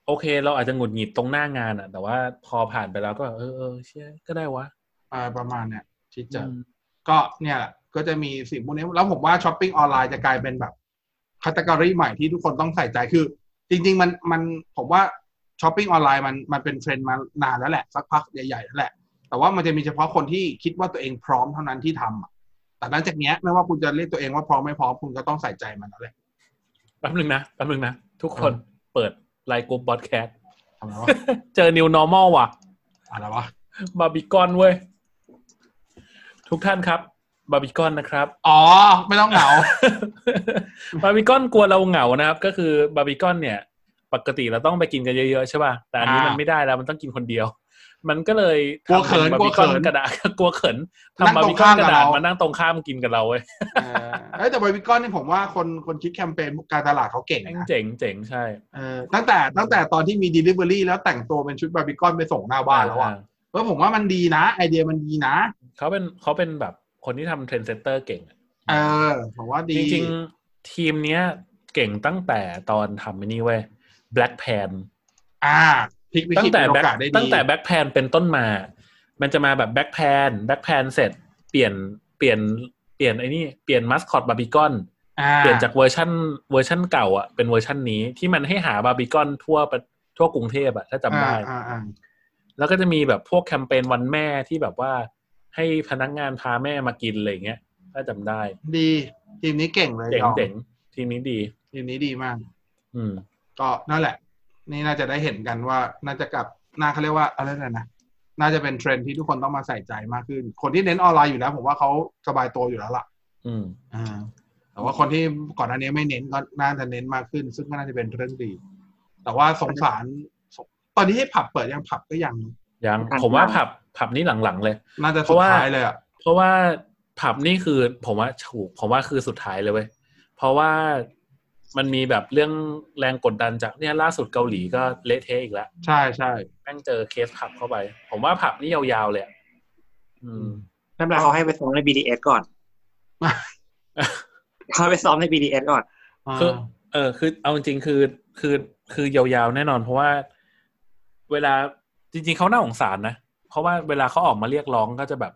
Speaker 2: โอเค เราอาจจะหงุดหงิดตรงหน้างานอ่ะ แต่ว่าพอผ่านไปแล้วก็เออเออเชี่ยก็ได้วะ
Speaker 1: อ่าประมาณเนี้ยที่เจออ
Speaker 2: ม
Speaker 1: ก็เนี่ยแหละก็จะมีสิ่งพวกนี้แล้วผมว่าช้อปปิ้งออนไลน์จะกลายเป็นแบบคัต e กอรีใหม่ที่ทุกคนต้องใส่ใจคือ จริง ๆ มันมันผมว่าช้อปปิ้งออนไลน์มันมันเป็นเทรนด์มานานแล้วแหละ สักพักใหญ่ๆแล้วแหละ แต่ว่ามันจะมีเฉพาะคนที่คิดว่าตัวเองพร้อมเท่านั้นที่ทำอะแต่หลังจากเนี้ยไม่ว่าคุณจะเรียกตัวเองว่าพร้อมไม่พร้อมคุณก็ต้องใส่ใจมันแล้วแหละ
Speaker 2: แป๊บนึงนะแป๊บนึงนะทุกคนเปิดไลน์กลุ่มบอดแคสต์
Speaker 1: ทำไมวะ
Speaker 2: เจอ new normal ว่ะ
Speaker 1: อะไรวะ
Speaker 2: บาร์บีคอนเว้ย ทุกท่านครับ บาร์บีคอนนะครับ
Speaker 1: อ๋อ ไม่ต้องเหงา
Speaker 2: บาร์บีคอนกลัวเราเหงานะครับ ก็คือบาร์บีคอนเนี่ย ปกติเราต้องไปกินกันเยอะๆใช่ป่ะแต่อันนี้
Speaker 1: อ่ามั
Speaker 2: มันไม่ได้แล้วมันต้องกินคนเดียว มันก็เลยทำป็
Speaker 1: กลัวเขินกลัวเขิน
Speaker 2: บาร์บีคอกระดาษ กลัวเขิน
Speaker 1: นั่ง
Speaker 2: ทำบาร์
Speaker 1: ตร
Speaker 2: บี
Speaker 1: ง
Speaker 2: คอ
Speaker 1: ข้าน ม
Speaker 2: ก
Speaker 1: กับ
Speaker 2: ระดาษ
Speaker 1: เรา
Speaker 2: มานั่งตรงข้ามกินกับเราเว้ย
Speaker 1: เออเอ้ยแต่บริกรนี่ผมว่าคนคนคิดแคมเปญการตลาดเขาเก่ง
Speaker 2: แม่ง
Speaker 1: นะ
Speaker 2: เจ๋งเจ๋งใช่
Speaker 1: เออตั้งแต่ตั้งแต่ตอนที่มี Delivery แล้วแต่งตัวเป็นชุดบาร์บีคอนไปส่งหน้าบ้านแล้วอ่ะเพราะผมว่ามันดีนะ ไอเดียมันดีนะ
Speaker 2: เขาเป็นเขาเป็นแบบคนที่ทำเทรนเซเตอร์เก่งอะ
Speaker 1: เออ ผมว่าดี
Speaker 2: จริงๆ ทีมเนี้ยเก่งตั้งแต่ตอนทำไอ้นี่เว้ยแบล็กแพน
Speaker 1: อ่าพลิกวิ
Speaker 2: ตั้
Speaker 1: กฤ
Speaker 2: ง
Speaker 1: ต
Speaker 2: แต่
Speaker 1: เป็นโอ
Speaker 2: แบ็ค
Speaker 1: กาสได้ดี
Speaker 2: ตั้งแต่แบ็คแพนเป็นต้นมา มันจะมาแบบแบ็คแพนแบ็คแพนเสร็จ เปลี่ยนเปลี่ยนเปลี่ยนไอ้นี่เปลี่ยนมัสคอตบาร์บีคอน
Speaker 1: อ่า
Speaker 2: เปลี่ยนจากเวอร์ชั่นเวอร์ชั่นเก่าอ่ะเป็นเวอร์ชั่นนี้ที่มันให้หาบาร์บีคอนทั่วประทั่วกรุงเทพอ่ะถ้าจำได้
Speaker 1: อ่าอ่า
Speaker 2: แล้วก็จะมีแบบพวกแคมเปญวันแม่ที่แบบว่าให้พนักงานพาแม่มากินอะไรอย่างเงี้ยถ้าจำได้
Speaker 1: ดีทีมนี้เก่งเลย
Speaker 2: เจ๋ง
Speaker 1: ยอม
Speaker 2: เจ๋งทีมนี้ดี
Speaker 1: ทีมนี้ดีมาก
Speaker 2: อืม
Speaker 1: ก็นั่นแหละ นี่น่าจะได้เห็นกันว่าน่าจะกลับน่าเขาเรียกว่าอะไรนะน่าจะเป็นเทรนด์ที่ทุกคนต้องมาใส่ใจมากขึ้น คนที่เน้นออนไลน์อยู่แล้ว ผมว่าเขาสบายตัวอยู่แล้วล่ะ
Speaker 2: อืม
Speaker 1: อ่าแต่ว่าคนที่ก่อนหน้านี้ไม่เน้นก็น่าจะเน้นมากขึ้น ซึ่งก็น่าจะเป็นเรื่องดี แต่ว่าสงสารตอนนี้ให้ผับเปิดยังผับก็ยัง
Speaker 2: ยังผมว่าผับผับนี้หลังๆเลย
Speaker 1: น่าจะสุดท้ายเลยอ่ะ
Speaker 2: เพราะว่าผับนี่คือผมว่าถูกผมว่าคือสุดท้ายเลยเว้ยเพราะว่ามันมีแบบเรื่องแรงกดดันจากเนี่ยล่าสุดเกาหลีก็เละเทะอีกแล้ว
Speaker 1: ใช่ใช่
Speaker 2: แม่งเจอเคสผับเข้าไป ผมว่าผับนี่ยาวๆเลยอะอืม
Speaker 1: นั่นแห
Speaker 3: แล้
Speaker 1: ละ
Speaker 3: วเขาให้ไปซ้อมใน BDS ก่อนเขาให้ไปซ้อมใน BDS ก่อน
Speaker 2: คือ เออคือเอาจริงๆคือคือ คือยาวๆแน่นอน เพราะว่าเวลาจริง ๆเขาน่าสงสารนะ เพราะว่าเวลาเขาออกมาเรียกร้องก็จะแบบ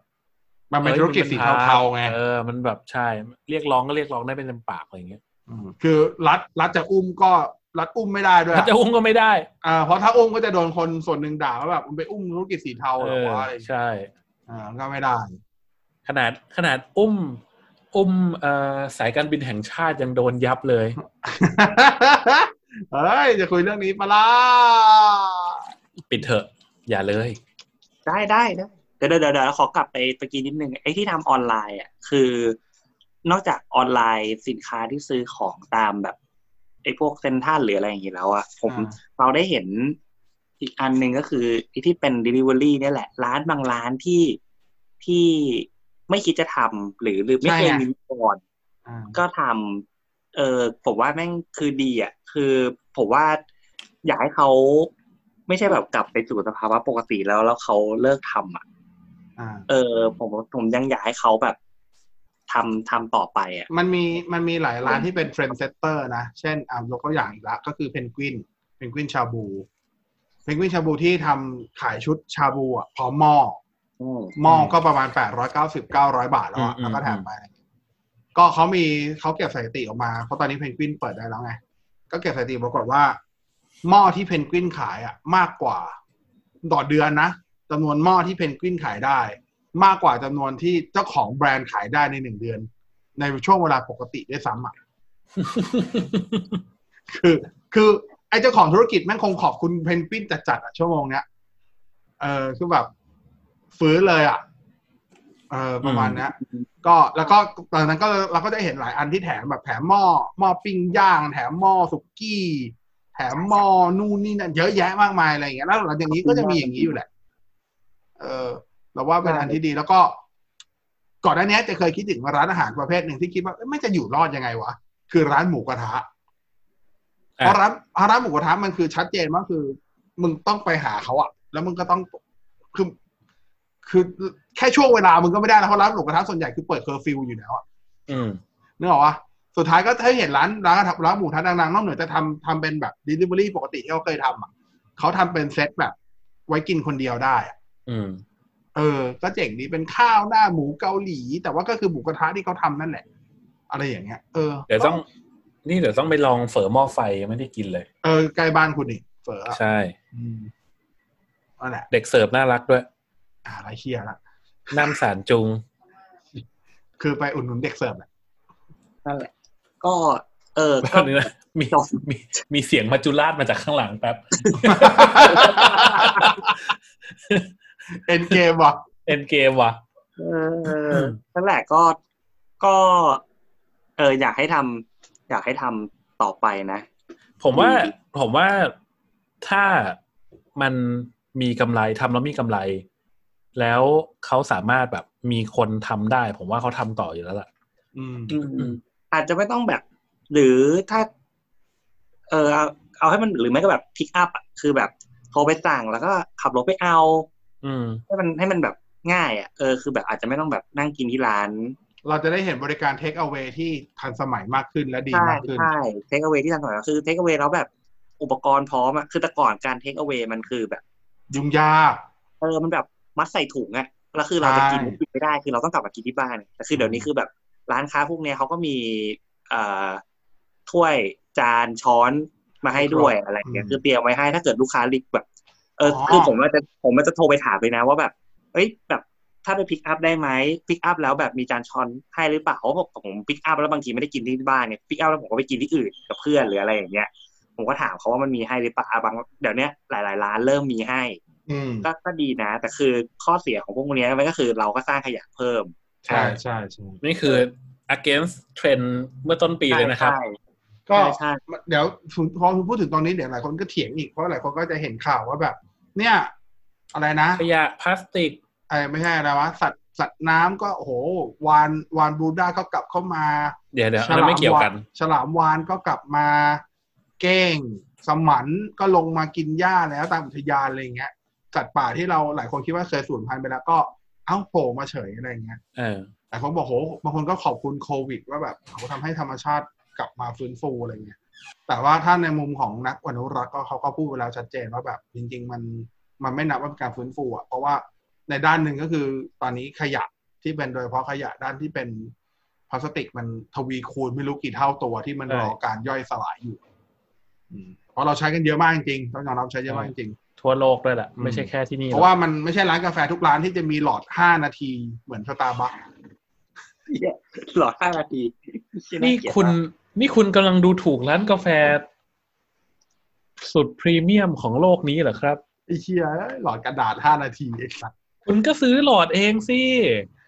Speaker 1: มันเป็น
Speaker 2: อ้ย
Speaker 1: ธุรกิจสีเทาๆไง
Speaker 2: เออมันแบบใช่เรียกร้องก็เรียกร้องได้เป็นเต็มปากอะไรอย่างเงี้ย
Speaker 1: อืมคือรัฐรัฐจะอุ้มก็รัฐอุ้มไม่ได้ด้วย
Speaker 2: ถ้าจะอุ้มก็ไม่ได้
Speaker 1: อ่าเพราะถ้าอุ้มก็จะโดนคนส่วนหนึ่งด่าว่าแบบมันไปอุ้มธุรกิจสีเทา
Speaker 2: เอ
Speaker 1: หรือ
Speaker 2: อ
Speaker 1: ว่าอะไรอย่างเงี้ย
Speaker 2: ใช่
Speaker 1: อ่าก็ไม่ได้
Speaker 2: ขนาดขนาดอุ้ม อุ้มเอ่อสายการบินแห่งชาติยังโดนยับเลย
Speaker 1: เฮ้ยจะคุยเรื่องนี้ปะล่ะ
Speaker 2: ปิดเถอะ อย่าเลย
Speaker 3: ได้ได้ได้เดี๋ยวเดี๋ยวเดี๋ยวขอกลับไปตะกี้นิดนึงไอ้ที่ทำออนไลน์อ่ะคือนอกจากออนไลน์สินค้าที่ซื้อของตามแบบไอ้พวกเซ็นทรัลหรืออะไรอย่างงี้แล้วอ่ะผม
Speaker 1: อ่า
Speaker 3: เราได้เห็นอีกอันหนึ่งก็คือไอ้ที่เป็น Delivery เนี่ยแหละ ร้านบางร้านที่ที่ไม่คิดจะทำหรือหรือไม่เคยมีมาก่อน
Speaker 1: อ่า
Speaker 3: ก็ทำ เออผมว่าแม่งคือดีอ่ะ คือผมว่าอยากให้เขาไม่ใช่แบบกลับไปสู่สภาวะปกติแล้วแล้วเขาเลิกทำอ่ะ
Speaker 1: อ่า
Speaker 3: เออ ผมผมยังอยากให้เขาแบบทำทำต่อไปอ่ะ
Speaker 1: มันมีมันมีหลายร้านที่เป็นเทรนเซตเตอร์นะ เช่นอ่ายกตัวอย่างอีกละก็คือเพนกวินเพนกวินชาบูเพนกวินชาบูที่ทำขายชุดชาบูอ่ะพร้อมหม้อ
Speaker 3: อืม
Speaker 1: หม้อก็ประมาณแปดร้อยเก้าสิบเก้าร้อยบาทแล้วอ่ะ
Speaker 2: อืม
Speaker 1: แล้วก็แถมไป ก็เขามีเขาเก็บสถิติออกมา เพราะตอนนี้เพนกวินเปิดได้แล้วไง ก็เก็บสถิติปรากฏว่าหม้อที่เพนกวินขายอ่ะ มากกว่าต่อเดือนนะจำนวนหม้อที่เพนกวินขายได้ มากกว่าจำนวนที่เจ้าของแบรนด์ขายได้ในหนึ่งเดือน ในช่วงเวลาปกติด้วยซ้ำอ่ะ คือคือไอ้เจ้าของธุรกิจแม่งคงขอบคุณเพนกวินจัดจัดๆอะชั่วโมงเนี้ยเออคือแบบฟื้นเลยอ่ะเออประมาณเนี้ยก็แล้วก็ตอนนั้นก็เราก็จะเห็นหลายอันที่แถมแบบแถมหม้อหม้อปิ้งย่าง แถมหม้อสุกี้ แถมหม้อนู่นนี่นั่นเยอะแยะมากมายอะไรอย่างเงี้ยแล้วหลังจากนี้ก็จะมีอย่างนี้อยู่แหละ เออ เราว่าเป็นอันที่ดีแล้วก็ ก่อนหน้านี้จะเคยคิดถึงร้านอาหารประเภทหนึ่งที่คิดว่าเอ้ยไม่จะอยู่รอดยังไงวะคือร้านหมูกระทะ เพ
Speaker 2: อ่ะ
Speaker 1: ราะร้านร้านหมูกระทะมันคือชัดเจนมากคือ มึงต้องไปหาเขาอะแล้วมึงก็ต้องคือคือแค่ช่วงเวลามึงก็ไม่ได้แล้วเพราะร้านหมูกระทะส่วนใหญ่คือเปิดเคอร์ฟิวอยู่แล้วอะ
Speaker 2: อืม
Speaker 1: นึกออกปะสุดท้ายก็ถ้าเห็นร้านร้านร้านหมูกระทะดังๆนอกเหนือจะทำทำเป็นแบบ delivery ปกติที่เขาเคยทำอะเขาทำเป็นเซตแบบ ไว้กินคนเดียวได้อะ
Speaker 2: อืม
Speaker 1: เออ ก็เจ๋งดีเป็นข้าวหน้าหมูเกาหลี แต่ว่าก็คือหมูกระทะที่เขาทำนั่นแหละ อะไรอย่างเงี้ยเออ
Speaker 2: เดี๋ยวต้องนี่เดี๋ยวต้องไปลองเฝอหม้อไฟยังไม่ได้กินเลย
Speaker 1: เออใกล้บ้านคุณนี่เฝออะ
Speaker 2: ใช่
Speaker 1: อืมนั่นแหละ
Speaker 2: เด็กเสิร์ฟน่ารักด้วย
Speaker 1: อ่าไรเคียละ
Speaker 2: น้ำสารจุง
Speaker 1: คือไปอุดหนุนเด็กเสิร์ ฟแหละ
Speaker 3: นั่นแหละ ก็ เออก็
Speaker 2: นี่นะมี
Speaker 3: จบ
Speaker 2: มีมีเสียงมัจจุราชมาจากข้างหลังแป๊บ
Speaker 1: เอ็นเกมว่ะ
Speaker 2: เอ็นเกมว่ะ
Speaker 3: เออนั่นแหละก็ก็เอออยากให้ทำอยากให้ทำต่อไปนะ
Speaker 2: ผมว่า
Speaker 3: อืม
Speaker 2: ผมว่าถ้ามันมีกำไรทำแล้วมีกำไร แล้วเขาสามารถแบบมีคนทำได้ ผมว่าเขาทำต่ออยู่แล้วล่ะ
Speaker 1: อืม
Speaker 2: อืม
Speaker 3: อาจจะไม่ต้องแบบ หรือถ้า เออเอาเอาให้มันหรือไม่ก็แบบพิกอัพอ่ะคือแบบโทรไปสั่งแล้วก็ขับรถไปเอา
Speaker 2: อืม
Speaker 3: ให้มันให้มันแบบง่าย อ่ะเออคือแบบอาจจะไม่ต้องแบบนั่งกินที่ร้าน
Speaker 1: เราจะได้เห็นบริการเทคเอา a y ที่ทันสมัยมากขึ้นและดี
Speaker 3: ใช่
Speaker 1: มากขึ้น
Speaker 3: ใช่เทคเอาไว้ที่ทันสมัยก็คือเทคเอาไว้แล้วแบบอุปกรณ์พร้อมอ่ะคือแต่ก่อนการเทคเอาไว้มันคือแบบ
Speaker 1: ยุ่งยาก
Speaker 3: เออ มันแบบมัดใส่ถุงอะแล้วคือเราจะกิน
Speaker 1: ใช่
Speaker 3: กินไม่ได้ คือเราต้องกลับมากินที่บ้าน แต่คือเดี๋ยวนี้คือแบบร้านค้าพวกเนี้ยเขาก็มีเอ่อถ้วยจานช้อนมาให้ด้วยอะไรเงี้ย คือเตรียมไว้ให้ ถ้าเกิดลูกค้ารีบแบบ เออ
Speaker 1: อ๋อ
Speaker 3: คือผมว่าจะผมว่าจะโทรไปถามเลยนะว่าแบบ เอ้ย แบบ ถ้าไปพิกอัพได้ไหมพิกอัพแล้วแบบมีจานช้อนให้หรือเปล่าเขาบอกผมพิกอัพแล้วบางทีไม่ได้กินที่บ้านเนี่ยพิกอัพแล้วผมก็ไปกินที่อื่นกับเพื่อนหรืออะไรอย่างเงี้ย ผมก็ถามเขาว่ามันมีให้หรือเปล่าอ่ะบางเดี๋ยวเนี้ยหลาย ๆ ร้านเริ่มมีให้
Speaker 1: อืม
Speaker 3: ก็ก็ดีนะ แต่คือข้อเสียของพวกนี้มันก็คือเราก็สร้างขยะเพิ่ม
Speaker 1: ใช่ใช่ใช่
Speaker 2: นี่คือ against trend เมื่อต้นปีเลยนะครับ
Speaker 3: ใช่
Speaker 1: ก็
Speaker 3: ใช่ใช่
Speaker 1: เดี๋ยวพอพูดถึงตอนนี้เดี๋ยวหลายคนก็เถียงอีก เพราะหลายคนก็จะเห็นข่าวว่าแบบ เนี่ย อะไรนะ
Speaker 2: ขยะพลาสติก
Speaker 1: ไอ้ไม่ใช่อะไรวะสัตว์สัตว์น้ำก็โอ้โหวานวานบลูด้าก็กลับเข้ามา
Speaker 2: เดี๋ยวเดี๋ยวอันนั้นไม่เกี่ยวกัน
Speaker 1: ฉลามวานก็กลับมาเก้ง สมันก็ลงมากินหญ้าแล้วตามอุทยานอะไรอย่างเงี้ยสัตว์ป่าที่เราหลายคนคิดว่าเคยสูญพันธุ์ไปแล้วก็เอ้าโผล่มาเฉยอะไรอย่างเงี้ย
Speaker 2: เออ
Speaker 1: หลายคนบอกโหบางคนก็ขอบคุณโควิด ว่าแบบเขาทำให้ธรรมชาติกลับมาฟื้นฟูอะไรเงี้ย แต่ว่าถ้าในมุมของนักอนุรักษ์ก็เขาก็พูดไปแล้วชัดเจนว่าแบบจริง ๆ มันมันไม่นับว่าเป็นการฟื้นฟูอ่ะเพราะว่าในด้านหนึ่งก็คือตอนนี้ขยะที่เป็นโดยเฉพาะขยะด้านที่เป็นพลาสติกมันทวีคูณไม่รู้กี่เท่าตัวที่มัน
Speaker 2: ใช่
Speaker 1: รอการย่อยสลายอยู่อืมเพราะเราใช้กันเยอะมากจริงๆต้องยอมรับใช้เยอะมากจริง
Speaker 2: ทั่วโลกด้วยแหละ
Speaker 1: อืม
Speaker 2: ไม่ใช่แค่ที่นี่
Speaker 1: เพราะว่ามันไม่ใช่ร้านกาแฟทุกร้านที่จะมีหลอด 5 นาทีเหมือนสตาร์บัค
Speaker 3: หลอดห้านาที
Speaker 2: นี่คุณนี่คุณกำลังดูถูกร้านกาแฟ สุดพรีเมียมของโลกนี้เหรอครับ
Speaker 1: ไอ้เชียหลอดกระดาษ 5 นาทีไอ้สัส
Speaker 2: คุณก็ซื้อหลอดเองสิ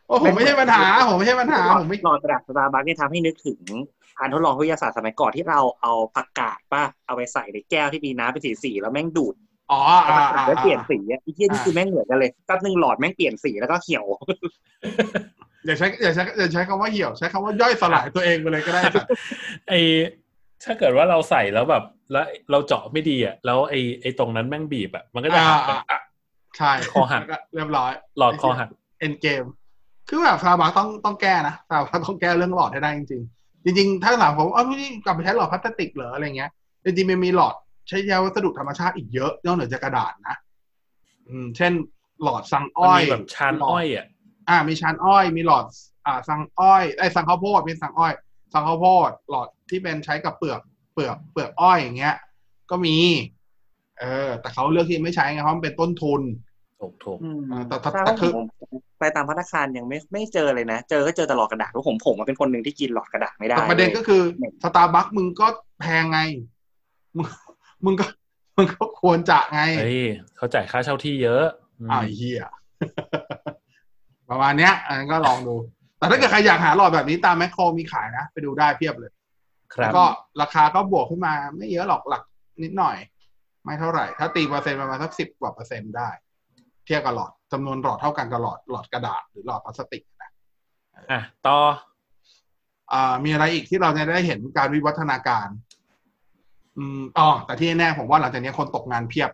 Speaker 1: โอ้ผมไม่ใช่ปัญหาผมไม่ใช่ปัญหาผมไม่
Speaker 3: หลอดกระดาษสตาร์บัคเนี่ยทำให้นึกถึงการทดลองวิทยาศาสตร์สมัยก่อนที่เราเอาผักกาดป่ะเอาไปใส่ในแก้วที่มีน้ำเป็นสีสีๆแล้วแม่งดูด
Speaker 1: อ๋อ
Speaker 3: แล้ว
Speaker 1: อ่า
Speaker 3: มัน
Speaker 1: อ่า
Speaker 3: แล้วเปลี่ยน
Speaker 1: อ่า
Speaker 3: สีอ่ะไอ้เหี้ยนี่
Speaker 1: อ่า
Speaker 3: คือแม่งเหมือนกันเลยแป๊บนึงหลอดแม่งเปลี่ยนสีแล้วก็เขียว
Speaker 1: อย่าใช้อย่าใช้อย่าใช้คำว่าเหี่ยวใช้คำว่าย่อยสลายตัวเองไปเลยก็ ได้ครับ
Speaker 2: ไอถ้าเกิดว่าเราใส่แล้วแบบ แล้วเราเจาะไม่ดีอ่ะแล้วไอไอตรงนั้นแม่งบีบอ่ะมันก็จะหัก
Speaker 1: อ่า
Speaker 2: อ่ะ
Speaker 1: ใช่
Speaker 2: คอหัก
Speaker 1: แล้วเรียบร้อย
Speaker 2: หลอดคอหัก
Speaker 1: เอ็นเกม คือแบบซาบาต้องต้องแก้นะซาบาต้องแก้เรื่องหลอดให้ได้จริงๆ จริง ๆ ถ้าถามผมว่าพี่นี่กลับไปใช้หลอดพลาสติกเหรออะไรเงี้ย จริงๆมันมีหลอดใช้ยาวัสดุธรรมชาติอีกเยอะนอกเหนือจากกระดาษนะ อืม เช่น หลอดสัง
Speaker 2: มัน
Speaker 1: อ้อย
Speaker 2: มีแบบชาน
Speaker 1: หลด
Speaker 2: อ้อยอ่ะ
Speaker 1: อ่า มีชานอ้อย มีหลอด อ่า สังอ้อยไอ้ยสังข้าวโพดมีสังอ้อย สังข้าวโพด หลอดที่เป็นใช้กับเปลือก เปลือก เปลือกอ้อยอย่างเงี้ย ก็มี เออ แต่เขาเลือกที่ไม่ใช้ไงเพราะมันเป็นต้นทุน
Speaker 2: ถูกถูก
Speaker 1: อ่าแต่แต่
Speaker 3: แต่
Speaker 1: แต่คื
Speaker 3: คือ อไปตามพัตตาคารยังไม่ไม่เจอเลยนะ เจอก็เจอแต่หลอดกระดาษเพราะผมผมอะเป็นคนหนึ่งที่กินหลอดกระดาษไม่ได้
Speaker 1: แต่ประเด็นก็คือสตาร์บัคมึงก็แพงไง มึงมึงก็มึงก็ควรจะไง
Speaker 2: เฮ้ยเขาจ่ายค่าเช่าที่เยอะม
Speaker 1: อ้าวไอ้เฮีย ประมาณเนี้ยอันนั้นก็ลองดู แต่ถ้าเกิดใครอยากหาหลอดแบบนี้ตามแมคโครมีขายนะ ไปดูได้เพียบเลย
Speaker 2: ครั
Speaker 1: แล้
Speaker 2: บ
Speaker 1: วก็ราคาก็บวกขึ้นมา ไม่เยอะหรอกหลักนิดหน่อย ไม่เท่าไหร่ ถ้าตีเปอร์เซ็นต์ประมาณสักสิบกว่าเปอร์เซ็นต์ได้ เทียบกับหลอดจำนวนหลอดเท่ากันกับหลอดหลอดกระดาษหรือหลอดพลาสติกนะ
Speaker 2: อ่ะต่อ
Speaker 1: อ่ามีอะไรอีกที่เราจะได้เห็นการวิวัฒนาการ อืมอ๋อแต่ที่แน่ๆผมว่าหลังจากนี้คนตกงานเพียบ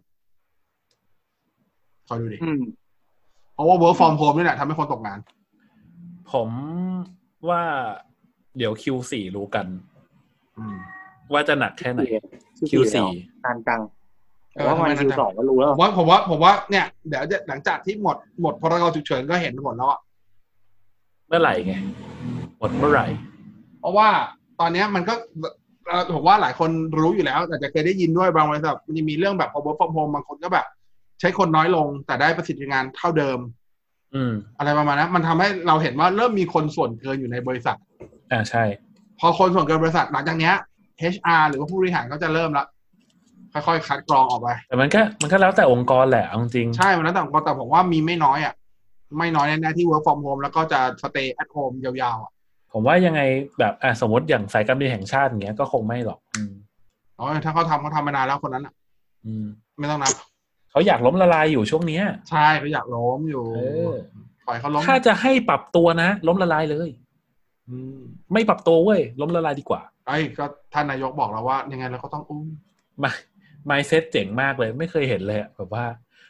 Speaker 1: คอยดูดิ
Speaker 3: อืม
Speaker 1: เพราะว่า work from home นี่แหละทำให้คนตกงาน
Speaker 2: ผมว่าเดี๋ยว Q4 รู้กัน
Speaker 1: อืม
Speaker 2: ว่าจะหนักแค่ไหน
Speaker 3: คิว
Speaker 2: Q4
Speaker 3: สี่นานจัง
Speaker 1: เอ
Speaker 3: แต่
Speaker 1: อ
Speaker 3: ว่ามัน
Speaker 1: ทำไมนานจั
Speaker 3: คิ
Speaker 1: ง
Speaker 3: วสองก็รู้แล้ว
Speaker 1: ผมว่าผมว่าผมว่าเนี่ยเดี๋ยวจะหลังจากที่หมดหมดพรกฉุกเฉินก็เห็นหมดแล้วอะ
Speaker 2: เมื่อไหร่ไงหมดเมื่อไหร่
Speaker 1: เพราะว่าตอนเนี้ยมันก็เอ่อผมว่าหลายคนรู้อยู่แล้ว แต่จะเคยได้ยินด้วยบางบริษัทมันจะมีเรื่องแบบพอ work from home บางคนก็แบบ ใช้คนน้อยลง แต่ได้ประสิทธิงานเท่าเดิม
Speaker 2: อืม
Speaker 1: อะไรประมาณนั้นมันทำให้เราเห็นว่าเริ่มมีคนส่วนเกินอยู่ในบริษัท
Speaker 2: อ่าใช่
Speaker 1: พอคนส่วนเกินบริษัทหลังจากเนี้ย HR หรือว่าผู้บริหารก็จะเริ่มละค่อยๆ คัดกรองออกไป
Speaker 2: แต่มันก็มันก็แล้วแต่องค์กรแหละเอาจริง
Speaker 1: ใช่มันแล้วแต่องค์กรแต่ผมว่ามีไม่น้อยอ่ะ ไม่น้อยแน่ๆที่ work from home แล้วก็จะ stay at home ยาวๆอ่ะ
Speaker 2: ผมว่ายังไงแบบอ่ะสมมติอย่างสายการบินแห่งชาติอย่างเงี้ยก็คงไม่หรอก อืม
Speaker 1: อ๋อถ้าเขาทำเขาทำมานานแล้วคนนั้นอ่ะ
Speaker 2: อืม
Speaker 1: ไม่ต้องนับ
Speaker 2: เขาอยากล้มละลายอยู่ช่วงเนี้ย
Speaker 1: ใช่เขาอยากล้มอยู่
Speaker 2: เออ
Speaker 1: ปล่อยเขาล้ม
Speaker 2: ถ้าจะให้ปรับตัวนะ ล้มละลายเลย
Speaker 1: อืม
Speaker 2: ไม่ปรับตัวเว้ย ล้มละลายดีกว่า
Speaker 1: ไอ้ก็ท่านนายกบอกแล้วว่า ยังไงเราก็ต้องอุ้ม
Speaker 2: มาไมเซ็ตเจ๋งมากเลย ไม่เคยเห็นเลยอะแบบว่า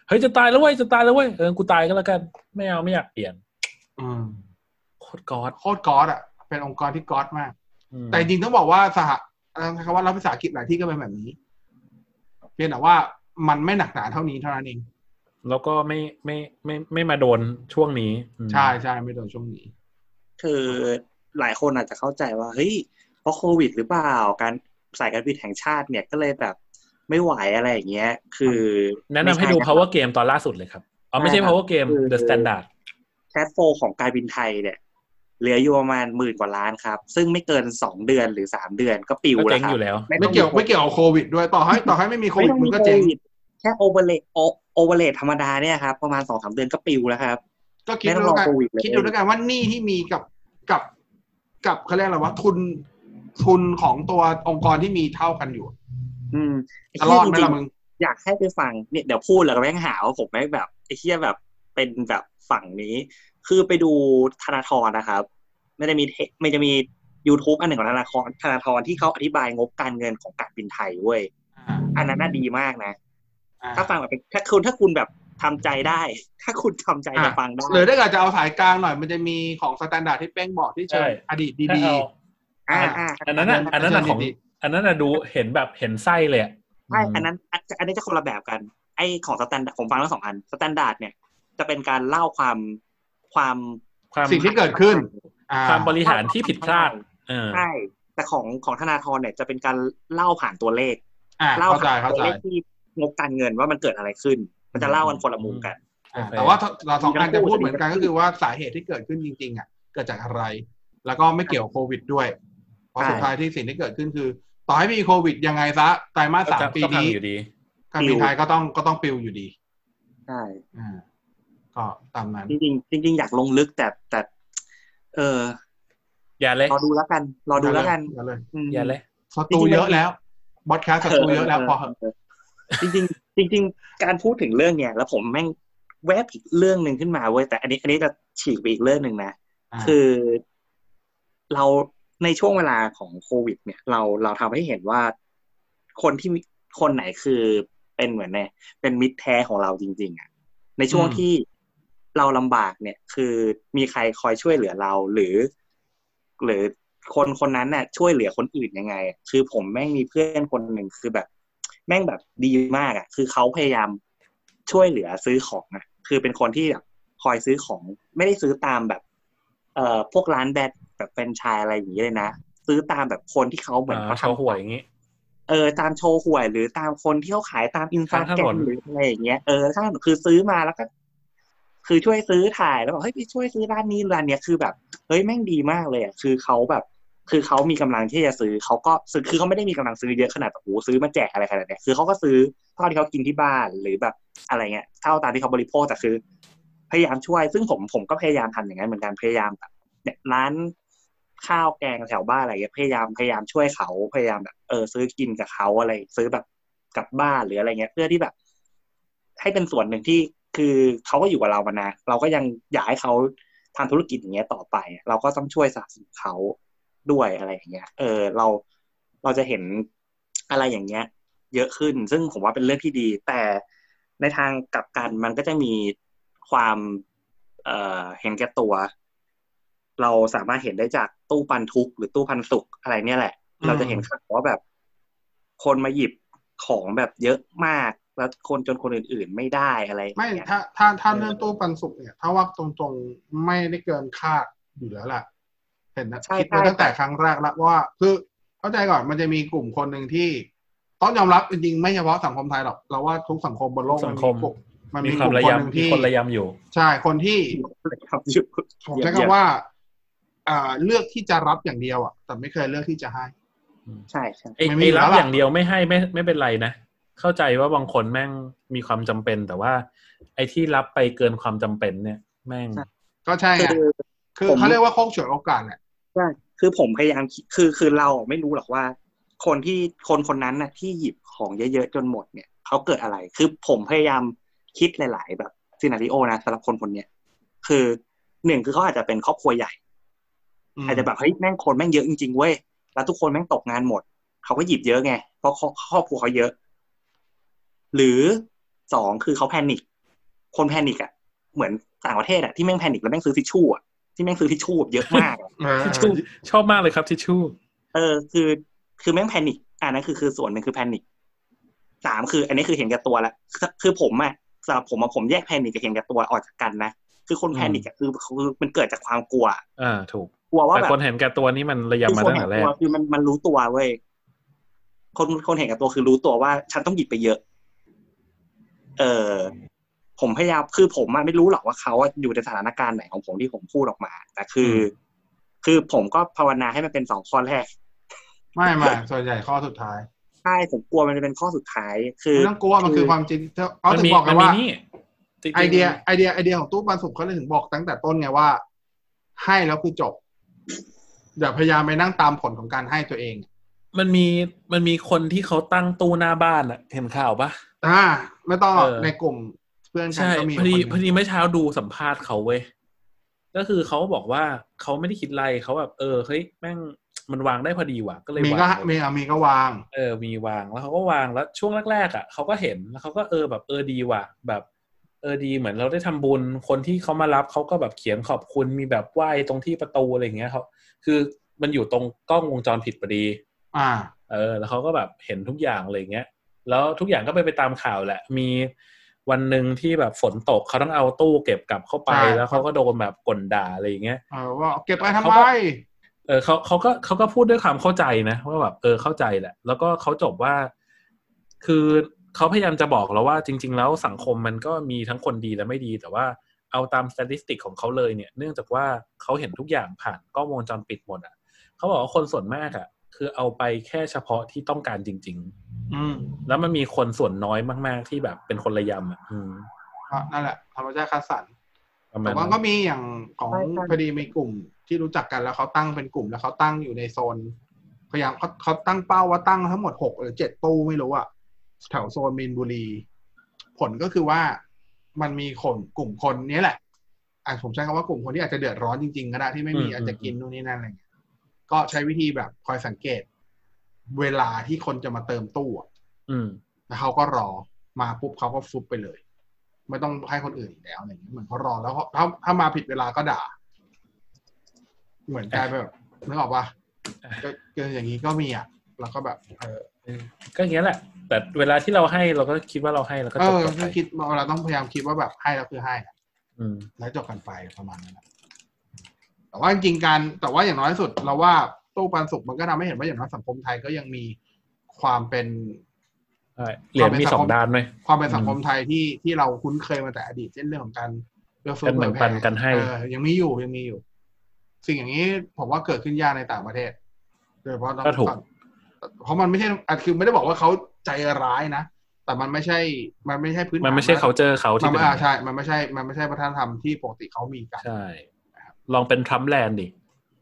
Speaker 2: เฮ้ยจะตายแล้วเว้ยจะตายแล้วเว้ยเออกูตายก็แล้วกัน ไม่เอาไม่อยากเปลี่ยน
Speaker 1: อืม
Speaker 2: โคตรก๊อด
Speaker 1: โคตรก๊อตอ่ะ เป็นองค์กรที่ก๊อตมาก
Speaker 2: อืม
Speaker 1: แต่จริงๆต้องบอกว่าสหเอ่อคำว่ารัฐวิสาหกิจหลายที่ก็เป็นแบบนี้ เพียงแต่ว่ามันไม่หนักหนาเท่านี้เท่านั้นเอง
Speaker 2: แล้วก็ไม่ไม่ไม่ไม่ไม่มาโดนช่วงนี้อืม
Speaker 1: ใช่ใช่ไม่โดนช่วงนี้
Speaker 3: คือหลายคนอาจจะเข้าใจว่าเฮ้ยเพราะโควิดหรือเปล่าการสายการบินแห่งชาติเนี่ยก็เลยแบบไม่ไหวอะไรอย่างเงี้ย คือ
Speaker 2: แนะนำให้
Speaker 3: ไม่ช่
Speaker 2: ดู
Speaker 3: นะครับ
Speaker 2: power game ตอนล่าสุดเลยครับอ๋อไม่ใช่
Speaker 3: ใช่ครับ
Speaker 2: power game
Speaker 3: คือ
Speaker 2: the standard
Speaker 3: แคชโฟของการบินไทยเนี่ยเหลืออยู่ประมาณหมื่นกว่าล้านครับ ซึ่งไม่เกินสองเดือนหรือสามเดือนก็ปิว
Speaker 2: ก็
Speaker 3: แล้
Speaker 2: เจ๋
Speaker 3: ว
Speaker 2: ง
Speaker 3: ครั
Speaker 2: อบ ยู่แล้ว
Speaker 1: ไม่เกี่ยวไม่เกี่ยวกับโควิดด้วยต่อให้ต่อให้ไม่มีโค
Speaker 3: ไม่
Speaker 1: วิด
Speaker 3: ต้อง
Speaker 1: มึ
Speaker 3: มี
Speaker 1: งก็
Speaker 3: โค
Speaker 1: เจ๊ง
Speaker 3: วิดแค่โอเวอร์เลโอโอเวอร์เลธรรมดาเนี่ยครับ ประมาณสองสามเดือนก็ปิวแล้วครับ
Speaker 1: ก็คิด
Speaker 3: ไม่ต้อ
Speaker 1: ดู
Speaker 3: งร
Speaker 1: แล้
Speaker 3: อ
Speaker 1: วกัน
Speaker 3: โควิดเลย
Speaker 1: คิดดูแล้วกันว่าหนี้ที่มีกับกับกับเขาเรียกอะไรวะทุนทุนของตัวองค์กรที่มีเท่ากันอยู่
Speaker 3: อืม
Speaker 1: จะรอดไหม
Speaker 3: จริ
Speaker 1: ล่ะ
Speaker 3: ง
Speaker 1: มึง
Speaker 3: ๆอยากให้ไปฟังเนี่ยเดี๋ยวพูดแล้วก็แม่งหาว่าผมแม่งแบบไอ้เหี้ยแบบเป็นแบบฝั่งนี้ คือไปดูธนาธรนะครับ ไม่ได้มีเทไม่จะมี YouTube อันหนึ่งของธนาธรธนาธรที่เขาอธิบายงบการเงินของการบินไทยเว้ยอันนั้นน่าดีมากนะ ถ้าฟังแบบเป็นถ้าคุณถ้าคุณแบบทำใจได้ ถ้าคุณทำใจจะ
Speaker 1: อ่ะ
Speaker 3: ฟังได้
Speaker 1: หรือถ้าเกิดจะเอาสายกลางหน่อยมันจะมีของสแตนดาร์ดที่เป้งบอกที่เชิญ
Speaker 2: ใช่
Speaker 1: อดีต
Speaker 2: ถ้า
Speaker 1: ดี
Speaker 2: เอา
Speaker 3: อ่าอ่า
Speaker 2: อันนั้นอ่ะอันนั้นอ่ะ
Speaker 1: อันนั้น
Speaker 2: ของ
Speaker 1: ดี
Speaker 2: อันนั้นอะดูเห็นแบบเห็นไส้เลยอะ
Speaker 3: ใช่อันนั้นอันอันนี้จะคนละแบบกัน ไอ้ของสแตนดาร์ดผมฟังทั้งสองอันสแตนดาร์ดเนี่ย จะเป็นการเล่าความความ
Speaker 2: ความ
Speaker 1: สิ่งที่เกิดขึ้น อ่
Speaker 2: ความบริหารที่ผิดพลาดเออ
Speaker 3: ใช่แต่ของของธนาธรเนี่ยจะเป็นการเล่าผ่านตัวเลข
Speaker 1: อ่า
Speaker 3: เล่า
Speaker 1: เข้าใจ
Speaker 3: ผ่าน
Speaker 1: เข้า
Speaker 3: ตัว
Speaker 1: ใจ
Speaker 3: เลขที่งบการเงินว่ามันเกิดอะไรขึ้น มันจะเล่ากันคนละมุมกัน
Speaker 1: อ่าแต่ว่าเราสองอันจะพูดเหมือนกันก็คือว่าสาเหตุที่เกิดขึ้นจริง ๆ อ่ะ เกิดจากอะไร แล้วก็ไม่เกี่ยวโควิดด้วย เพราะ
Speaker 3: ใช่
Speaker 1: สุดท้ายที่สิ่งที่เกิดขึ้นคือ ต่อให้มีโควิดยังไงซะไตรมาสสาม
Speaker 2: ก็
Speaker 1: ปี
Speaker 2: ก็พัง
Speaker 1: นี้
Speaker 2: อยู่ดี
Speaker 1: การบินไทยก็ต้องก็ต้องปิวอยู่ดี
Speaker 3: ใช่
Speaker 1: อ่า ก็ตามนั้น
Speaker 3: จริงๆจริงๆอยากลงลึกแต่แต่ เออ
Speaker 2: อย่าเลย
Speaker 3: รอดูแล้วกัน รอดูแล้วกัน
Speaker 1: อย่าเลย
Speaker 3: ม
Speaker 2: อย่าเลย
Speaker 1: ศัตรูเยอะแล้วบอดแคสศัตรูเยอะแล้วพอ
Speaker 3: เจริงๆจริง ๆ การพูดถึงเรื่องเนี้ยแล้วผมแม่งแวบอีกเรื่องหนึ่งขึ้นมาเว้ยแต่อันนี้อันนี้จะฉีกไปอีกเรื่องหนึ่งนะ คือ เราในช่วงเวลาของโควิด เนี่ย เราเราทำให้เห็นว่าคนที่มีคนไหนคือเป็นเหมือนเนี่ย เป็นมิตรแท้ของเราจริง ๆอะในช่วง
Speaker 1: อืม
Speaker 3: ที่เราลำบากเนี่ย คือมีใครคอยช่วยเหลือเราหรือ หรือคนคนนั้นน่ะ ช่วยเหลือคนอื่นยังไงอะคือผมแม่งมีเพื่อนคนหนึ่งคือแบบ แม่งแบบดีมากอ่ะ คือเขาพยายามช่วยเหลือซื้อของอ่ะ คือเป็นคนที่แบบคอยซื้อของไม่ได้ซื้อตามแบบ เอ่อพวกร้านแบรนด์แบบแฟรนไชส์อะไรอย่างนี้เลยนะ ซื้อตามแบบคนที่เขาเหมือน
Speaker 2: อ่า
Speaker 3: เขา
Speaker 2: เขา
Speaker 3: ทำ
Speaker 2: ห่วยอย่างงี้
Speaker 3: เออตามโชว์หวยหรือตามคนที่เขาขายตามอินสตา
Speaker 2: ข้างถ
Speaker 3: แกร
Speaker 2: น
Speaker 3: ม
Speaker 2: น
Speaker 3: หรืออะไรอย่างเงี้ยเออข้างถนนคือซื้อมาแล้วก็ คือช่วยซื้อถ่ายแล้วบอกเฮ้ยไปช่วยซื้อร้านนี้ร้านเนี้ยคือแบบเฮ้ยแม่งดีมากเลยอ่ะคือเขาแบบ คือเขามีกำลังที่จะซื้อเขาก็ซื้อคือเขาไม่ได้มีกำลังซื้อเยอะขนาดแบบโอ้โหซื้อมาแจกอะไรขนาดเนี้ยคือเขาก็ซื้อเท่าที่เขากินที่บ้านหรือแบบอะไรเงี้ยเท่าตามที่เขาบริโภคแต่คือ พยายามช่วย ซึ่งผมผมก็พยายามทำอย่างนั้นเหมือนกันพยายามแบบ เนี่ยร้านข้าวแกงแถวบ้านอะไรเงี้ยพยายามพยายามช่วยเขาพยายามแบบเออซื้อกินกับเขาอะไร ซื้อแบบกลับบ้านหรืออะไรเงี้ย เพื่อที่แบบ ให้เป็นส่วนหนึ่งที่คือเขาก็อยู่กับเรามานานเราก็ยังอยากให้เขาทำธุรกิจอย่างเงี้ยต่อไป เราก็ต้องช่วยสนับสนุนเขาด้วยอะไรอย่างเงี้ย เออ เราเราจะเห็นอะไรอย่างเงี้ย เยอะขึ้น ซึ่งผมว่าเป็นเรื่องที่ดี แต่ในทางกลับกันมันก็จะมีความ เอ่อเห็นแก่ตัว เราสามารถเห็นได้จากตู้ปันทุกข์หรือตู้ปันสุขอะไรเนี่ยแหละ
Speaker 1: อืม
Speaker 3: เราจะเห็นข่าวว่าแบบ คนมาหยิบของแบบเยอะมาก แล้วคนจนคนอื่นๆไม่ได้อะไรอย่าง
Speaker 1: ไม่
Speaker 3: เงี้ย
Speaker 1: ถ้าถ้าถ้าเรื่องตู้ปันสุกเนี่ย ถ้าว่าตรงๆไม่ได้เกินคาดอยู่แล้วล่ะ เห็นนะคิดมาตั้งแต่ครั้งแรกแล้วว่า คือเข้าใจก่อนมันจะมีกลุ่มคนหนึ่งที่ ต้องยอมรับจริงๆไม่เฉพาะสังคมไทยหรอก เราว่าทุกสังคมบนโลก
Speaker 2: ทุกสั
Speaker 1: มัน
Speaker 2: ง
Speaker 1: มี
Speaker 2: คม
Speaker 1: กลุ่มมันมีกลุ่มค
Speaker 2: มีความระ
Speaker 1: นหนึ่ง
Speaker 2: ยำมี
Speaker 1: ที่
Speaker 2: คนระยำอยู่
Speaker 1: ใช่คนที่
Speaker 3: ครับหยุด
Speaker 1: ผมใช้
Speaker 3: เยี่ยม
Speaker 1: คำว่าอ่าเลือกที่จะรับอย่างเดียวอ่ะแต่ไม่เคยเลือกที่จะให้
Speaker 3: ใช่ใช่
Speaker 2: ไอ้
Speaker 1: มันมี
Speaker 2: ไอ้
Speaker 1: อยู่
Speaker 2: รับ
Speaker 1: แล้วล่ะ
Speaker 2: อย่างเดียวไม่ให้ไม่ไม่เป็นไรนะ เข้าใจว่าบางคนแม่งมีความจำเป็น แต่ว่า ไอ้ที่รับไปเกินความจำเป็นเนี่ย แม่ง
Speaker 1: ก็ใช่ไง
Speaker 3: คือ
Speaker 1: คือ
Speaker 3: ผม
Speaker 1: เขาเรียกว่าโคกฉวยโอกาสแหละ
Speaker 3: ใช่คือผมพยายามคิดคือคือเราไม่รู้หรอกว่า คนที่คนคนนั้นน่ะ ที่หยิบของเยอะๆจนหมดเนี่ยเขาเกิดอะไร คือผมพยายามคิดหลาย ๆ แบบซีนารีโอนะสำหรับคนคนเนี้ยคือหนึ่งคือเขาอาจจะเป็นครอบครัวใหญ่
Speaker 1: ม
Speaker 3: อาจจะแบบเฮ้ยแม่งคนแม่งเยอะจริงๆเว้ยแล้วทุกคนแม่งตกงานหมด เขาก็หยิบเยอะไง เพราะครอบครอบครัวเขาเยอะ หรือสองคือเขาแพนิคคนแพนิคอะเหมือนต่างประเทศอะที่แม่งแพนิคแล้วแม่งซื้อทิชชู่อะที่แม่งซื้อทิชชู่เยอะมากอะ
Speaker 1: เออ
Speaker 2: ทิชชู่ชอบมากเลยครับทิชชู่
Speaker 3: เออคือคือแม่งแพนิคอันนั้นคือคือส่วนหนึ่งคือแพนิคสามคือ อันนี้คือเห็นแก่ตัวละคือคือผมอะสำหรับผมอะผมแยกแพนิคกับเห็นแก่ตัวออกจากกันนะคือคนแพนิคอะคือคือมันเกิดจากความกลัว
Speaker 2: อ่า ถูก
Speaker 3: กลัวว่า
Speaker 2: แต่
Speaker 3: แบบ
Speaker 2: คนเห็นแก่ตัวนี่มันระ
Speaker 3: คื
Speaker 2: ยำมา
Speaker 3: คน
Speaker 2: ตั้ง
Speaker 3: เห็
Speaker 2: แต่
Speaker 3: น
Speaker 2: แร
Speaker 3: ตั
Speaker 2: ก
Speaker 3: วคือมันมันรู้ตัวเว้ยคนคนเห็นแก่ตัวคือรู้ตัวว่า ฉันต้องหยิบไปเยอะ เออผมพยายามคือผมอะไม่รู้หรอกว่าเขาอะอยู่ในสถานการณ์ไหนของผมที่ผมพูดออกมาแต่คือ คือผมก็ภาวนาให้มันเป็นสองข้อแรก
Speaker 1: ไม่ไม่ส่วนใหญ่ข้อสุดท้าย
Speaker 3: ใช่ผมกลัวมันจะเป็นข้อสุดท้าย คือ
Speaker 1: ไม่ต้องกลัวมันคือความจริงเขา
Speaker 2: มั
Speaker 1: ถึ
Speaker 2: มี
Speaker 1: งบอก
Speaker 2: มั
Speaker 1: กัน
Speaker 2: มี
Speaker 1: ว่า
Speaker 2: นี่จริงๆ
Speaker 1: ไอเดียไอเดียไอเดียของตู้ปันสุขเขาเลยถึงบอกตั้งแต่ต้นไงว่า ให้แล้วคือจบ อย่าพยายามไปนั่งตามผลของการให้ตัวเอง
Speaker 2: มันมีมันมีคนที่เขาตั้งตู้หน้าบ้านอะเห็นข่าวปะ
Speaker 1: อ่าไม่ต้องหรอก
Speaker 2: เออ
Speaker 1: ในกลุ่มเพื่อนกัน
Speaker 2: ใช่
Speaker 1: ก็มี
Speaker 2: พอดี
Speaker 1: คนหนึ่ง
Speaker 2: พอดีเมื่อเช้าดูสัมภาษณ์เขาเว้ยก็คือเขาบอกว่าเขาไม่ได้คิดอะไรเขาแบบ เออเฮ้ยแม่งมันวางได้พอดีว่ะก็เลย
Speaker 1: มี
Speaker 2: วาง
Speaker 1: ก็
Speaker 2: เลย
Speaker 1: มีอ่ะมีก็วาง
Speaker 2: เออ มีวาง แล้วเขาก็วาง แล้วช่วงแรกๆ อ่ะเขาก็เห็น แล้วเขาก็เออแบบเออดีว่ะ แบบ เออดี เหมือนเราได้ทำบุญ คนที่เขามารับเขาก็แบบเขียนขอบคุณ มีแบบไหว้ตรงที่ประตูอะไรอย่างเงี้ยเขาคือมันอยู่ตรงกล้องวงจรปิดพอดี
Speaker 1: อ่า
Speaker 2: เ เออ แล้วเขาก็แบบเห็นทุกอย่างอะไรอย่างเงี้ย แล้วทุกอย่างก็ไปนไปตามข่าวแหละ มีวันหนึ่งที่แบบฝนตกเขาต้องเอาตู้เก็บกลับเข้าไป
Speaker 1: ใช่
Speaker 2: แล้วเขาก็โดนแบบกลด่าอะไรอย่างเงี้ย
Speaker 1: เออว่าเก็บไปทำ
Speaker 2: เขา
Speaker 1: ไม
Speaker 2: ก็ เออเขาเขาก็เขาก็พูดด้วยความเข้าใจนะว่าแบบเออเข้าใจแหละ แล้วก็เขาจบว่า คือเขาพยายามจะบอกเราว่าจริง ๆ แล้วสังคมมันก็มีทั้งคนดีและไม่ดี แต่ว่าเอาตามสถิติของเขาเลยเนี่ย เนื่องจากว่าเขาเห็นทุกอย่างผ่านกล้องวงจรปิดหมดอ่ะเขาบอกว่าคนส่วนมากอ่ะ คือเอาไปแค่เฉพาะที่ต้องการจริง
Speaker 1: อืม
Speaker 2: ๆ แล้วมันมีคนส่วนน้อยมาก ๆ ที่แบบเป็นคนระยำอ่ะอืม
Speaker 1: อ่ะนั่นแหละธรรมชาติคัดสรร
Speaker 2: ประมา
Speaker 1: แต่
Speaker 2: ณ
Speaker 1: ว่า
Speaker 2: นั้น
Speaker 1: ก็มีอย่างของ
Speaker 3: ใช่ใช่
Speaker 1: พอดีมีกลุ่มที่รู้จักกันแล้วเขาตั้งเป็นกลุ่มแล้วเขาตั้งอยู่ในโซนพยายามเขาเขาตั้งเป้าว่าตั้งทั้งหมดหกหรือเจ็ดตู้ไม่รู้อะแถวโซนมีนบุรี ผลก็คือว่ามันมีคนกลุ่มคนนี้แหละอ่ะผมใช้คำว่ากลุ่มคนที่อาจจะเดือดร้อนจริงๆก็ได้ที่ไม่มีอาจจะกินนู่นนี่นั่นอะไรเงี้ยก็ใช้วิธีแบบคอยสังเกต เวลาที่คนจะมาเติมตู้อะ
Speaker 2: อืม
Speaker 1: แล้วเขาก็รอมาปุ๊บเขาก็ฟุบไปเลย ไม่ต้องให้คนอื่นอีกแล้วอะไรอย่างเงี้ยเหมือนเขารอแล้วเขาถ้าถ้ามาผิดเวลาก็ด่า เหมือนกลายเป็นแบบนึกออกปะก็ก็อย่างนี้ก็มีอ่ะเราก็แบบเออ
Speaker 2: ก็อย่างเงี้ยแหละ แต่เวลาที่เราให้เราก็คิดว่าเราให้แล้วก็
Speaker 1: เอ
Speaker 2: จบ
Speaker 1: อ
Speaker 2: จบไป
Speaker 1: คือคิดเราต้องพยายามคิดว่าแบบให้แล้วคือให้อะ
Speaker 2: อืม
Speaker 1: แล้วจบกันไปประมาณนั้นอะแต่ว่าจริงๆการแต่ว่าอย่างน้อยที่สุด เราว่าตู้ปันสุกมันก็ทำให้เห็นว่าอย่างน้อยสังคมไทยก็ยังมีความเป็น
Speaker 2: ใช่เหรียญมีสองด้านไหม
Speaker 1: ความเป็นสังคมไทยที่ที่เราคุ้นเคยมาแต่อดีตเช่นเรื่องของการเรื่อง
Speaker 2: การแบ่งปันกันให้
Speaker 1: ยังมีอยู่ยังมีอยู่ สิ่งอย่างนี้ผมว่าเกิดขึ้นยากในต่างประเทศโดยเฉพาะตอน
Speaker 2: ก็ถูก
Speaker 1: เพราะมันไม่ใช่อาจคือไม่ได้บอกว่าเขาใจร้ายนะ แต่มันไม่ใช่ มันไม่ใช่พื้นฐา
Speaker 2: มันไม่ใช่
Speaker 1: ะ
Speaker 2: culture เขา
Speaker 1: มั
Speaker 2: ที่
Speaker 1: น
Speaker 2: เป็
Speaker 1: ไม่
Speaker 2: น
Speaker 1: อ่าใช่ มันไม่ใช่ มันไม่ใช่วัฒนธรรมที่ปกติเขามีกัน
Speaker 2: ใช่ ลองเป็นทรัมป์แลนด์ดิ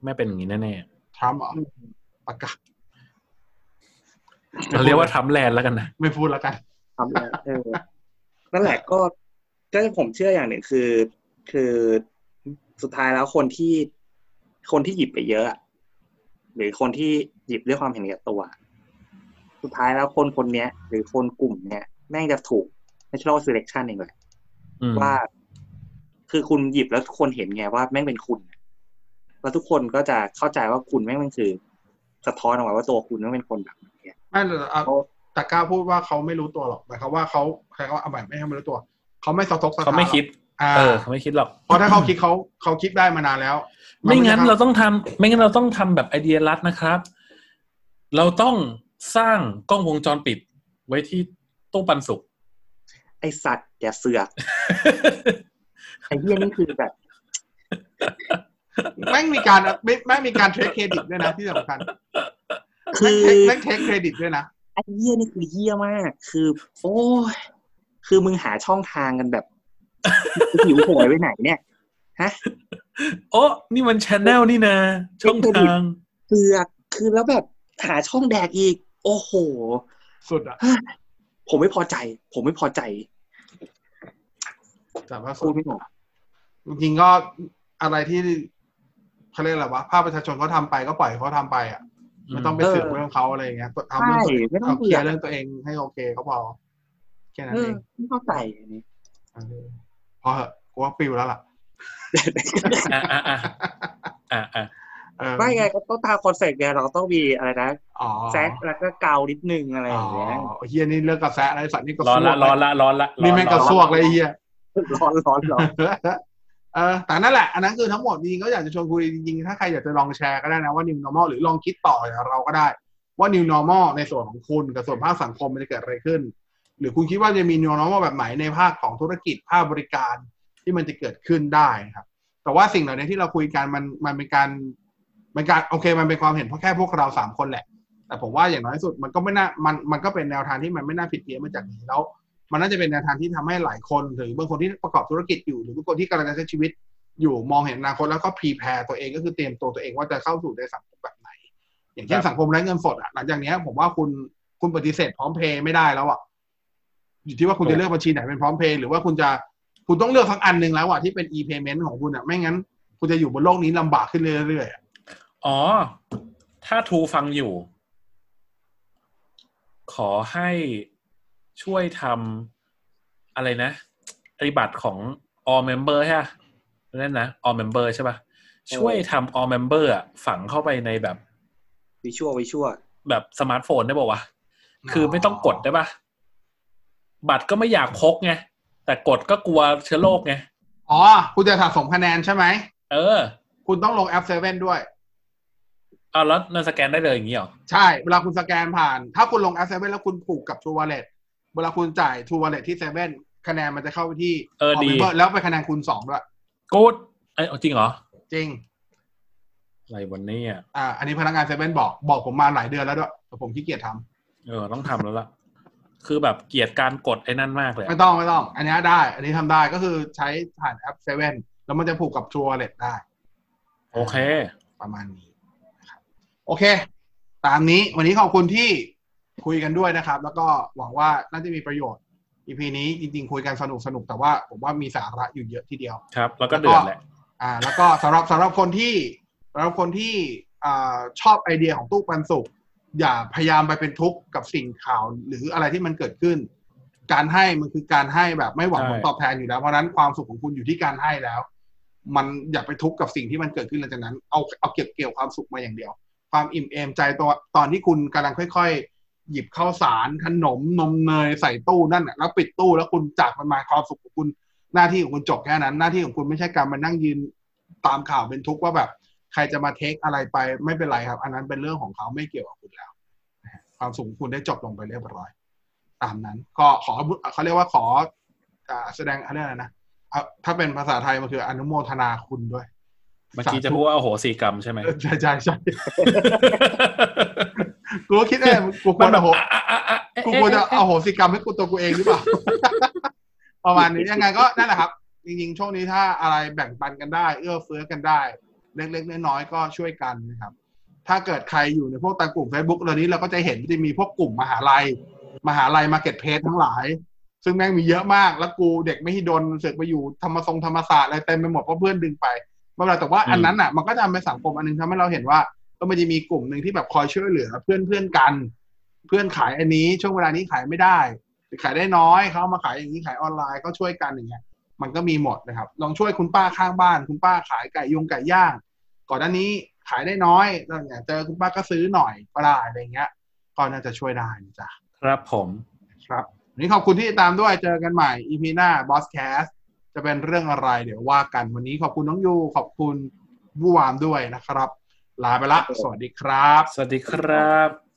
Speaker 2: ไม่เป็นอย่างนี้แน่
Speaker 1: ทรัมป์อ่ะประกาศ
Speaker 2: ๆเราเรียกว่าทรัมป์แลนด์แล้วกันนะ
Speaker 1: ไม่พูดแล้วกัน
Speaker 3: ทำแล้วเออนั่นแหละก็ก็ผมเชื่ออย่างหนึ่งคือ คือสุดท้ายแล้วคนที่คนที่หยิบไปเยอะอะหรือคนที่หยิบด้วยความเห็นแก่ตัว สุดท้ายแล้วคนคนเนี้ย หรือคนกลุ่มเนี้ยแม่งจะถูก natural selection เองแหละ
Speaker 2: อืม
Speaker 3: ว่า คือคุณหยิบแล้วทุกคนเห็นไงว่าแม่งเป็นคุณอะแล้วทุกคนก็จะเข้าใจว่าคุณแม่งมันคือสะท้อนออกมาว่าตัวคุณแม่งเป็นคนแบบนี้
Speaker 1: ไม่แต่เอาแต่กล้าพูดว่าเขาไม่รู้ตัวหรอกหมายความว่าเขาใครเขาเอาใหม่ไม่ให้ไม่รู้ตัว เขาไม่สะทกสะท้าน
Speaker 2: เขาไม่คิด
Speaker 1: อ่า
Speaker 2: เออ เขาไม่คิดหรอก
Speaker 1: เพราะถ้าเขาคิดเขาเขาคิดได้มานานแล้ว
Speaker 2: ไม่งั้น
Speaker 1: ใช่
Speaker 2: เราต้องทำไม่งั้นเราต้องทำแบบไอเดียรัดนะครับ เราต้องสร้างกล้องวงจรปิด ไว้ที่ตู้ปันสุก
Speaker 3: ไอสัตว์อย่าเสือก ไอ้เหี้ยนี่คือแบบ
Speaker 1: แม่งมีการไม่แม่งมีการเทคเครดิตด้วยนะที่สำคัญ
Speaker 3: คื
Speaker 1: แม่ง
Speaker 3: อ
Speaker 1: เทคแม่งเทคเครดิตด้วยนะ
Speaker 3: ไอ้เหี้ยนี่คือเหี้ยมาก คือ โอ้ยคือมึงหาช่องทางกันแบบ หิวโหยไปไหนเนี่ย ฮะ
Speaker 2: โอ้นี่มันชแนลนี่นะช่องทาง
Speaker 3: เสือกคือแล้วแบบหาช่องแดกอีก โอ้โห
Speaker 1: สุดอ่ะ
Speaker 3: ผมไม่พอใจ ผมไม่พอใจ
Speaker 1: แต่ว่า
Speaker 3: พู
Speaker 1: สุ
Speaker 3: ด
Speaker 1: ด
Speaker 3: ไม่ออก
Speaker 1: จริงๆก็อะไรที่เขาเรียกอะไรวะภาคประชาชนเขาทำไปก็ปล่อยเขาทำไปอ่ะไม่ต้องไปสืบเรื่องเขาอะไรอย่างเงี้ยทำ
Speaker 3: ใช่
Speaker 1: เรื่องตัวเอง
Speaker 3: ไม่ต้อง
Speaker 1: เอาเค
Speaker 3: เสื
Speaker 1: ลีย
Speaker 3: อก
Speaker 1: ร์เรื่องตัวเองให้โอเคก็พอแค่นั้น
Speaker 3: เอ
Speaker 1: เอ
Speaker 3: องไม่เข้าใจอันนี้
Speaker 1: เออพอเหอะกูว่าปิวแล้วล่ะ
Speaker 2: อ่ะอ่ะอ่ะอ่ะอ่ะ
Speaker 1: เออ
Speaker 3: ไม่ไงก็ต้องตามคอนเซ็ปต์ไงเราก็ต้องมีอะไรนะ
Speaker 1: อ๋อ
Speaker 3: แซกแล้วก็เกานิดนึงอะไร
Speaker 1: อ๋
Speaker 3: อ
Speaker 1: อย่าง
Speaker 3: เงี้ย
Speaker 1: เฮียนี่เลิกกับแซะนะไอ้สัตว์นี่ก็
Speaker 2: ร้อน
Speaker 1: ซว
Speaker 2: ละ
Speaker 1: ก
Speaker 2: ร้อนละร้อนละร้อ
Speaker 1: นี่แม่งก็
Speaker 2: ร้อ
Speaker 1: ซวกเลยไอ้เฮีย
Speaker 3: ร้อนร้อนร้อน
Speaker 1: เออแต่นั่นแหละ อันนั้นคือทั้งหมดนี้ก็อยากจะชวนคุยจริงๆ ถ้าใครอยากจะลองแชร์ก็ได้นะว่า new normal หรือลองคิดต่อจากเราก็ได้ ว่า new normal ในส่วนของคุณกับส่วนภาคสังคมมันจะเกิดอะไรขึ้น หรือคุณคิดว่าจะมี new normal แบบไหนในภาคของธุรกิจภาคบริการที่มันจะเกิดขึ้นได้นะครับ แต่ว่าสิ่งเหล่านี้ที่เราคุยกันมันมันเป็นการมันการโอเค มันเป็นความเห็นเพราะแค่พวกเราสามคนแหละ แต่ผมว่าอย่างน้อยที่สุดมันก็ไม่น่ามันมันก็เป็นแนวทางที่มันไม่น่าผิดเพี้ยนมาจากนี้แล้ว มันน่าจะเป็นแนวทางที่ทำให้หลายคนหรือบางคนที่ประกอบธุรกิจอยู่หรือบางคนที่กำลังจะใช้ชีวิต อยู่มองเห็นอนาคตแล้วก็พรีแพร์ตัวเองก็คือเตรียมตัวตัวเองว่าจะเข้าสู่ในสังคมแบบไหน อย่างเช่
Speaker 2: คน รับ
Speaker 1: สังคมไร้เงินสดอ่ะหลังจากเนี้ยผมว่าคุณคุณปฏิเสธพร้อมเพย์ไม่ได้แล้วอ่ะอยู่ที่ว่าคุณจะเลือกบัญชีไหนเป็นพร้อมเพย์หรือว่าคุณจะคุณต้องเลือกสักอันหนึ่งแล้วอ่ะที่เป็น e-payment ของคุณอ่ะไม่งั้น คุณจะอยู่บนโลกนี้ลำบากขึ้นเรื่อยๆอะ
Speaker 2: อ๋อ ถ้าทูฟังอยู่ ขอให้ช่วยทำอะไรนะปฏิบัติของ all member ใช่ปะนั่นนะ all member ใช่ปะช่วยทำ all member อะฝังเข้าไปในแบบ
Speaker 3: วิชวลวิชวล
Speaker 2: แบบสมาร์ทโฟนได้ป่าวะคือไม่ต้องกดได้ปะบัตรก็ไม่อยากพกไงแต่กดก็กลัวเชื้อโรคไง
Speaker 1: อ๋อ คุณจะสะสมคะแนนใช่ไหม
Speaker 2: เออ
Speaker 1: คุณต้องลงแอปเซเว่นด้วย
Speaker 2: เอาแล้วมันสแกนได้เลยอย่างนี้เหรอ
Speaker 1: ใช่ เวลาคุณสแกนผ่าน ถ้าคุณลงแอปเซเว่นแล้วคุณผูกกับ True Wallet เวลาคุณจ่าย True Wallet ที่เซเว่นคะแนนมันจะเข้าไปที่
Speaker 2: เออ
Speaker 1: All
Speaker 2: ดี
Speaker 1: Member แล้วไปคะแนนคูณสองด้วย
Speaker 2: กูดเอ้ยเอาจริงเหรอ
Speaker 1: จริง
Speaker 2: อะไรวันนี้อ่ะ
Speaker 1: อ่า อันนี้พนักงานเซเว่นบอกบอกผมมาหลายเดือนแล้วด้วยแต่ผมขี้เกียจท
Speaker 2: เออต้องทำแล้วล่ะ คือแบบเกลียดการกดไอ้นั่นมากเล
Speaker 1: ำ
Speaker 2: ยอะ
Speaker 1: ไม่ต้องไม่ต้อง อันนี้ได้ อันนี้ทำได้ก็คือใช้ผ่านแอปเซเว่นแล้วมันจะผูกกับ True Wallet ได้
Speaker 2: โอเค
Speaker 1: ประมาณนี้นะครับโอเค ตามนี้วันนี้ขอบคุณที่คุยกันด้วยนะครับ แล้วก็หวังว่าน่าจะมีประโยชน์ EP นี้จริงๆคุยกันสนุกสนุกๆแต่ว่าผมว่ามีสาระอยู่เยอะทีเดียว
Speaker 2: ครับ แล้วก็เดือดแหละ
Speaker 1: อ่า แล้วก็สำหรับสำหรับคนที่สำหรับคนที่อ่าชอบไอเดียของตู้ปันสุข อย่าพยายามไปเป็นทุกข์กับสิ่งข่าวหรืออะไรที่มันเกิดขึ้น การให้มันคือการให้แบบไม่หวัง
Speaker 2: ใช่
Speaker 1: ผลตอบแทนอยู่แล้ว เพราะฉะนั้นความสุขของคุณอยู่ที่การให้แล้ว มันอย่าไปทุกข์กับสิ่งที่มันเกิดขึ้นหลังจากนั้น เอาเอาเก็บเกี่ยวความสุขมาอย่างเดียว ความอิ่มเอมใจตัวตอนที่คุณกำลังค่อยๆ หยิบข้าวสารขนมนมเนยใส่ตู้นั่นน่ะแล้วปิดตู้แล้วคุณจากมันมาความสุขของคุณ หน้าที่ของคุณจบแค่นั้น หน้าที่ของคุณไม่ใช่การมานั่งยืนตามข่าวเป็นทุกข์ว่าแบบ ใครจะมาเทคอะไรไปไม่เป็นไรครับ อันนั้นเป็นเรื่องของเขาไม่เกี่ยวกับคุณแล้วนะฮะความสุขของคุณได้จบลงไปเรียบร้อย ตามนั้น ก็ขอเขาเรียกว่าขออ่าแสดงเขาเรียกอะไรนะเอาถ้าเป็นภาษาไทยมันคืออนุโมทนาคุณด้วย
Speaker 2: เมื่อกี้จะพูดว่าอโหสิกรรมใช่ไหม
Speaker 1: เออใช่ใช่ใช่ กูก็คิดเอ้กูควรอโห กูควรจะอโหสิกรรมให้กูตัวกูเองหรือเปล่ า ประมาณนี้ยังไงก็นั่นแหละครับ จริงๆ ช่วงนี้ถ้าอะไรแบ่งปันกันได้ เอื้อเฟื้อกันได้ เล็กๆ น้อยๆ ก็ช่วยกันนะครับ ถ้าเกิดใครอยู่ในพวกตามกลุ่ม Facebook เหล่านี้เราก็จะเห็นจะมีพวกกลุ่มมหาลัย มหาลัยมาเก็ตเพจทั้งหลาย ซึ่งแม่งมีเยอะมาก แล้วกูเด็กไม่ฮิดนเสือกไปอยู่ธรรมทรงธรรมศาสตร์อะไรเต็มไปหมดเพราะเพื่อนดึงไป ไม่เป็นไรแต่ว่า
Speaker 2: อืม
Speaker 1: อันนั้นอ่ะมันก็จะทำเป็นสังคมอันหนึงทำให้เราเห็นว่าก็มันจะมีกลุ่มหนึ่งที่แบบคอยช่วยเหลือ เพื่อนเพื่อนๆกัน เพื่อนขายอันนี้ช่วงเวลานี้ขายไม่ได้หรือขายได้น้อยเขาเอามาขายอย่างนี้ขายออนไลน์ก็ช่วยกันอย่างเงี้ยมันก็มีหมดนะครับ ลองช่วยคุณป้าข้างบ้าน คุณป้าขายไก่ยงไก่ย่าง ก่อนหน้านี้ขายได้น้อยแล้วเนี่ยเจอคุณป้าก็ซื้อหน่อยก็ได้อะไรเงี้ยก็น่าจะช่วยได้นะจ้ะ
Speaker 2: ครับผม
Speaker 1: ครับวันนี้ขอบคุณที่ติดตามด้วยเจอกันใหม่ EP หน้า Boss Cast จะเป็นเรื่องอะไรเดี๋ยวว่ากันวันนี้ขอบคุณน้องยูขอบคุณบูวามด้วยนะครับ ลาไปละ สวัสดีครับ
Speaker 2: สวัสดีครับ